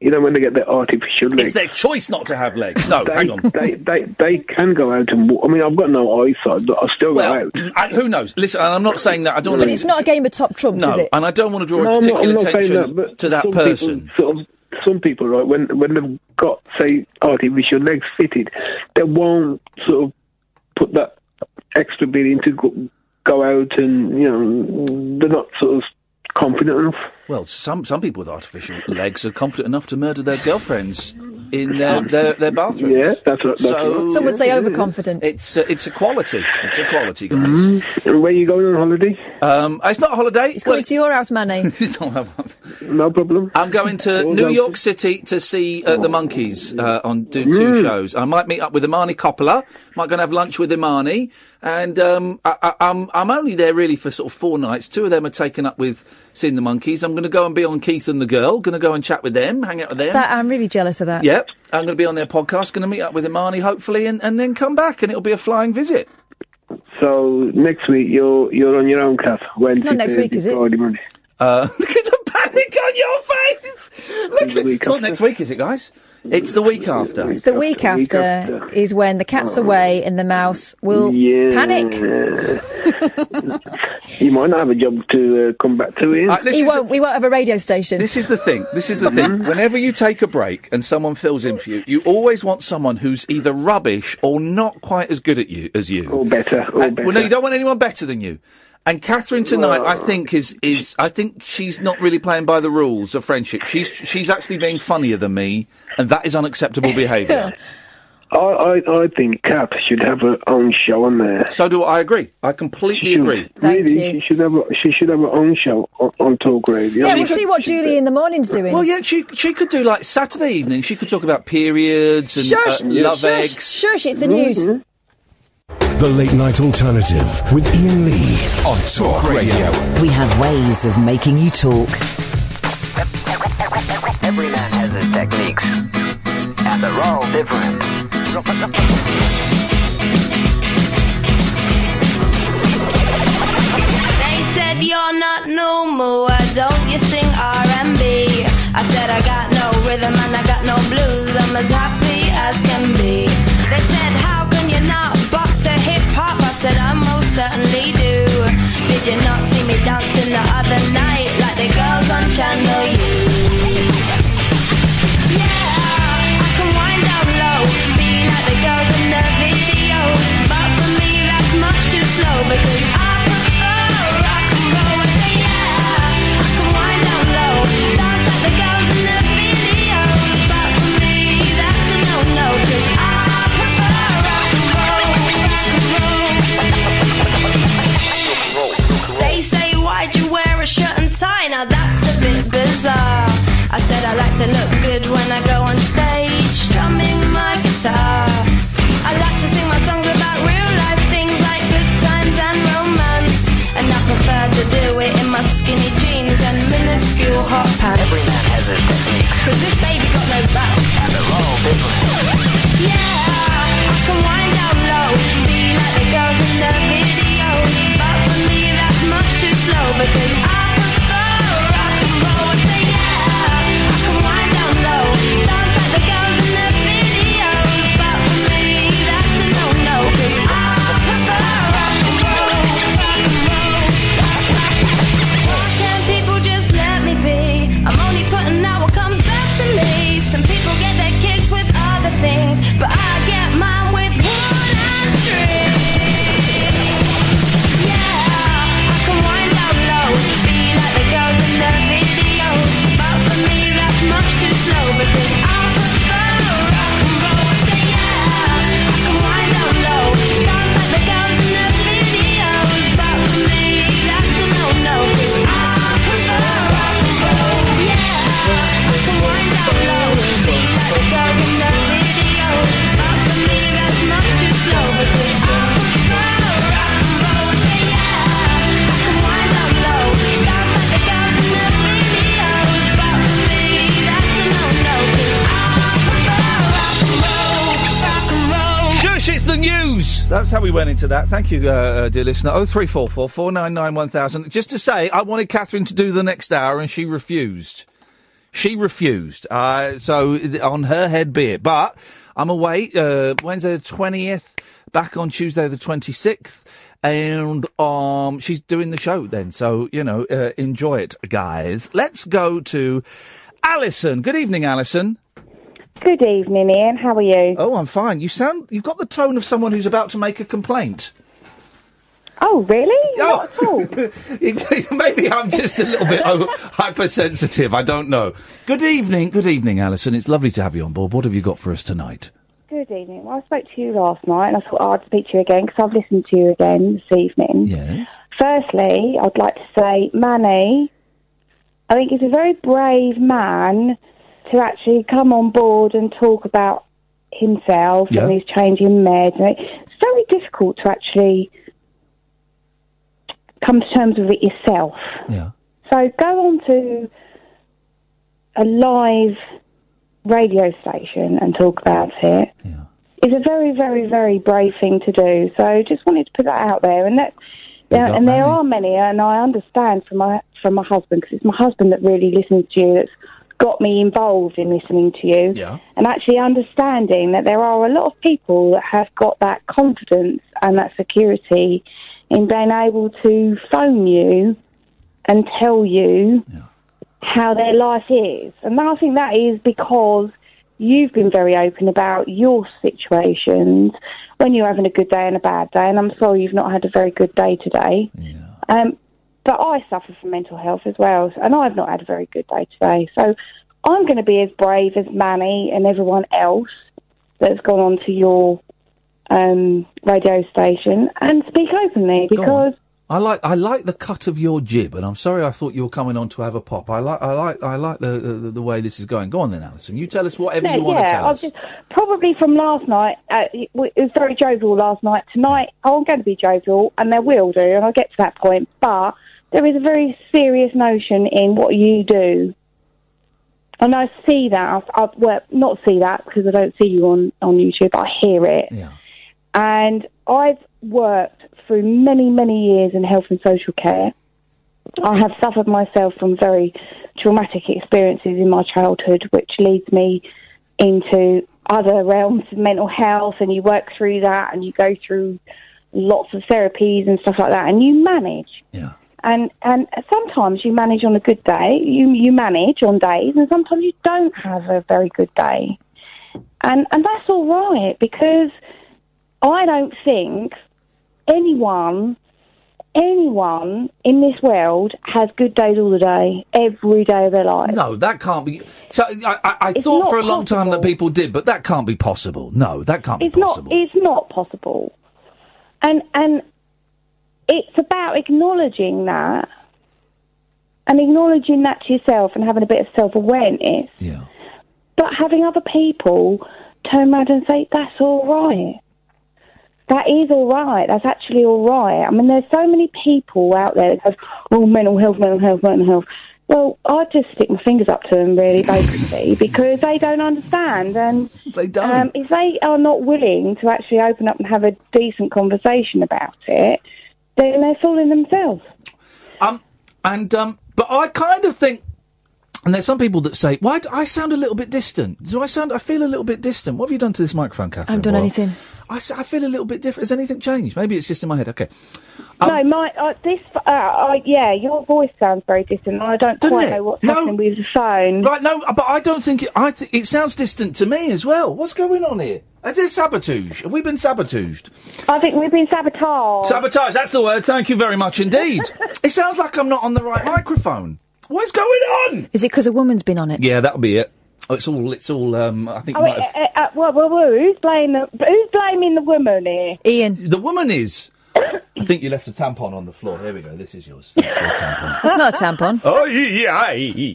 S3: you know, when they get their artificial legs,
S4: It's their choice not to have legs. No, hang on.
S3: they, they they can go out and walk. I mean, I've got no eyesight, but I still go out.
S4: I, who knows? Listen, and I'm not saying that. I don't.
S6: But
S4: wanna-
S6: it's not a game of top trumps,
S4: no,
S6: is it?
S4: and I don't want to draw
S3: No, I'm not-
S4: particular
S3: I'm not saying that,
S4: attention
S3: but
S4: to that
S3: some
S4: person.
S3: People, sort of, some people, right, when when they've got say oh, artificial legs fitted, they won't sort of put that extra bit in to go, go out and you know they're not sort of confident enough.
S4: Well, some some people with artificial legs are confident enough to murder their girlfriends. in their, their, their bathrooms.
S3: Yeah, that's what- that's
S4: so,
S3: what-
S6: Some would say overconfident.
S4: It's uh, it's a quality. It's a quality, guys.
S3: Where are you Mm-hmm. going on holiday?
S4: Um, it's not a holiday.
S6: It's coming to your house,
S4: (laughs)
S6: Manny.
S4: no problem. I'm going to New York City to see uh, the monkeys uh, on do two shows. I might meet up with Imani Coppola. Might go and have lunch with Imani, and um, I, I, I'm I'm only there really for sort of four nights. Two of them are taken up with seeing the monkeys. I'm going to go and be on Keith and the girl. Going to go and chat with them, hang out with them.
S6: That, uh, I'm really jealous of that.
S4: Yep. I'm going to be on their podcast, going to meet up with Imani hopefully, and, and then come back, and it'll be a flying visit.
S3: So next week you're you're on your own, Kath. Wednesday,
S4: not next week,
S3: Thursday,
S4: is it?
S3: Friday, Monday.
S4: Uh, (laughs) Look at the (laughs) panic on your face! Look, at- it's not next week, is it, guys? It's the week after.
S6: It's the week after, is when the
S26: Oh.
S6: cat's away and the mouse will panic.
S3: you might not have a job to uh, come back to here.
S6: He won't. We won't have a radio station.
S4: This is the thing. This is the thing. Whenever you take a break and someone fills in for you, you always want someone who's either rubbish or not quite as good at you as you. Or
S3: better. Or
S4: and, Well, no, you don't want anyone better than you. And Catherine tonight, I think is is I think she's not really playing by the rules of friendship. She's she's actually being funnier than me, and that is unacceptable
S3: (laughs)
S4: behaviour.
S3: I, I, I think Kath should have her own show on there.
S4: So do I agree. I completely agree.
S3: really, she should have a, she should have her own show on, on Talk Radio.
S6: Yeah, we'll see what Julie in the morning's doing.
S4: Well, yeah, she she could do like Saturday evening. She could talk about periods and uh,
S6: Shush,
S4: love
S6: shush,
S4: eggs.
S6: shush, it's the news.
S26: Mm-hmm.
S2: The Late Night Alternative with Ian Lee on Talk Radio.
S27: We have ways of making you talk.
S1: Every man has his techniques, and they're all different.
S7: They said you're not normal. Why don't you sing R&B? I said I got no rhythm and I got no blues. I'm as happy as can be. They said how can you not bop to hip hop? I said I most certainly do. Did you not see me dancing the other night like the girls on Channel U? Yeah, I can wind down low, be like the girls in the video. But for me that's much too slow because I prefer rock and roll. I say yeah, I can wind down low, dance like the girls in the video. But for me that's a no no 'cause I prefer rock and roll, rock and roll. They say why'd you wear a shirt and tie? Now that's a bit bizarre. I said I like to look good when I go on stage, strumming my guitar. I like to sing my songs about real life things like good times and romance. And I prefer to do it in my skinny jeans and minuscule hot pants. Every man has his technique. Cause this baby got no back. And they're all different. Yeah, I can wind down low. Be like the girls in the video. But for me, that's much too slow because I prefer rock and roll. I say, yeah, I can wind down low. Dance like the girls in the videos. But for me, that's a no-no 'cause I prefer rock and roll, rock and roll. Why can't people just let me be? I'm only putting out what comes back to me. Some people get their kicks with other things, but I get mine with wood and string. Yeah, I can wind down low, be like the girls in the video. But for me, that's much too slow because I prefer rock and roll. I say yeah, I can wind down low, dance like the girls in the videos. But for me, that's a no no 'cause I prefer rock and roll. Yeah, I can wind down low, be like the girls in the video. But for me, that's much too slow because I prefer rock and roll. I say yeah, I can wind down low, dance like the girls in the videos. But for me, that's a no no 'cause I prefer rock and roll, rock and roll.
S4: Shush, it's the news! That's how we went into that. Thank you, uh, uh, dear listener. 0344 499 1000. Just to say, I wanted Catherine to do the next hour and she refused. She refused. Uh, so th- on her head be it. But I'm away uh, Wednesday the 20th, back on Tuesday the 26th. And um, she's doing the show then. So, you know, uh, enjoy it, guys. Let's go to Alison. Good evening, Alison.
S26: Good evening, Ian. How are you?
S4: Oh, I'm fine. You sound you've got the tone of someone who's about to make a complaint.
S26: Oh, really?
S4: Oh. (laughs) Maybe I'm just a little bit over, hypersensitive. I don't know. Good evening. Good evening, Alison. It's lovely to have you on board. What have you got for us tonight?
S26: Good evening. Well, I spoke to you last night, and I thought oh, I'd speak to you again because I've listened to you again this evening.
S4: Yes.
S26: Firstly, I'd like to say Manny, I think he's a very brave man to actually come on board and talk about himself
S4: Yeah.
S26: and his changing meds. And it's very difficult to actually come to terms with it yourself.
S4: Yeah.
S26: So go on to a live radio station and talk about it is a very, very, very brave thing to do. So just wanted to put that out there, and that, yeah, and there are many, and I understand from my from my husband because it's my husband that really listens to you. That's got me involved in listening to you,
S4: Yeah.
S26: and actually understanding that there are a lot of people that have got that confidence and that security in being able to phone you and tell you how their life is. And I think that is because you've been very open about your situations when you're having a good day and a bad day. And I'm sorry you've not had a very good day today. Um, but I suffer from mental health as well, and I've not had a very good day today. So I'm going to be as brave as Manny and everyone else that's gone on to your um, radio station and speak openly because
S4: I like I like the cut of your jib, and I'm sorry I thought you were coming on to have a pop. I like I like I like the the, the way this is going. Go on then, Alison. You tell us whatever you want to tell
S26: I've
S4: us.
S26: Just, probably from last night, uh, it, w- it was very jovial last night. Tonight, I'm going to be jovial, and there will do, and I'll get to that point. But there is a very serious notion in what you do. And I see that. I've, I've well, not see that because I don't see you on, on YouTube. I hear it. And I've worked through many, many years in health and social care. I have suffered myself from very traumatic experiences in my childhood, which leads me into other realms of mental health. And you work through that and you go through lots of therapies and stuff like that. And you manage.
S4: Yeah.
S26: And and sometimes you manage on a good day, you you manage on days, and sometimes you don't have a very good day, and and that's all right because I don't think anyone, anyone in this world has good days all the day, every day of their life.
S4: No, that can't be. So I, I, I
S26: It's
S4: thought
S26: not
S4: for a long time that people did, but that can't be possible. No, that can't
S26: it's
S4: be
S26: not.
S4: possible.
S26: It's not possible. And and it's about acknowledging that, and acknowledging that to yourself, and having a bit of self awareness.
S4: Yeah.
S26: But having other people turn around and say that's all right. That is all right. That's actually all right. I mean, there's so many people out there that have, oh, mental health, mental health, mental health. Well, I just stick my fingers up to them, really, basically, because they don't understand. And
S4: they don't.
S26: Um, if they are not willing to actually open up and have a decent conversation about it, then they're fooling themselves.
S4: Um, and um, but I kind of think, and there's some people that say, "Why do I sound a little bit distant? Do I sound? I feel a little bit distant. What have you done to this microphone, Catherine?
S26: done
S4: Boyle?
S26: anything.
S4: I, s- I feel a little bit different. Has anything changed? Maybe it's just in my head. Okay. Um,
S26: no, my uh, this uh, I, yeah, your voice sounds very distant. I don't
S4: Doesn't
S26: quite
S4: it?
S26: know what's happening with the phone.
S4: Right. No, but I don't think it. I th- it sounds distant to me as well. What's going on here? Is this sabotage? Have we been sabotaged?
S26: I think we've been sabotaged.
S4: Sabotage. That's the word. Thank you very much
S26: (laughs)
S4: indeed. it sounds like I'm not on the right microphone. What's going on?
S6: Is it because a woman's been on it?
S4: Yeah, that'll be it. Oh, it's all. It's all. Um, I think.
S26: Oh,
S4: it might
S26: wait,
S4: have-
S26: uh, uh, well, well, well, who's blaming the, who's blaming the woman here?
S6: Ian.
S4: The woman is. I think you left a tampon on the floor. Here we go. This is yours. That's your tampon.
S6: That's not a tampon.
S4: (laughs) Oh yeah. yeah, yeah.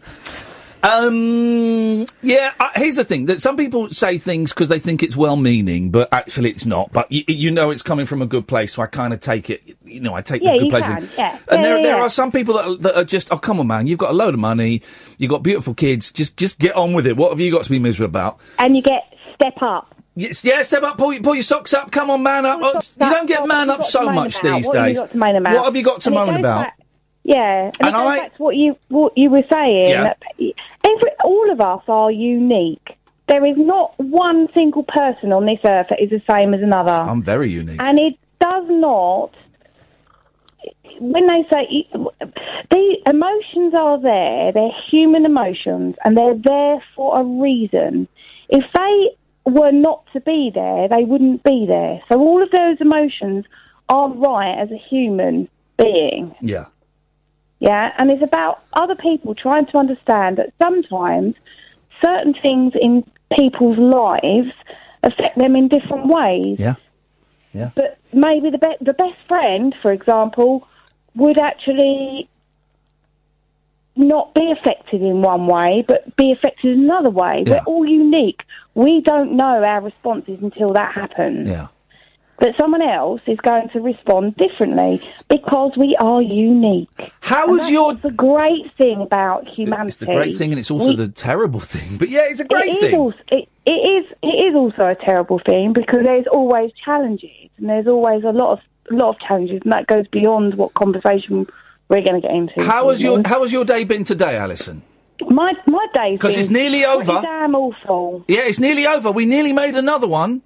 S4: Um. Yeah. I, here's the thing that some people say things because they think it's well-meaning, but actually it's not. But you, you know it's coming from a good place, so I kind of take it. You know, I take
S26: Yeah,
S4: the good
S26: you
S4: place.
S26: can.
S4: in.
S26: Yeah.
S4: And
S26: Yeah,
S4: there,
S26: yeah,
S4: there
S26: yeah.
S4: are some people that are, that are just, oh come on, man, you've got a load of money, you've got beautiful kids, just just get on with it. What have you got to be miserable about?
S26: And you get step up.
S4: Yes, yes, step up, pull, your- pull your socks up, come on, man up. Oh, s- you don't get man up
S26: got to
S4: so
S26: moan
S4: much
S26: about?
S4: these
S26: What have you
S4: days.
S26: got to moan about?
S4: What have you got to
S26: And it
S4: moan
S26: goes
S4: about?
S26: back- Yeah, and,
S4: And
S26: it goes
S4: I-
S26: back to what you what you were saying.
S4: Yeah.
S26: that every all of us are unique. There is not one single person on this earth that is the same as another.
S4: I'm very unique.
S26: And it does not. When they say the emotions are there, they're human emotions, and they're there for a reason. If they were not to be there, they wouldn't be there. So all of those emotions our right as a human being.
S4: Yeah.
S26: Yeah, and it's about other people trying to understand that sometimes certain things in people's lives affect them in different ways.
S4: Yeah. Yeah.
S26: But maybe the be- the best friend, for example, would actually not be affected in one way, but be affected in another way.
S4: Yeah.
S26: We're all unique. We don't know our responses until that happens.
S4: Yeah.
S26: But someone else is going to respond differently because we are unique.
S4: How
S26: is your the great thing about humanity?
S4: It's the great thing, and it's also
S26: We-
S4: the terrible thing. But yeah, it's a great
S26: it is
S4: thing.
S26: also- it, it is. It is also a terrible thing because there's always challenges, and there's always a lot of a lot of challenges, and that goes beyond what conversation we're going to get into.
S4: how has your
S26: really.
S4: How has your day been today, Alison?
S26: my my day?
S4: 'Cause it's nearly over.
S26: Damn awful.
S4: Yeah, it's nearly over. We nearly made another one.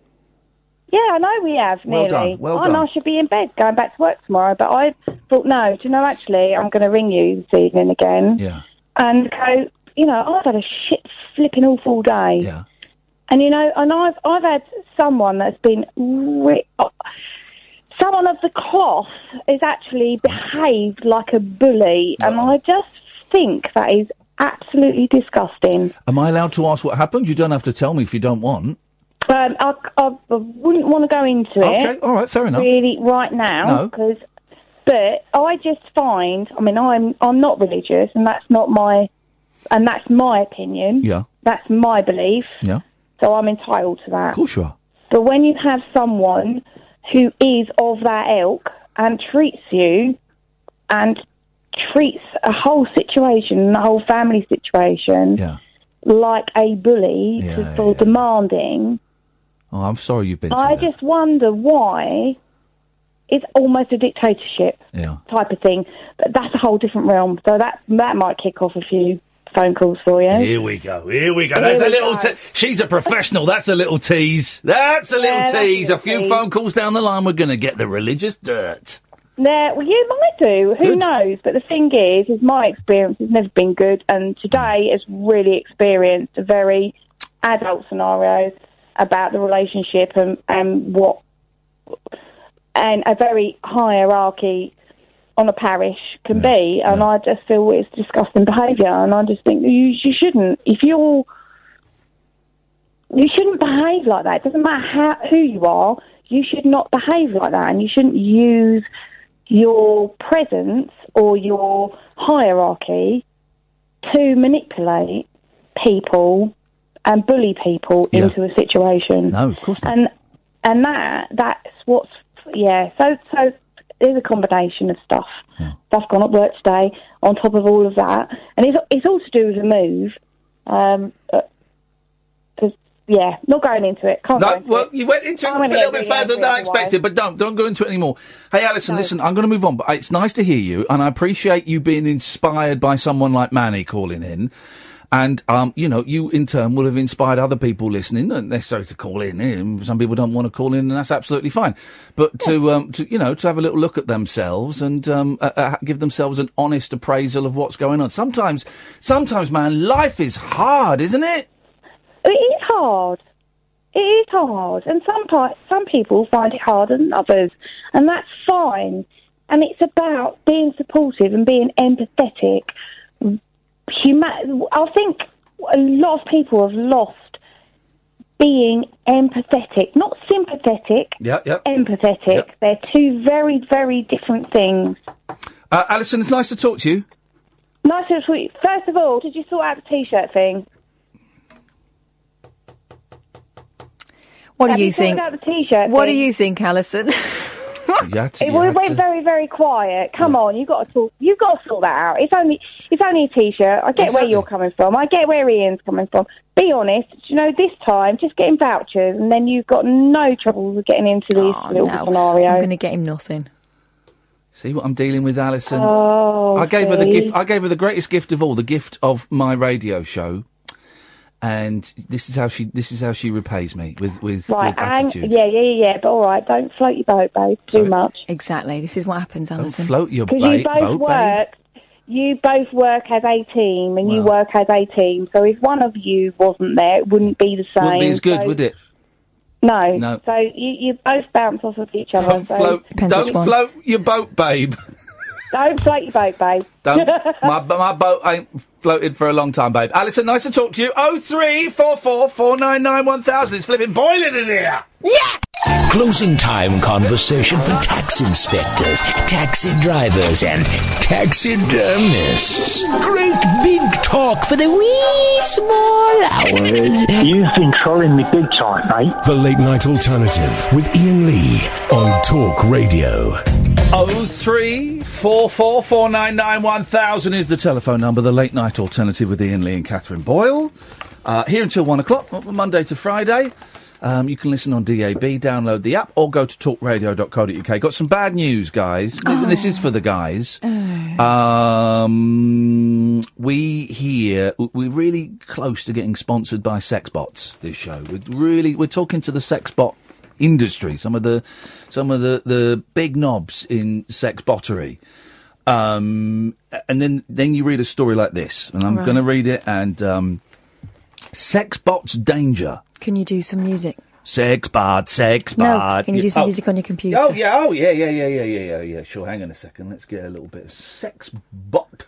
S26: Yeah, I know we have
S4: Well
S26: nearly. Oh,
S4: done, well
S26: I know
S4: done.
S26: I should be in bed going back to work tomorrow, but I thought no. Do you know? Actually, I'm going to ring you this evening again.
S4: Yeah.
S26: and go, you know, I've had a shit flipping awful day.
S4: Yeah.
S26: And you know, and I've I've had someone that's been re- oh, someone of the cloth has actually behaved like a bully, and I just think that is absolutely disgusting.
S4: Am I allowed to ask what happened? You don't have to tell me if you don't want.
S26: Um, I, I wouldn't want to go into it.
S4: Okay, all right, fair enough.
S26: Really, right
S4: No.
S26: now, because. But I just find, I mean, I'm I'm not religious, and that's not my, and that's my opinion.
S4: Yeah.
S26: That's my belief.
S4: Yeah.
S26: So I'm entitled to that.
S4: Of course you are.
S26: But when you have someone who is of that ilk and treats you and treats a whole situation, a whole family situation, like a bully
S4: Yeah,
S26: who's all demanding,
S4: Oh, I'm sorry you've been.
S26: I
S4: through
S26: just wonder why it's almost a dictatorship
S4: that. Yeah.
S26: type of thing. But that's a whole different realm. So that that might kick off a few phone calls for you.
S4: Here we go. Here we go.
S26: Here
S4: That's a
S26: we
S4: little. Te- she's a professional. That's a little tease. That's a little
S26: Yeah, that's a
S4: tease.
S26: little
S4: a few
S26: tease.
S4: phone calls down the line, we're going to get the religious dirt.
S26: There, well, you might do. Who knows? But the thing is, is my experience has never been good, and
S4: Mm.
S26: today has really experienced a very adult scenario about the relationship and and what and a very hierarchy on a parish can be. And I just feel it's disgusting behaviour, and I just think you you shouldn't if you're you shouldn't behave like that. It doesn't matter how, who you are, you should not behave like that, and you shouldn't use your presence or your hierarchy to manipulate people and bully people into a situation.
S4: No, of course
S26: not. And and that that's what's yeah. So so there's a combination of stuff. Stuff gone at work today. On top of all of that, and it's it's all to do with a move. Um, uh, 'cause, yeah, not going into it. Can't go
S4: No,
S26: into
S4: well, you went into it a
S26: I'm gonna
S4: little
S26: get
S4: bit
S26: really
S4: further than I
S26: angry otherwise.
S4: expected, but don't don't go into it anymore. Hey, Alison, listen, I'm going to move on, but it's nice to hear you, and I appreciate you being inspired by someone like Manny calling in. And um, you know, you in turn will have inspired other people listening, not necessarily to call in. eh, Some people don't want to call in, and that's absolutely fine. But to, um, to you know, to have a little look at themselves and um, uh, uh, give themselves an honest appraisal of what's going on. Sometimes, sometimes, man, life is hard, isn't it?
S26: It is hard. It is hard, and some part, some people find it harder than others, and that's fine. And it's about being supportive and being empathetic. Huma- I think a lot of people have lost being empathetic, not sympathetic.
S4: Yeah, yeah.
S26: Empathetic. They're two very, very different things.
S4: Uh, Alison, it's nice to talk to you.
S26: Nice to tweet. First of all, did you sort out the t-shirt thing?
S5: What
S26: Have
S5: do you,
S26: you sorted
S5: think?
S26: out the t-shirt
S5: What
S26: thing?
S5: do you think, Alison?
S4: You had to-
S26: It
S4: you
S26: went
S4: had to-
S26: very, very quiet. Come on, you've got to talk. You've got to sort that out. It's only, it's only a t-shirt. I get where you're coming from. I get where Ian's coming from. Be honest. You know, this time, just getting vouchers, and then you've got no trouble with getting into these little
S5: Oh, no.
S26: scenarios.
S5: I'm going to get him nothing.
S4: See what I'm dealing with, Alison.
S26: Oh,
S4: I gave her the
S26: see.
S4: gift. I gave her the greatest gift of all, the gift of my radio show. And this is how she. This is how she repays me with with, with
S26: Right, hang,
S4: attitude.
S26: yeah, yeah, yeah, yeah, but all right, don't float your boat, babe, too
S4: Sorry?
S26: much.
S5: Exactly, this is what happens,
S4: Alison. float your
S26: Because
S4: ba-
S26: you both
S4: boat, babe.
S26: work, you both work as a team, and you
S4: Wow.
S26: work as a team. So if one of you wasn't there, it wouldn't be the same.
S4: Wouldn't be as good,
S26: So-
S4: would it?
S26: No.
S4: No.
S26: So you, you both bounce off of each other. so
S4: Float, don't float your boat,
S26: (laughs)
S4: babe.
S26: Don't float your boat, babe. (laughs)
S4: Don't. my, my boat ain't floated for a long time, babe. Alison, nice to talk to you. Oh three four four four nine nine one thousand. It's flipping boiling in here.
S22: Closing time conversation for tax inspectors, taxi drivers, and taxidermists. Great big talk for the wee small hours.
S10: (laughs) You've been trolling me big time, mate.
S2: The Late Night Alternative with Ian Lee on Talk Radio.
S4: Oh three four four four nine nine one thousand is the telephone number. The late night alternative with Ian Lee and Catherine Boyle. Uh, here until one o'clock, m- Monday to Friday. Um, you can listen on DAB, download the app, or go to talkradio.co.uk. Got some bad news, guys. Th- This is for the guys. Um, we here, w- we're really close to getting sponsored by Sexbots. This show, we're really, we're talking to the Sexbot industry, some of the some of the, the big knobs in sex bottery. Um, and then then you read a story like this, and I'm
S6: Right.
S4: going to read it. And um, sex bots danger.
S6: Can you do some music?
S4: Sex bot, sex
S6: no.
S4: bot.
S6: Can you do some
S4: Oh.
S6: music on your computer?
S4: Oh yeah, oh yeah, yeah, yeah, yeah, yeah, yeah, yeah. Sure. Hang on a second. Let's get a little bit of sex bot.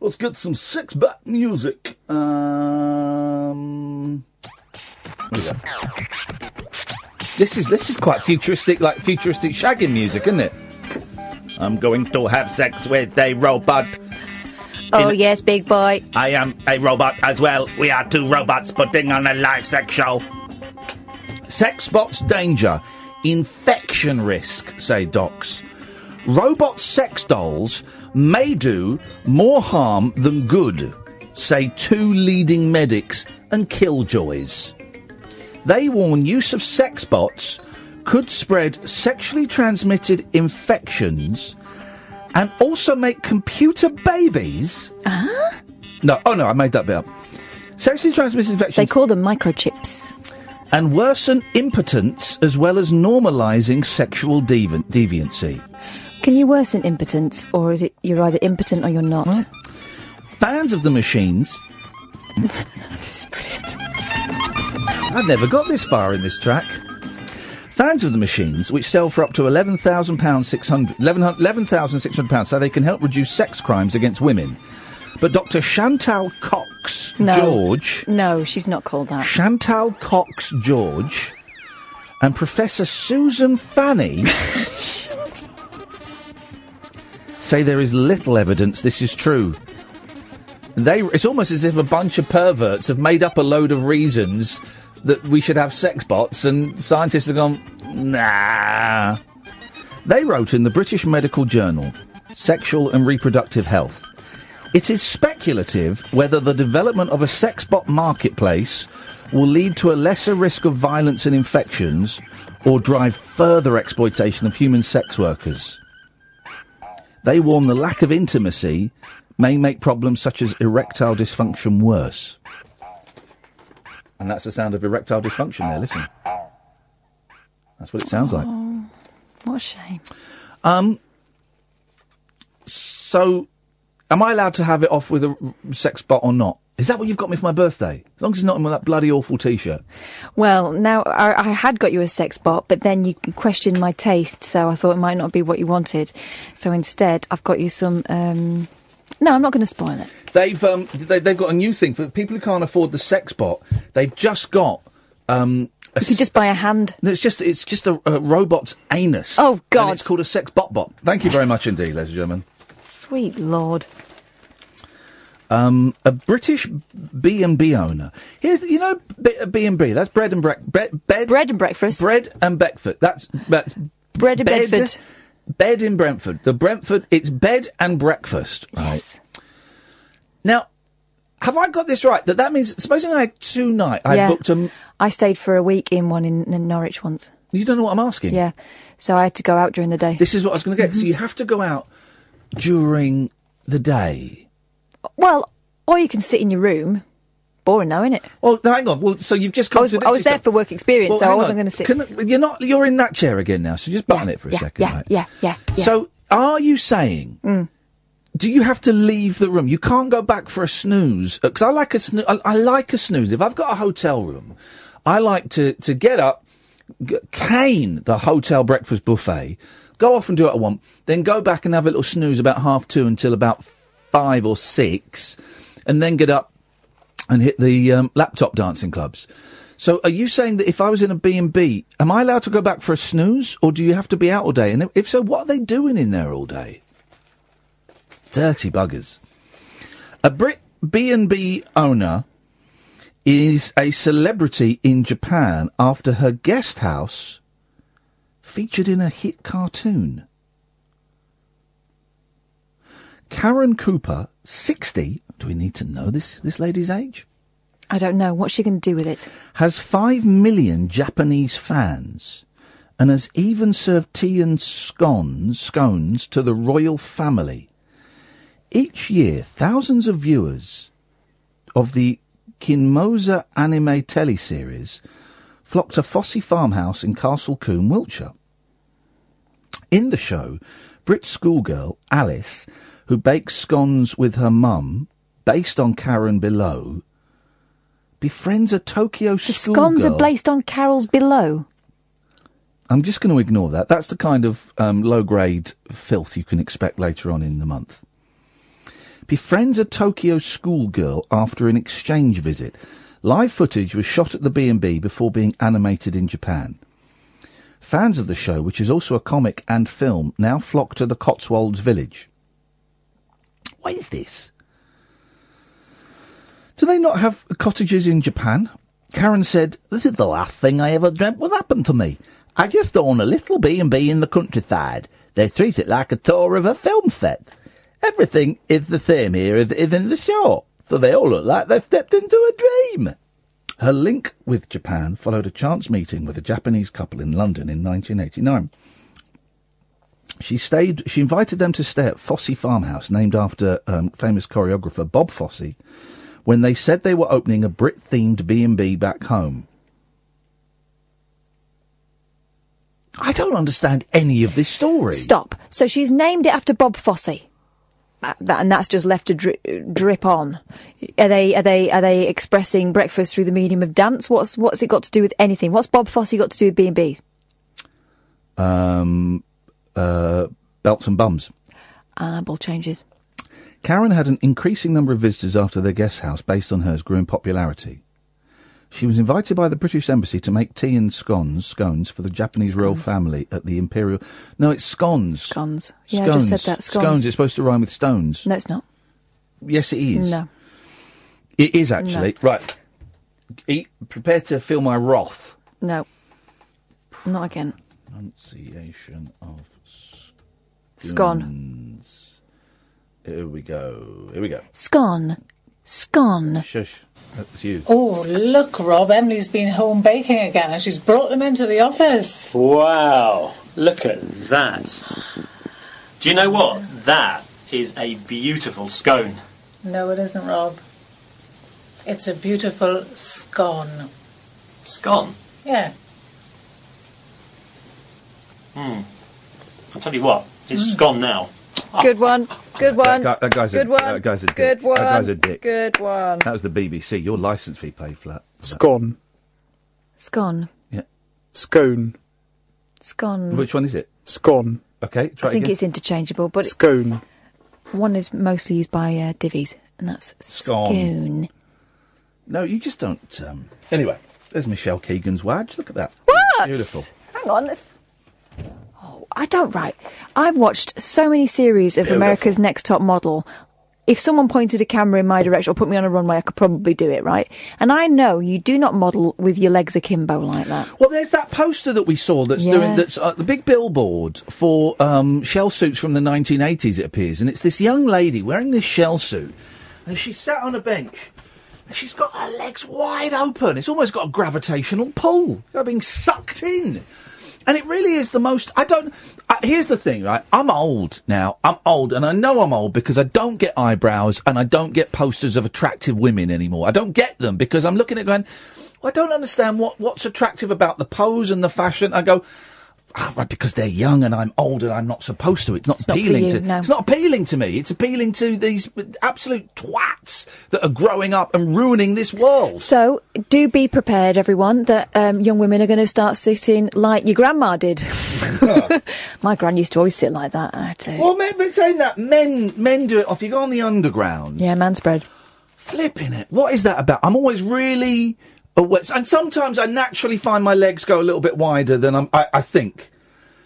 S4: Let's get some sex bot music. Um, what is that? this is this is quite futuristic, like futuristic shagging music, isn't it? I'm going to have sex with a robot.
S5: Oh,
S4: In-
S5: yes, big boy.
S4: I am a robot as well. We are two robots putting on a live sex show. Sex bots danger. Infection risk, say docs. Robot sex dolls may do more harm than good, say two leading medics and killjoys. They warn use of sex bots could spread sexually transmitted infections and also make computer babies.
S6: Huh?
S4: No, oh no, I made that bit up. Sexually transmitted infections. They
S6: call them microchips.
S4: And worsen impotence as well as normalising sexual devi- deviancy.
S6: Can you worsen impotence, or is it you're either impotent or you're not?
S4: Fans of the machines. I've never got this far in this track. Fans of the machines, which sell for up to £11,600, £11,600, so they can help reduce sex crimes against women. But Dr. Chantal Cox
S6: No.
S4: George.
S6: No, she's not called that.
S4: Chantal Cox George and Professor Susan Fanny
S6: (laughs)
S4: say there is little evidence this is true. They, it's almost as if a bunch of perverts have made up a load of reasons that we should have sex bots, and scientists have gone, nah. They wrote in the British Medical Journal, Sexual and Reproductive Health. It is speculative whether the development of a sex bot marketplace will lead to a lesser risk of violence and infections or drive further exploitation of human sex workers. They warn the lack of intimacy may make problems such as erectile dysfunction worse. And that's the sound of erectile dysfunction there, listen. That's what it sounds like.
S6: Oh, what a shame.
S4: Um. So, am I allowed to have it off with a r- sex bot or not? Is that what you've got me for my birthday? As long as it's not in that bloody awful T-shirt.
S6: Well, now I, I had got you a sex bot, but then you questioned my taste, so I thought it might not be what you wanted. So instead, I've got you some. Um, no, I'm not going to spoil it.
S4: They've um they, they've got a new thing for people who can't afford the sex bot. They've just got um. A you could
S6: just buy a hand.
S4: It's just it's just a, a robot's anus. Oh God! And it's called a sex bot bot. Thank you very much indeed, ladies and gentlemen.
S6: Sweet lord.
S4: Um, a British B and B owner. Here's you know B and B. That's bread and brec- bre- bed. Bread
S6: and breakfast.
S4: Bread and Beckford. That's that's
S6: bread and
S4: bed,
S6: Bedford.
S4: Bed in Brentford. The Brentford. It's bed and breakfast. Right. Now, have I got this right? That that means supposing I had two night. I
S6: Yeah.
S4: booked a. m-
S6: I stayed for a week in one in, in Norwich once.
S4: You don't know what I'm asking.
S6: Yeah, so I had to go out during the day.
S4: This is what I was going to get.
S6: Mm-hmm.
S4: So you have to go out during the day.
S6: Well, or you can sit in your room. Boring now, isn't it?
S4: Well, no, hang on. Well, so you've just
S6: I was,
S4: contradicted
S6: I was there
S4: yourself.
S6: for work experience,
S4: Well,
S6: so I
S4: hang on.
S6: wasn't going to sit.
S4: Can, you're not. You're in that chair again now. So just button it for a
S6: yeah,
S4: second.
S6: yeah,
S4: right?
S6: yeah, yeah, yeah.
S4: So are you saying?
S6: Mm.
S4: Do you have to leave the room? You can't go back for a snooze uh, because I like a snoo- I, I like a snooze. If I've got a hotel room, I like to to get up, G- cane the hotel breakfast buffet. Go off and do what I want. Then go back and have a little snooze about half two until about five or six, and then get up and hit the um, laptop dancing clubs. So, are you saying that if I was in a B and B, am I allowed to go back for a snooze, or do you have to be out all day? And if so, what are they doing in there all day? Dirty buggers. A Brit B and B owner is a celebrity in Japan after her guest house featured in a hit cartoon. Karen Cooper, 60. Do we need to know this, this lady's age?
S6: I don't know. What's she going to do with it?
S4: Has 5 million Japanese fans and has even served tea and scones, scones to the royal family. Each year, thousands of viewers of the Kinmoza anime teleseries flock to Fossey Farmhouse in Castle Coombe, Wiltshire. In the show, Brit schoolgirl Alice, who bakes scones with her mum, based on Karen Below, befriends a Tokyo
S6: The
S4: schoolgirl.
S6: scones are placed on Carol's below.
S4: I'm just going to ignore that. That's the kind of um, low grade filth you can expect later on in the month. Befriends a Tokyo schoolgirl after an exchange visit. Live footage was shot at the B&B before being animated in Japan. Fans of the show, which is also a comic and film, now flock to the Cotswolds village. What is this? Do they not have cottages in Japan? Karen said, This is the last thing I ever dreamt would happen to me. I just own a little B&B in the countryside. They treat it like a tour of a film set. Everything is the same here as it is in the show, so they all look like they've stepped into a dream. Her link with Japan followed a chance meeting with a Japanese couple in London in 1989. She stayed. She invited them to stay at Fossey Farmhouse, named after um, famous choreographer Bob Fosse, when they said they were opening a Brit-themed B&B back home. I don't understand any of this story.
S6: Stop. So she's named it after Bob Fosse. Uh, That, and that's just left to dri- drip on. Are they are they are they expressing breakfast through the medium of dance? What's what's it got to do with anything? What's Bob Fosse got to do with B and B?
S4: Um, uh, belts and bums.
S6: Ah, ball changes.
S4: Karen had an increasing number of visitors after their guest house, based on hers, grew in popularity. She was invited by the British Embassy to make tea and scones, scones for the Japanese royal family at the Imperial. No, it's scones. Scones.
S6: Yeah, I just said that, scones.
S4: It's supposed to rhyme with stones.
S6: No, it's not.
S4: Yes, it is.
S6: No.
S4: It is actually right. Eat, prepare to feel my wrath.
S6: No. Not again.
S4: Pronunciation of Hmm.
S6: Scone.
S4: scones. Here we go. Here we go.
S6: Scone. Scone.
S4: Shush. That's you.
S23: Oh, look, Rob, Emily's been home baking again and she's brought them into the office.
S5: Wow, look at that. Do you know what? That is a beautiful scone.
S23: No, it isn't, Rob. It's a beautiful scone.
S5: Scone?
S23: Yeah.
S5: Hmm. I'll tell you what, it's gone now.
S6: Good one. Good one.
S4: That, guy, that guy's
S6: Good
S4: a,
S6: one.
S4: That guy's a dick.
S6: Good one.
S4: That guy's a dick. Uh,
S6: Good
S28: um,
S6: one.
S4: That was the BBC. Your license fee paid flat.
S28: Scone.
S6: Scone.
S28: Scone.
S6: Scone.
S4: Mm. Which one is it?
S28: Scone.
S4: Okay,
S6: I think it's interchangeable, but it-
S28: Scone.
S6: one is mostly used by uh, divvies, and that's
S4: Scone.
S6: scone.
S4: No, you just don't. Um... Anyway, there's Michelle Keegan's wadge. Look at that.
S6: What?
S4: Beautiful.
S6: Hang on, this. Oh, I don't write. I've watched so many series of
S4: Beautiful.
S6: America's Next Top Model. If someone pointed a camera in my direction or put me on a runway, I could probably do it, right? And I know you do not model with your legs akimbo like that.
S4: Well, there's that poster that we saw that's
S6: Yeah.
S4: doing that's uh, the big billboard for um, shell suits from the 1980s. It appears, and it's this young lady wearing this shell suit, and she's sat on a bench, and she's got her legs wide open. It's almost got a gravitational pull. They're being sucked in, and it really is the most. I don't. I, here's the thing, right? I'm old now. I'm old, and I know I'm old because I don't get eyebrows and I don't get posters of attractive women anymore. I don't get them because I'm looking at going. I don't understand what, what's attractive about the pose and the fashion. I go, ah, right, because they're young and I'm old and I'm not supposed to. It's not
S6: not for
S4: appealing
S6: you,
S4: to.
S6: no.
S4: It's not appealing to me. It's appealing to these absolute twats that are growing up and ruining this world.
S6: So do be prepared, everyone, that um, young women are going to start sitting like your grandma
S4: (laughs)
S6: did. My gran used to always sit like that. I had to.
S4: Well, men, but saying that, men men do it. If you go on the underground,
S6: Yeah, man spread.
S4: flipping it. What is that about? I'm always really aware, and sometimes I naturally find my legs go a little bit wider than I'm, I, I think.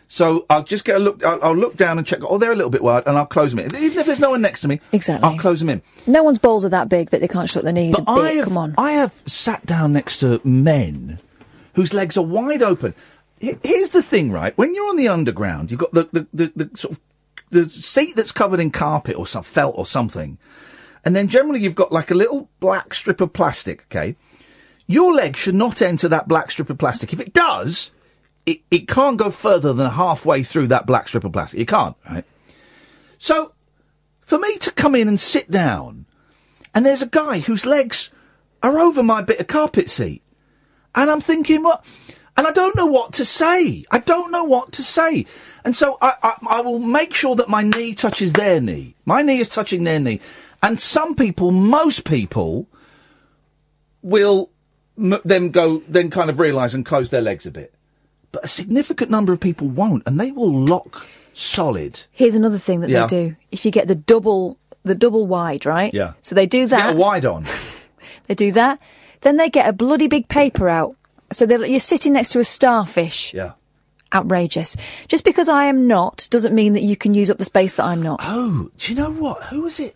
S4: So I'll just get a look. I'll, I'll look down and check. Oh, they're a little bit wide, and I'll close them in. Even if there's no one next to me,
S6: Exactly.
S4: I'll close them in.
S6: No one's balls are that big that they can't shut their knees a bit.
S4: I have,
S6: Come on.
S4: I have sat down next to men whose legs are wide open. He- Here's the thing, right? When you're on the underground, you've got the, the, the, the sort of the seat that's covered in carpet or some felt or something. And then generally you've got like a little black strip of plastic, okay? Your leg should not enter that black strip of plastic. If it does, it, it can't go further than halfway through that black strip of plastic. It can't, right? So for me to come in and sit down, and there's a guy whose legs are over my bit of carpet seat, and I'm thinking, what? And I don't know what to say. I don't know what to say. And so I, I, I will make sure that my knee touches their knee. My knee is touching their knee. And some people, most people, will m- then go, then kind of realise and close their legs a bit. But a significant number of people won't, and they will lock solid.
S6: Here's another thing that
S4: Yeah.
S6: they do. If you get the double, the double wide, right?
S4: Yeah.
S6: So they do that.
S4: Get a wide on.
S6: They do that. Then they get a bloody big paper out. So they're, you're sitting next to a starfish.
S4: Yeah.
S6: Outrageous. Just because I am not doesn't mean that you can use up the space that I'm not.
S4: Oh, do you know what? Who was it?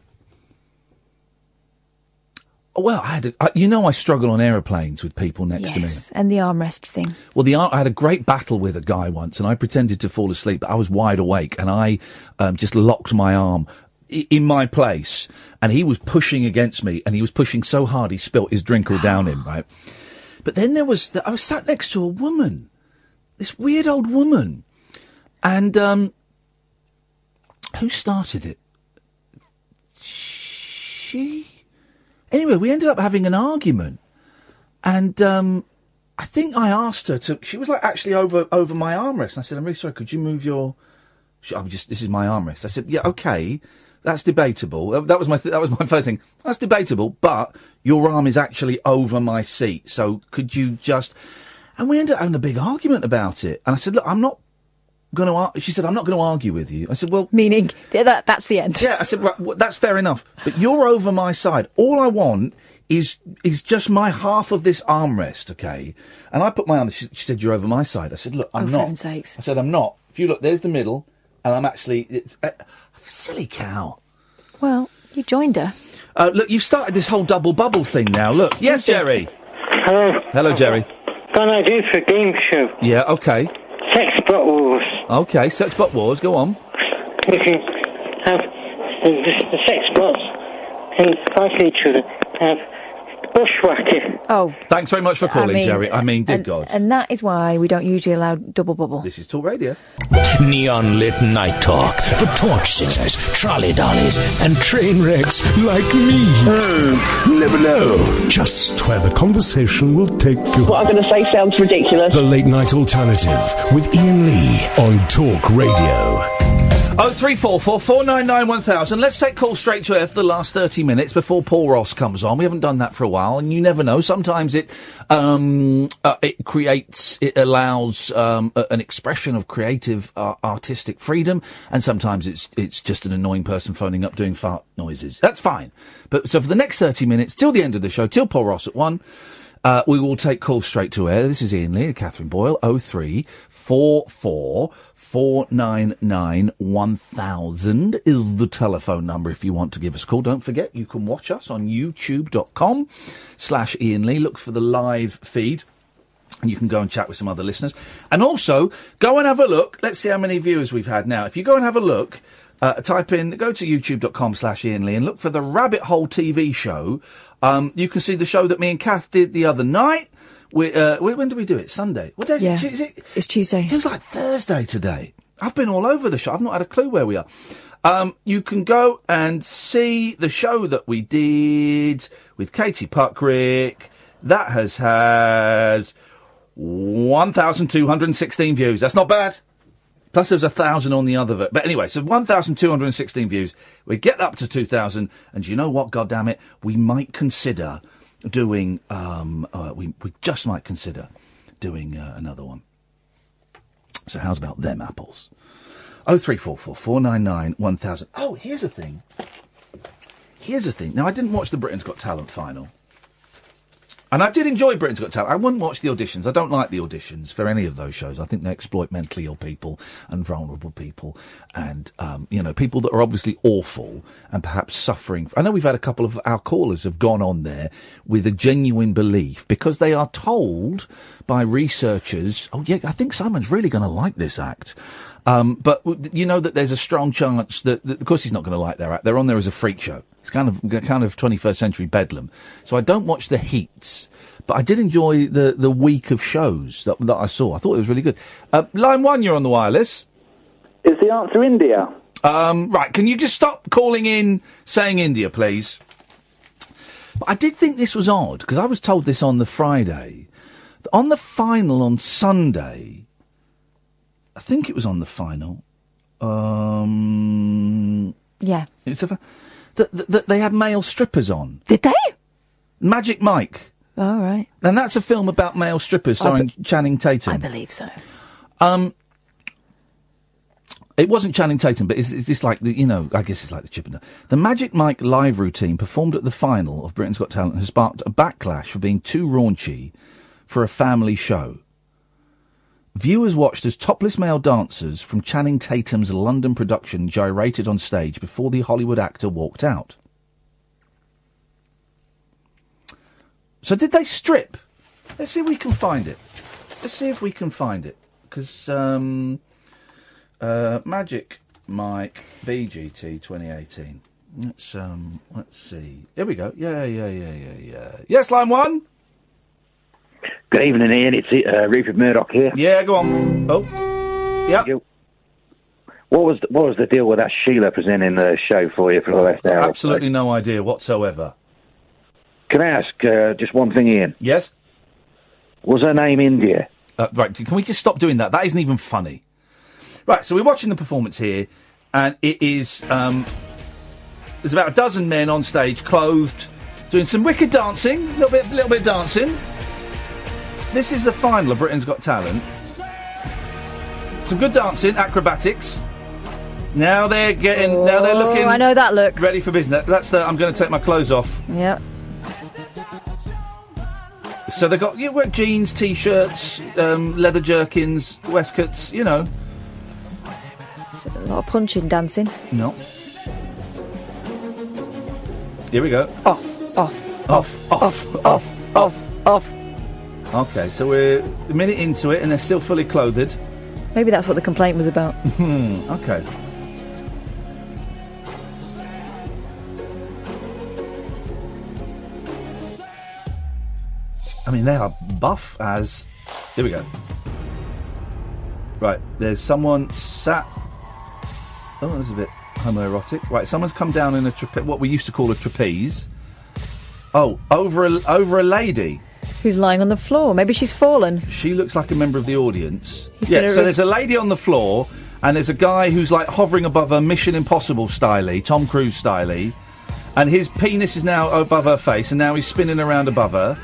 S4: Well, I had a, I, you know I struggle on aeroplanes with people next to me.
S6: yes. And the armrest thing.
S4: Well, the I had a great battle with a guy once, and I pretended to fall asleep, but I was wide awake, and I um, just locked my arm i- in my place, and he was pushing against me, and he was pushing so hard he spilt his drink all down him, right? But then there was I was sat next to a woman, this weird old woman, and um, who started it? She. Anyway, we ended up having an argument, and um, I think I asked her to. She was like actually over over my armrest, and I said, "I'm really sorry. Could you move your?" She, I'm just. This is my armrest. I said, "Yeah, okay, that's debatable." That- That was my th- that was my (laughs) first thing. That's debatable, but your arm is actually over my seat, so could you just? And we ended up having a big argument about it. And I said, "Look, I'm not going to." Ar-. She said, "I'm not going to argue with you." I said, "Well,
S6: meaning that that's the end."
S4: Yeah, I said, right, well, "That's fair enough, but you're over my side. All I want is is just my half of this armrest, okay?" And I put my arm. She, she said, "You're over my side." I said, "Look, I'm
S6: Oh, for
S4: not."
S6: heaven's sakes.
S4: I said, "I'm not." If you look, there's the middle, and I'm actually it's, uh, silly cow.
S6: Well, you joined her.
S4: Uh, look, you've started this whole double bubble thing now. Look, yes, Jerry.
S17: Hello.
S4: Hello, Jerry.
S17: Got an idea for a game show.
S4: Yeah, okay,
S17: Sex bot wars.
S4: okay. Sex bot wars. Go on.
S17: We can have the, the- the sex bots and fight each other. Have bushwhacking.
S6: Oh,
S4: Thanks very much for calling,
S6: mean,
S4: Jerry. I mean, did
S6: and,
S4: God.
S6: And that is why we don't usually allow double bubble.
S4: This is Talk Radio.
S22: Neon lit night talk for torch singers, trolley dollies, and train wrecks like me.
S29: Hmm.
S22: Never know just where the conversation will take you.
S29: What I'm going to say sounds ridiculous.
S22: The late night alternative with Ian Lee on Talk Radio.
S4: Oh three four four four nine nine one thousand. Let's take calls straight to air for the last thirty minutes before Paul Ross comes on. We haven't done that for a while, and you never know. Sometimes it um, uh, it creates, it allows um, a- an expression of creative uh, artistic freedom, and sometimes it's it's just an annoying person phoning up doing fart noises. That's fine. But so for the next thirty minutes till the end of the show, till Paul Ross at one. Uh, we will take calls straight to air. This is Ian Lee, Catherine Boyle, 03444 499 1000 is the telephone number if you want to give us a call. Don't forget, you can watch us on youtube.com slash Ian Lee. Look for the live feed and you can go and chat with some other listeners. And also, go and have a look. Let's see how many viewers we've had now. If you go and have a look, uh, type in, go to youtube.com slash Ian Lee and look for the Rabbit Hole TV show. Um, you can see the show that me and Kath did the other night. We, uh, we- when do we do it? Sunday? What day is
S6: Yeah.
S4: it? Tu- Is it?
S6: It's Tuesday.
S4: Feels like Thursday today. I've been all over the show. I've not had a clue where we are. Um, you can go and see the show that we did with Katie Puckrick. That has had 1,216 views. That's not bad. Plus, there was a thousand on the other. ver- But anyway, so 1,216 views. We get up to 2,000, and you know what? God damn it, we might consider doing. Um, uh, we we just might consider doing uh, another one. So how's about them apples? Oh three four four four nine nine one thousand. Oh, here's a thing. Here's a thing. Now I didn't watch the Britain's Got Talent final, and I did enjoy Britain's Got Talent. I wouldn't watch the auditions. I don't like the auditions for any of those shows. I think they exploit mentally ill people and vulnerable people, and um, you know people that are obviously awful and perhaps suffering. I know we've had a couple of our callers have gone on there with a genuine belief because they are told by researchers, "Oh yeah, I think Simon's really going to like this act." Um, but w- you know that there's a strong chance that, that of course, he's not going to like their act. They're on there as a freak show. It's kind of kind of 21st century bedlam. So I don't watch the heats, but I did enjoy the the week of shows that, that I saw. I thought it was really good. Uh, line one, you're on the wireless.
S29: Is the answer India?
S4: Um, right, can you just stop calling in saying India, please? But I did think this was odd because I was told this on the Friday. On the final on Sunday, I think it was on the final. Um,
S5: Yeah.
S4: it's a, that, that, that they had male strippers on.
S5: Did they?
S4: Magic Mike.
S5: All right.
S4: And that's a film about male strippers
S5: I
S4: starring Channing Tatum.
S5: I believe so.
S4: Um, it wasn't Channing Tatum, but is, is this like the you know? I guess it's like the chip and the Magic Mike live routine performed at the final of Britain's Got Talent has sparked a backlash for being too raunchy for a family show. Viewers watched as topless male dancers from Channing Tatum's London production gyrated on stage before the Hollywood actor walked out. So did they strip? Let's see if we can find it. Let's see if we can find it. Because um, uh, Magic Mike BGT 2018. Let's um, let's see. Here we go. Yeah, yeah, yeah, yeah, yeah. Yes, line one.
S18: Good evening, Ian. It's uh, Rupert Murdoch here.
S4: Yeah, go on. Oh, yeah.
S18: What was the, what was the deal with that Sheila presenting the show for you for the last hour?
S4: Absolutely no idea whatsoever.
S18: Can I ask uh, just one thing, Ian?
S4: Yes.
S18: Was her name India?
S4: Uh, right, can we just stop doing that? That isn't even funny. Right, so we're watching the performance here, and it is um, there's about a dozen men on stage, clothed, doing some wicked dancing, a little bit, little bit of dancing. So this is the final of Britain's Got Talent. Some good dancing, acrobatics. Now they're getting, now they're
S5: Oh,
S4: looking.
S5: I know that look.
S4: Ready for business. That's the. I'm going to take my clothes off.
S5: Yeah.
S4: So they got you wear jeans, t-shirts, um, leather jerkins, waistcoats. You know.
S5: It's a lot of punching, dancing.
S4: No. Here we go.
S5: Off, off,
S4: off, off, off,
S5: off, off.
S4: Okay, so we're a minute into it and they're still fully clothed.
S5: Maybe that's what the complaint was about.
S4: (laughs) Hmm, okay. I mean, they are buff as. Here we go. Right, there's someone sat. Oh, that was a bit homoerotic. Right, someone's come down in a trape- what we used to call a trapeze. Oh, over a, over a lady.
S5: Who's lying on the floor? Maybe she's fallen.
S4: She looks like a member of the audience.
S5: He's
S4: yeah,
S5: gonna
S4: so
S5: re-
S4: there's a lady on the floor, and there's a guy who's like hovering above her Mission Impossible styly, Tom Cruise styly, and his penis is now above her face, and now he's spinning around above her.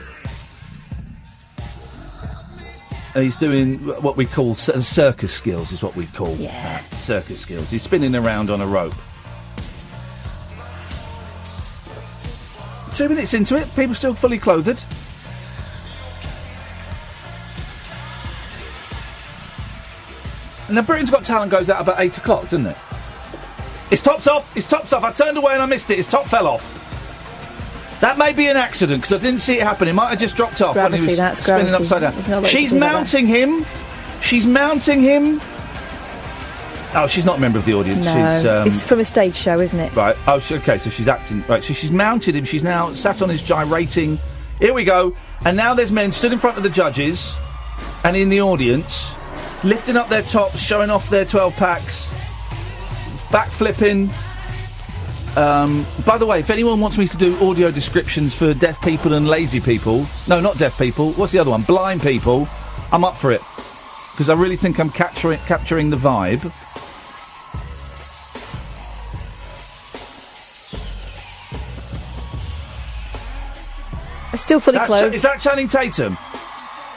S4: And he's doing wh- what we call cir- circus skills, is what we call yeah. circus skills. He's spinning around on a rope. Two minutes into it, people still fully clothed. And then Britain's Got Talent goes out about eight o'clock, doesn't it? It's tops off. It's tops off. I turned away and I missed it. His top fell off. That may be an accident because I didn't see it happen. It might have just dropped off when
S5: gravity,
S4: he was
S5: that's
S4: spinning
S5: gravity.
S4: upside down.
S5: There's no way you
S4: She's
S5: can do that.
S4: mounting him. She's mounting him. Oh, she's not a member of the audience.
S5: no,
S4: She's, um,
S5: it's from a stage show, isn't it?
S4: Right. Oh, she, okay. So she's acting. Right. So she's mounted him. She's now sat on his gyrating. Here we go. And now there's men stood in front of the judges and in the audience, lifting up their tops, showing off their 12 packs, back flipping. Um, by the way, if anyone wants me to do audio descriptions for deaf people and lazy people, no, not deaf people. What's the other one? Blind people. I'm up for it. because I really think I'm capturing capturing the vibe.
S6: Still fully
S4: That's-
S6: clothed.
S4: Is that Channing Tatum?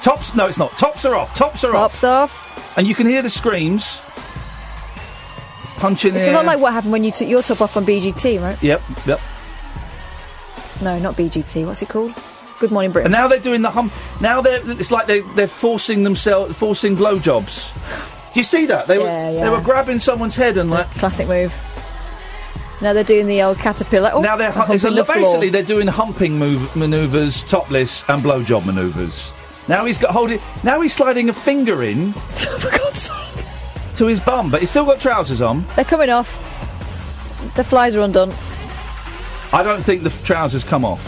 S4: Tops? No, it's not. Tops are off. Tops are off.
S6: Tops off.
S4: And you can hear the screams. Punching
S6: It's a lot like what happened when you took your top off on BGT, right?
S4: Yep, yep.
S6: No, not BGT. What's it called? Good Morning Britain.
S4: And now they're doing the hum. Now they're. It's like they they're forcing themselves, forcing blowjobs. Do you see that? They
S6: Yeah,
S4: were
S6: yeah.
S4: they were grabbing someone's head and like.
S6: Classic move. Now they're doing the old caterpillar. Oh, now
S4: they're hu- it's a- basically they're doing humping move, manoeuvres, topless and blowjob manoeuvres. Now he's got hold it. Now he's sliding a
S6: (laughs)
S4: finger in. To his bum, but he's still got trousers on.
S6: They're coming off. The flies are undone.
S4: I don't think the f- trousers come off.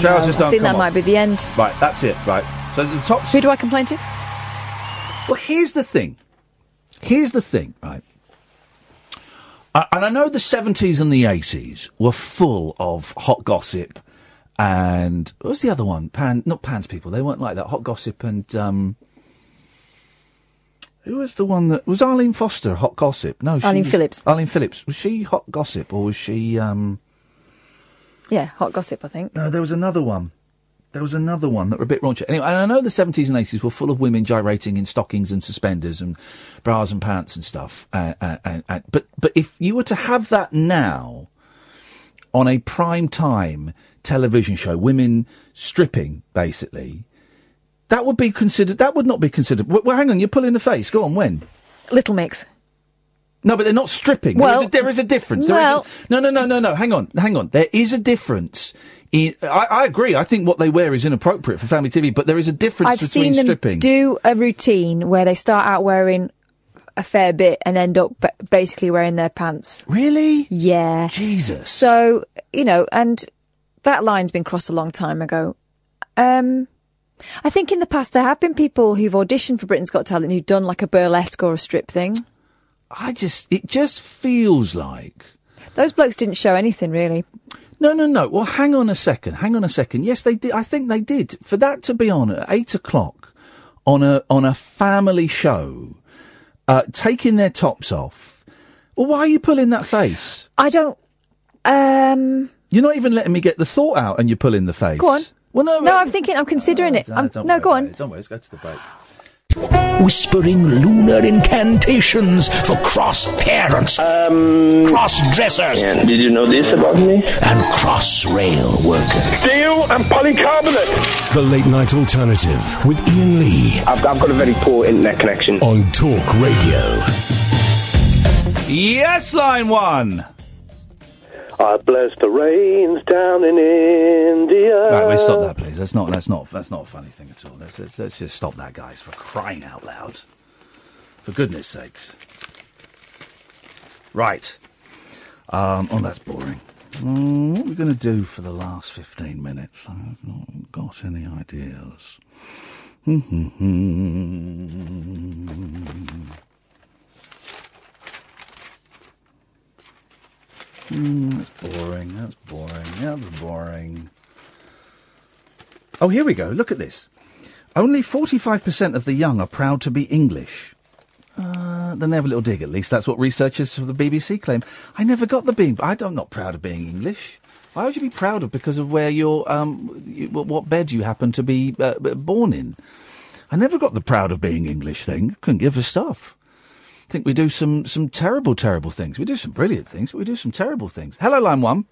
S4: Trousers
S6: No, I
S4: don't
S6: think
S4: come
S6: that
S4: off.
S6: might be the end.
S4: Right, that's it. Right. So the top.
S6: Who do I complain to?
S4: Well, here's the thing. Here's the thing, right? Uh, and I know the 70s and the 80s were full of hot gossip and what was the other one? Pan, not Pan's people. They weren't like that. Hot gossip and um, who was the one that was Arlene Foster? Hot gossip? No, she
S6: Arlene
S4: was-
S6: Phillips.
S4: Arlene Phillips was she hot gossip or was she? Um,
S6: Yeah, hot gossip, I think.
S4: no, there was another one. There was another one that were a bit raunchy. Anyway, and I know the 70s and 80s were full of women gyrating in stockings and suspenders and bras and pants and stuff. Uh, uh, uh, uh, but but if you were to have that now on a prime time television show, women stripping basically, that would be considered. That would not be considered. Well, well, hang on, you're pulling the face. Go on, when?
S6: Little Mix.
S4: No, but they're not stripping.
S6: Well-
S4: there, is a, there is a difference. There is a-
S6: well-
S4: no, no, no, no, no. Hang on, hang on. There is a difference. In, I, I agree. I think what they wear is inappropriate for family TV, but there is a difference
S6: I've seen
S4: between
S6: them
S4: stripping.
S6: do a routine where they start out wearing a fair bit and end up ba- basically wearing their pants.
S4: Really?
S6: Yeah.
S4: Jesus.
S6: So, you know, and that line's been crossed a long time ago. Um, I think in the past there have been people who've auditioned for Britain's Got Talent who've done like a burlesque or a strip thing.
S4: I just, it just feels like.
S6: Those blokes didn't show anything really.
S4: No, no, no. Well, hang on a second. Hang on a second. Yes, they did. I think they did. For that to be on at eight o'clock on a on a family show, uh, taking their tops off. Well, why are you pulling that face?
S6: I don't. Um,
S4: You're not even letting me get the thought out, and you're pulling the face.
S6: go on.
S4: Well, no,
S6: no, I'm thinking, I'm considering it. I'm, no, go on.
S4: Don't worry, let's go to the break.
S2: Whispering lunar incantations for cross parents, um, cross dressers, and
S13: Did you know this about me?
S2: cross rail workers.
S13: Steel and polycarbonate.
S2: The late night alternative with Ian Lee.
S13: I've, I've got a very poor internet connection.
S2: On Talk Radio.
S4: Yes, line one.
S30: I bless the rains down in India.
S4: Right, wait, stop that, please. That's not. That's not. That's not a funny thing at all. Let's, let's, let's just stop that, guys, for crying out loud. For goodness sakes. Right. Um, oh, that's boring. Mm, what are we going to do for the last fifteen minutes? I've not got any ideas. Hmm. Mm, that's boring. That's boring. That's boring. Oh, here we go. Look at this. Only 45% of the young are proud to be English. Uh, then they have a little dig, at least. That's what researchers from the BBC claim. I never got the being. I don't- I'm not proud of being English. Why would you be proud of because of where you're, um, you, wh- what bed you happen to be uh, b- born in? I never got the proud of being English thing. Couldn't give a stuff. I think we do some, some terrible, terrible things. We do some brilliant things, but we do some terrible things. Hello, line one.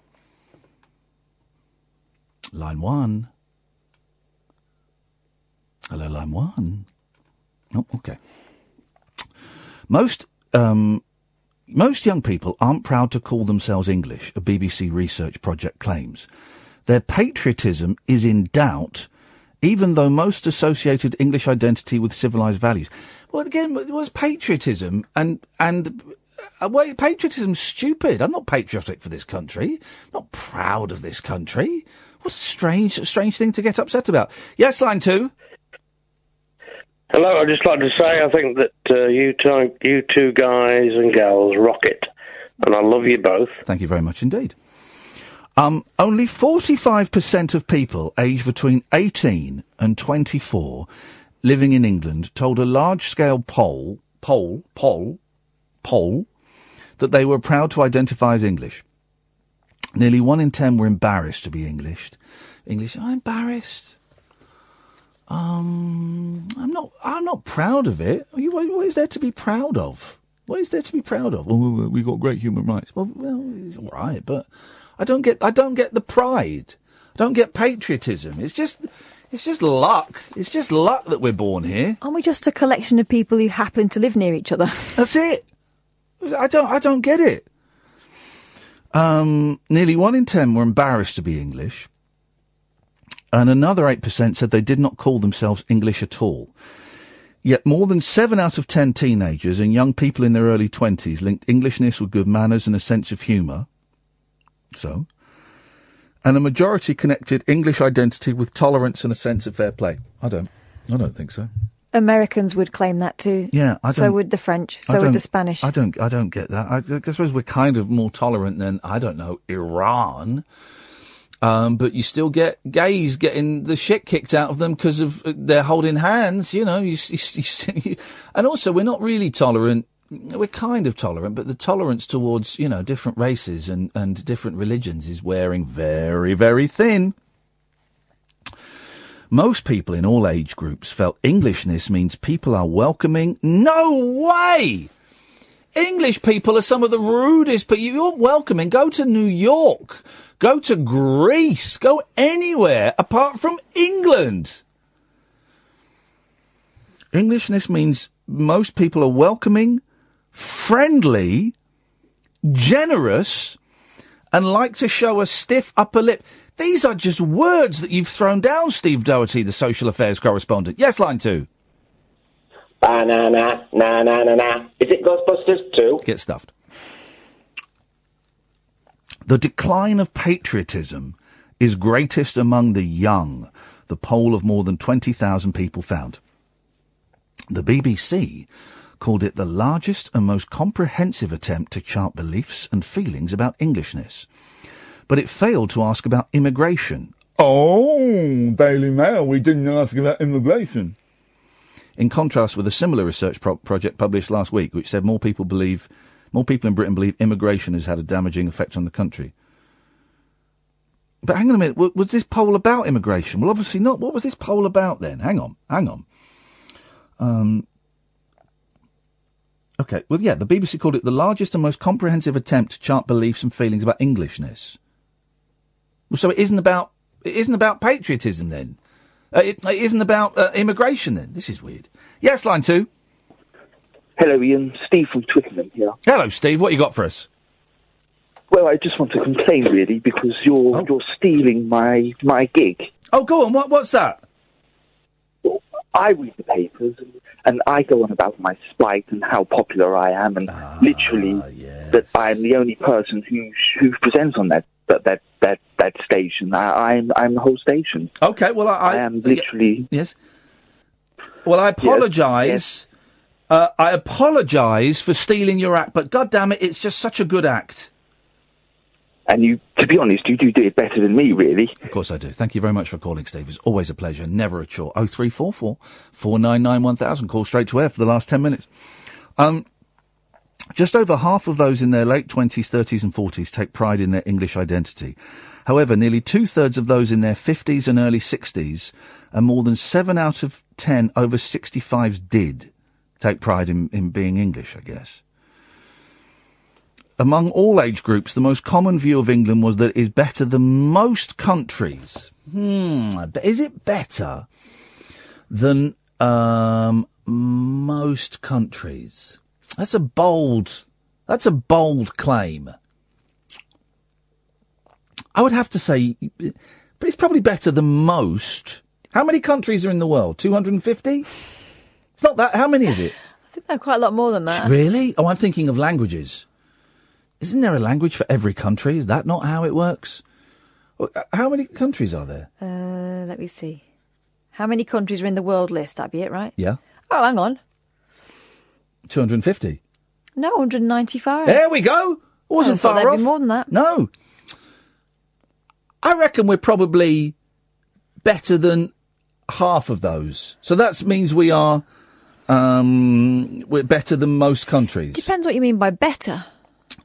S4: Line one. Hello, line one. Oh, okay. Most um, most young people aren't proud to call themselves English. A BBC research project claims their patriotism is in doubt, even though most associated English identity with civilized values. Well, again, it was patriotism and and. Uh, well, patriotism's stupid. I'm not patriotic for this country. I'm not proud of this country. What a strange, strange thing to get upset about. Yes, line two.
S13: Hello, I'd just like to say I think that uh, you, two, you two guys and gals rock it. And I love you both.
S4: Thank you very much indeed. Um, only 45% of people aged between 18 and 24 living in England told a large-scale poll, poll, poll, poll, that they were proud to identify as English. Nearly one in ten were embarrassed to be English. English, I'm embarrassed. Um, I'm not. I'm not proud of it. Are you- what is there to be proud of? What is there to be proud of? Well, we've got great human rights. Well, well, it's all right, but I don't get. I don't get the pride. I don't get patriotism. It's just. It's just luck. It's just luck that we're born here.
S5: Aren't we just a collection of people who happen to live near each other?
S4: That's it. I don't. I don't get it. Um, nearly one in ten were embarrassed to be English, and another eight percent said they did not call themselves English at all. Yet more than seven out of ten teenagers and young people in their early twenties linked Englishness with good manners and a sense of humour. So, and a majority connected English identity with tolerance and a sense of fair play. I don't. I don't think so.
S5: (laughs) Americans would claim that too.
S4: Yeah, I
S5: so
S4: don't-
S5: would the French. So
S4: I
S5: would the
S4: don't-
S5: Spanish.
S4: I don't. I don't get that. I, I suppose we're kind of more tolerant than I don't know Iran, um, but you still get gays getting the shit kicked out of them because of uh, they're holding hands. You know, you, s- you, s- (laughs) you, s- you- and also we're not really tolerant. We're kind of tolerant, but the tolerance towards you know different races and and different religions is wearing very very thin. Most people in all age groups felt Englishness means people are welcoming. No way! English people are some of the rudest, but you're welcoming. Go to New York. Go to Greece. Go anywhere apart from England. Englishness means most people are welcoming, friendly, generous, and like to show a stiff upper lip. These are just words that you've thrown down, Steve Doherty, the social affairs correspondent. Yes, line two.
S9: Banana, na na na na. Is it Ghostbusters 2?
S4: Get stuffed. The decline of patriotism is greatest among the young, the poll of more than 20,000 people found. The BBC called it the largest and most comprehensive attempt to chart beliefs and feelings about Englishness. But it failed to ask about immigration. Oh, Daily Mail, we didn't ask about uh, immigration. In contrast with a similar research pro- project published last week, which said more people believe more people in Britain believe immigration has had a damaging effect on the country. But hang on a minute, wa- was this poll about immigration? Well, obviously not. What was this poll about then? Hang on, hang on. Um, okay, well, yeah, the BBC called it the largest and most comprehensive attempt to chart beliefs and feelings about Englishness. Well, so it isn't about it isn't about patriotism then. Uh, it, it isn't about uh, immigration then. This is weird. Yes, line two.
S23: Hello, Ian. Steve from Twickenham here.
S4: Hello, Steve. What you got for us?
S23: Well, I just want to complain really because you're you're stealing my my gig.
S4: Oh, go on. What what's that?
S23: Well, I read the papers and, and I go on about my spite and how popular I am and
S4: Ah,
S23: literally that I'm the only person who who presents on that that that that, that station. I, I'm I'm the whole station.
S4: Okay. Well, I, I,
S23: am literally
S4: yes. Well, I apologise. Uh, I apologise for stealing your act, but God damn it, it's just such a good act.
S23: And you, to be honest, you do do it better than me, really.
S4: Of course I do. Thank you very much for calling, Steve. It's always a pleasure, never a chore. Oh three four four four nine nine one thousand. Call straight to air for the last ten minutes. Um, just over half of those in their late twenties, thirties, and forties take pride in their English identity. However, nearly two thirds of those in their fifties and early sixties, and more than seven out of ten over sixty-fives did take pride in, in being English. I guess. Among all age groups, the most common view of England was that it is better than most countries. Hmm, but is it better than um, most countries? That's a bold. That's a bold claim. I would have to say, but it's probably better than most. How many countries are in the world? Two hundred and fifty. It's not that. How many is it?
S5: I think they're quite a lot more than that.
S4: Really? Oh, I'm thinking of languages. Isn't there a language for every country? Is that not how it works? Oh, uh, How many countries are there?
S5: Uh, let me see. How many countries are in the world list? That'd be it, right?
S4: Yeah,
S5: Oh, hang on.
S4: 250.
S5: No, 195.
S4: There we go. It wasn't
S5: I thought
S4: far
S5: there'd
S4: off.
S5: Be more than that.
S4: No. I reckon we're probably better than half of those. So that means we are um, we're better than most countries.
S5: Depends what you mean by better.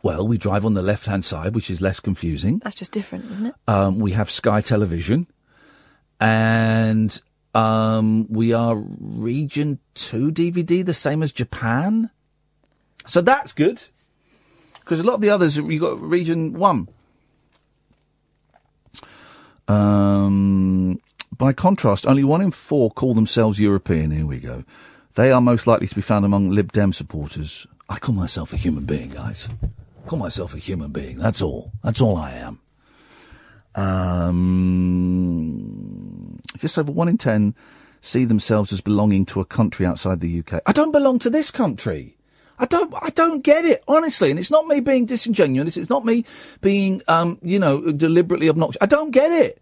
S4: Well, we drive on the left hand side, which is less confusing.
S5: That's just different, isn't it?
S4: Um, we have Sky Television, and um, we are Region Two DVD, the same as Japan. So that's good, because a lot of the others you got Region One. Um, by contrast, only one in four call themselves European. Here we go. They are most likely to be found among Lib Dem supporters. I call myself a human being, guys. I call myself a human being. That's all. That's all I am. Um, just over one in ten see themselves as belonging to a country outside the UK. I don't belong to this country. I don't. I don't get it, honestly. And it's not me being disingenuous. It's not me being, um, you know, deliberately obnoxious. I don't get it.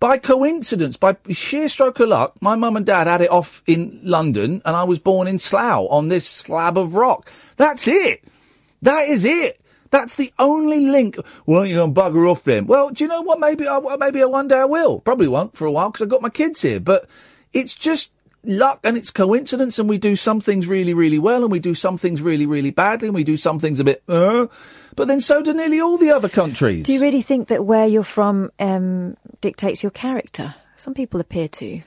S4: By coincidence, by sheer stroke of luck, my mum and dad had it off in London, and I was born in Slough on this slab of rock. That's it. That is it. That's the only link. Well, you gonna bugger off then? Well, do you know what? Maybe I, well, maybe one day I will. Probably won't for a while because I've got my kids here. But it's just luck and it's coincidence. And we do some things really, really well, and we do some things really, really badly, and we do some things a bit. Uh, but then so do nearly all the other countries.
S5: Do you really think that where you're from um, dictates your character? Some people appear to.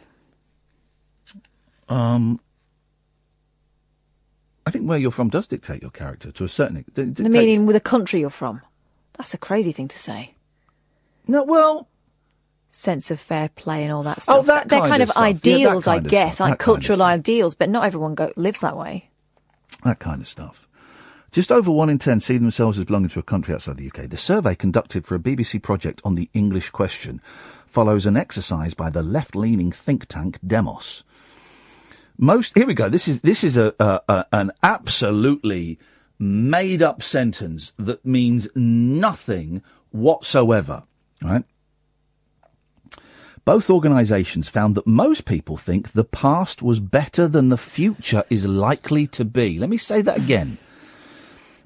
S4: Um, I think where you're from does dictate your character to a certain extent.
S5: I meaning with the country you're from. That's a crazy thing to say.
S4: No, well. Oh,
S5: Sense of fair play and all that stuff.
S4: that
S5: They're
S4: kind
S5: kind
S4: of
S5: of,
S4: stuff. Yeah, that
S5: ideals,
S4: kind
S5: I
S4: of
S5: guess,
S4: stuff.
S5: like
S4: That kind of
S5: cultural ideals, but not everyone go, lives that way.
S4: that kind of stuff. Just over one in ten see themselves as belonging to a country outside the UK. The survey conducted for a BBC project on the English question follows an exercise by the left-leaning think tank Demos. Most here we go. This is this is a, a, a an absolutely made-up sentence that means nothing whatsoever. Right? Both organisations found that most people think the past was better than the future is likely to be. Let me say that again.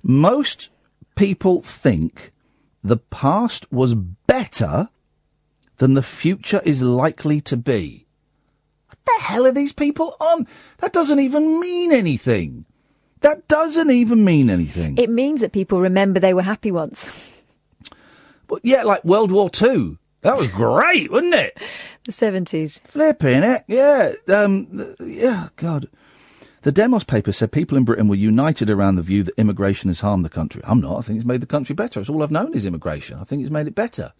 S4: Most people think the past was better than the future is likely to be. What the hell are these people on? That doesn't even mean anything. That doesn't even mean anything.
S5: It means that people remember they were happy once. (laughs)
S4: But yeah, like World War Two. That was great, wasn't it?
S5: The 70s.
S4: Flipping it, yeah. Um, th- yeah, God. The Demos paper said people in Britain were united around the view that immigration has harmed the country. I'm not. I think it's made the country better. It's all I've known is immigration. I think it's made it better.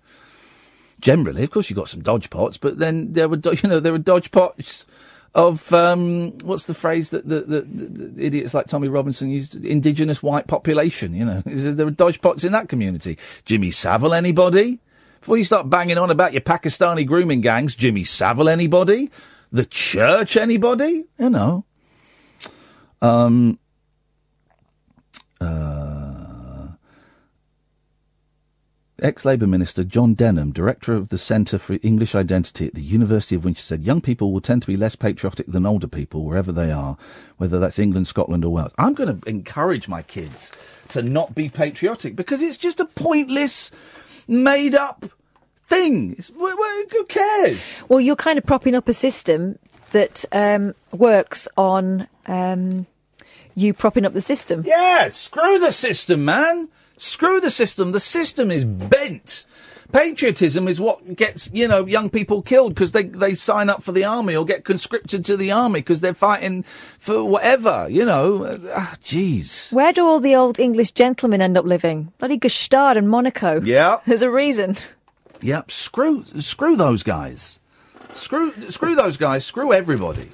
S4: Generally, of course, you've got some dodgepots, but then there were, do- (laughs) you know, there were dodgepots of um, what's the phrase that the, the, the, the idiots like Tommy Robinson used? Indigenous white population. You know, (laughs) there were dodgepots in that community. Jimmy Savile, anybody? Before you start banging on about your Pakistani grooming gangs, Jimmy Savile, anybody? The church, anybody? You know. Um, uh, Ex Labour Minister John Denham, Director of the Centre for English Identity at the University of Winchester, said young people will tend to be less patriotic than older people wherever they are, whether that's England, Scotland, or Wales. I'm going to encourage my kids to not be patriotic because it's just a pointless, made up thing. It's, wh- wh- who cares?
S5: Well, you're kind of propping up a system that um, works on um, you propping up the system.
S4: Yeah, screw the system, man. Screw the system. The system is bent. Patriotism is what gets, you know, young people killed because they, they sign up for the army or get conscripted to the army because they're fighting for whatever, you know. Ah, jeez.
S5: Where do all the old English gentlemen end up living? Bloody Gestad and Monaco.
S6: (laughs)
S4: Yeah.
S5: There's a reason.
S4: Yep. Screw, screw those guys. Screw, screw those guys. Screw everybody.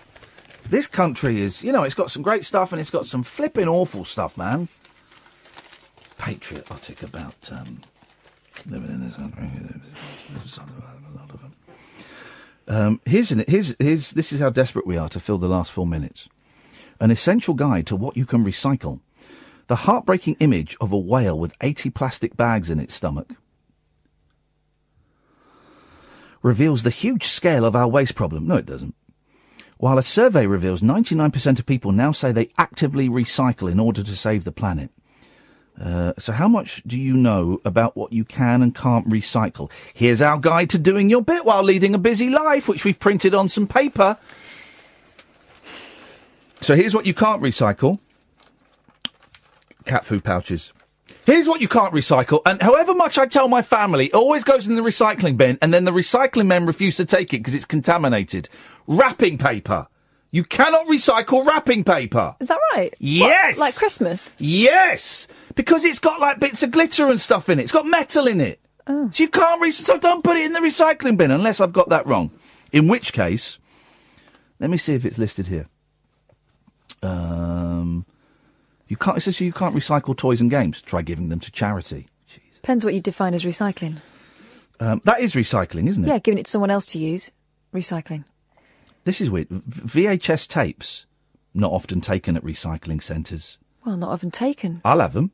S4: This country is, you know, it's got some great stuff and it's got some flipping awful stuff, man. Patriotic about um, living in this country. Um, here's, an, here's, here's, this is how desperate we are to fill the last four minutes. An essential guide to what you can recycle. The heartbreaking image of a whale with 80 plastic bags in its stomach reveals the huge scale of our waste problem. No, it doesn't. While a survey reveals 99% of people now say they actively recycle in order to save the planet. Uh, so, how much do you know about what you can and can't recycle? Here's our guide to doing your bit while leading a busy life, which we've printed on some paper. So, here's what you can't recycle cat food pouches. Here's what you can't recycle, and however much I tell my family, it always goes in the recycling bin, and then the recycling men refuse to take it because it's contaminated. Wrapping paper. You cannot recycle wrapping paper.
S6: Is that right?
S4: Yes.
S6: What, like Christmas.
S4: Yes, because it's got like bits of glitter and stuff in it. It's got metal in it.
S6: Oh.
S4: So you can't recycle. So don't put it in the recycling bin unless I've got that wrong. In which case, let me see if it's listed here. Um, you can't. It says you can't recycle toys and games. Try giving them to charity.
S6: Depends what you define as recycling.
S4: Um, that is recycling, isn't it?
S6: Yeah, giving it to someone else to use. Recycling.
S4: This is weird. V- VHS tapes not often taken at recycling centres.
S6: Well, not often taken.
S4: I'll have them.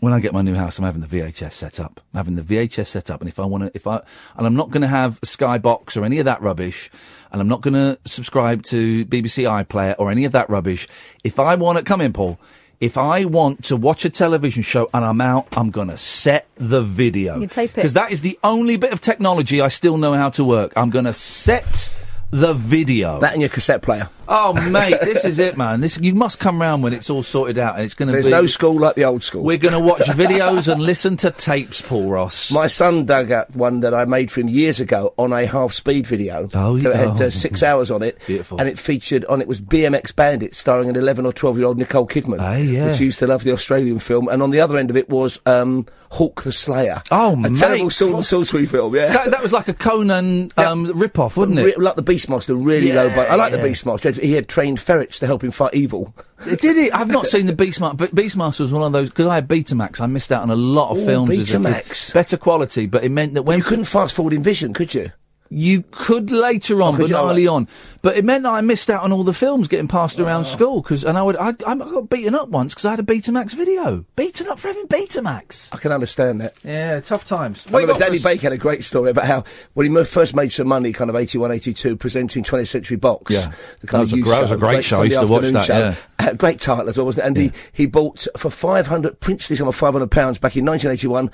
S4: When I get my new house, I'm having the VHS set up. I'm having the VHS set up, and if I want to, if I, and I'm not going to have a Skybox or any of that rubbish, and I'm not going to subscribe to BBC iPlayer or any of that rubbish. If I want to, come in, Paul. If I want to watch a television show and I'm out, I'm going to set the video.
S6: You tape it.
S4: Because Oh. that is the only bit of technology I still know how to work. I'm going to set the video.
S21: That and your cassette player.
S4: Oh mate, this is it, man. This you must come round when it's all sorted out, and it's going to be.
S21: There's no school like the old school.
S4: We're going to watch videos and listen to tapes, Paul Ross.
S21: My son dug up one that I made for him years ago on a half speed video.
S4: Oh,
S21: So it
S4: yeah.
S21: had uh, six hours on it.
S4: Beautiful.
S21: And it featured on it was BMX Bandit starring an 11 or 12 year old Nicole Kidman.
S4: Ah, yeah.
S21: Which used to love the Australian film. And on the other end of it was um, Hawk the Slayer.
S4: Oh,
S21: A
S4: mate.
S21: terrible Saw- Salisbury film, yeah.
S4: That, that was like a Conan um, rip-off, wasn't it?
S21: Re- like the Beastmaster, really
S4: Yeah,
S21: low budget. I like
S4: yeah.
S21: the Beastmaster. He had trained ferrets to help him fight evil.
S4: Did it? I've not seen the Beastmaster. But Beastmaster was one of those because I had Betamax. I missed out on a lot of
S21: Ooh,
S4: films. as a kid.
S21: Betamax.
S4: better quality, but it meant that when
S21: you couldn't fast forward in Vision, could you?
S4: You could later on,
S21: could
S4: but
S21: you?
S4: not
S21: Oh, right.
S4: early on. But it meant that I missed out on all the films getting passed around school. Cause, and I would, I, I got beaten up once because I had a Betamax video. Beaten up for having Betamax.
S21: I can understand that.
S4: Yeah, tough times.
S21: I remember Danny Baker had a great story about how when he mo- first made some money, kind of 81, 82, presenting 20th Century Box.
S4: Yeah.
S21: the
S4: That
S21: kind
S4: was
S21: of
S4: a
S21: youth
S4: gr- that was a great show. I used
S21: Sunday
S4: to watch
S21: afternoon
S4: that,
S21: show. (laughs) great title as well, wasn't it? And he, he bought for 500, princely sum of 500 pounds back in 1981,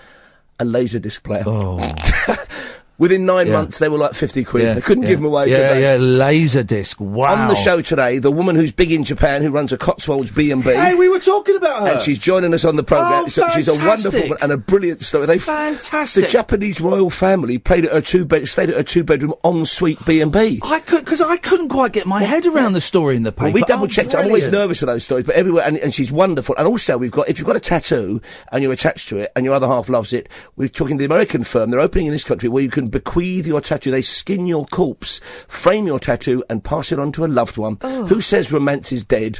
S21: a laser disc player. (laughs) Within nine
S4: Oh. Yeah.
S21: months, they were like 50 quid.
S4: Yeah,
S21: they couldn't
S4: yeah.
S21: give them away,
S4: Yeah,
S21: could they?
S4: yeah, Laserdisc. Wow.
S21: On the show today, the woman who's big in Japan, who runs a Cotswolds B and B.
S4: Hey, we were talking about her.
S21: And she's joining us on the program.
S4: Oh,
S21: so she's a wonderful
S4: fantastic.
S21: woman and a brilliant story. They
S4: Fantastic.
S21: The Japanese royal family played at her two bed, stayed at her two bedroom ensuite B and B.
S4: I could, because I couldn't quite get my head around the story in the paper.
S21: Well, we
S4: Oh,
S21: double checked. I'm always
S4: brilliant.
S21: nervous with those stories, but everywhere, and, and she's wonderful. And also, we've got if you've got a tattoo and you're attached to it, and your other half loves it, we're talking to the American firm. They're opening in this country where you can bequeath your tattoo. They skin your corpse, frame your tattoo, and pass it on to a loved one.
S4: Oh.
S21: Who says romance is dead?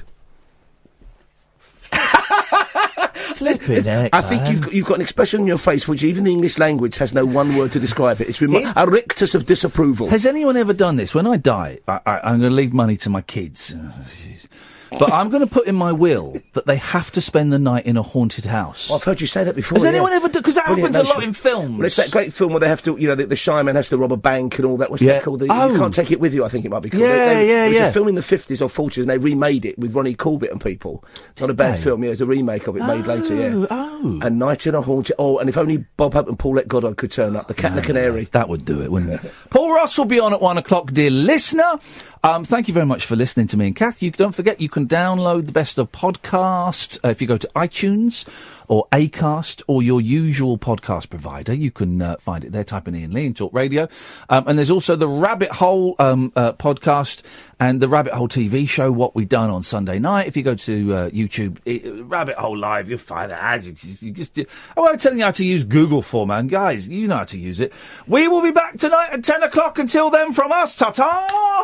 S4: Flipping heck,
S21: I think
S4: man.
S21: you've got, you've got an expression on your face which even the English language has no one word to describe it. It's remi- a rictus of disapproval.
S4: Has anyone ever done this? When I die, I, I, I'm going to leave money to my kids. Oh, jeez. but I'm going to put in my will that they have to spend the night in a haunted house.
S21: Well, I've heard you say that before.
S4: Has
S21: yeah.
S4: anyone ever done? Because that
S21: Brilliant
S4: happens a lot
S21: notion.
S4: in films.
S21: Well, it's that great film where they have to, you know, the, the shy man has to rob a bank and all that. What's
S4: Yeah.
S21: that called? The,
S4: Oh.
S21: You can't take it with you. I think it might be called.
S4: Yeah,
S21: They- they-
S4: yeah,
S21: It was
S4: yeah.
S21: a film in the fifties or forties, and they remade it with Ronnie Corbett and people. It's not a bad
S4: they?
S21: film. Yeah, it's a remake of it made later. Yeah.
S4: Oh.
S21: A night in a haunted. Oh, and if only Bob Hope and Paulette Goddard could turn up. The Cat and the Canary.
S4: Ah, That would do it, wouldn't it? Paul Ross will be on at one o'clock, dear listener. Um, thank you very much for listening to me and Kath. You don't forget you can download the best of podcast uh, if you go to iTunes or Acast or your usual podcast provider. You can uh, find it there. Type in Ian Lee and Talk Radio, um, and there's also the Rabbit Hole um, uh, podcast and the Rabbit Hole TV show. What we done on Sunday night. If you go to uh, YouTube, it, Rabbit Hole Live, you'll find the ads. You, you just, oh, I'm telling you how to use Google for man, guys. You know how to use it. We will be back tonight at ten o'clock. Until then, from us, ta ta.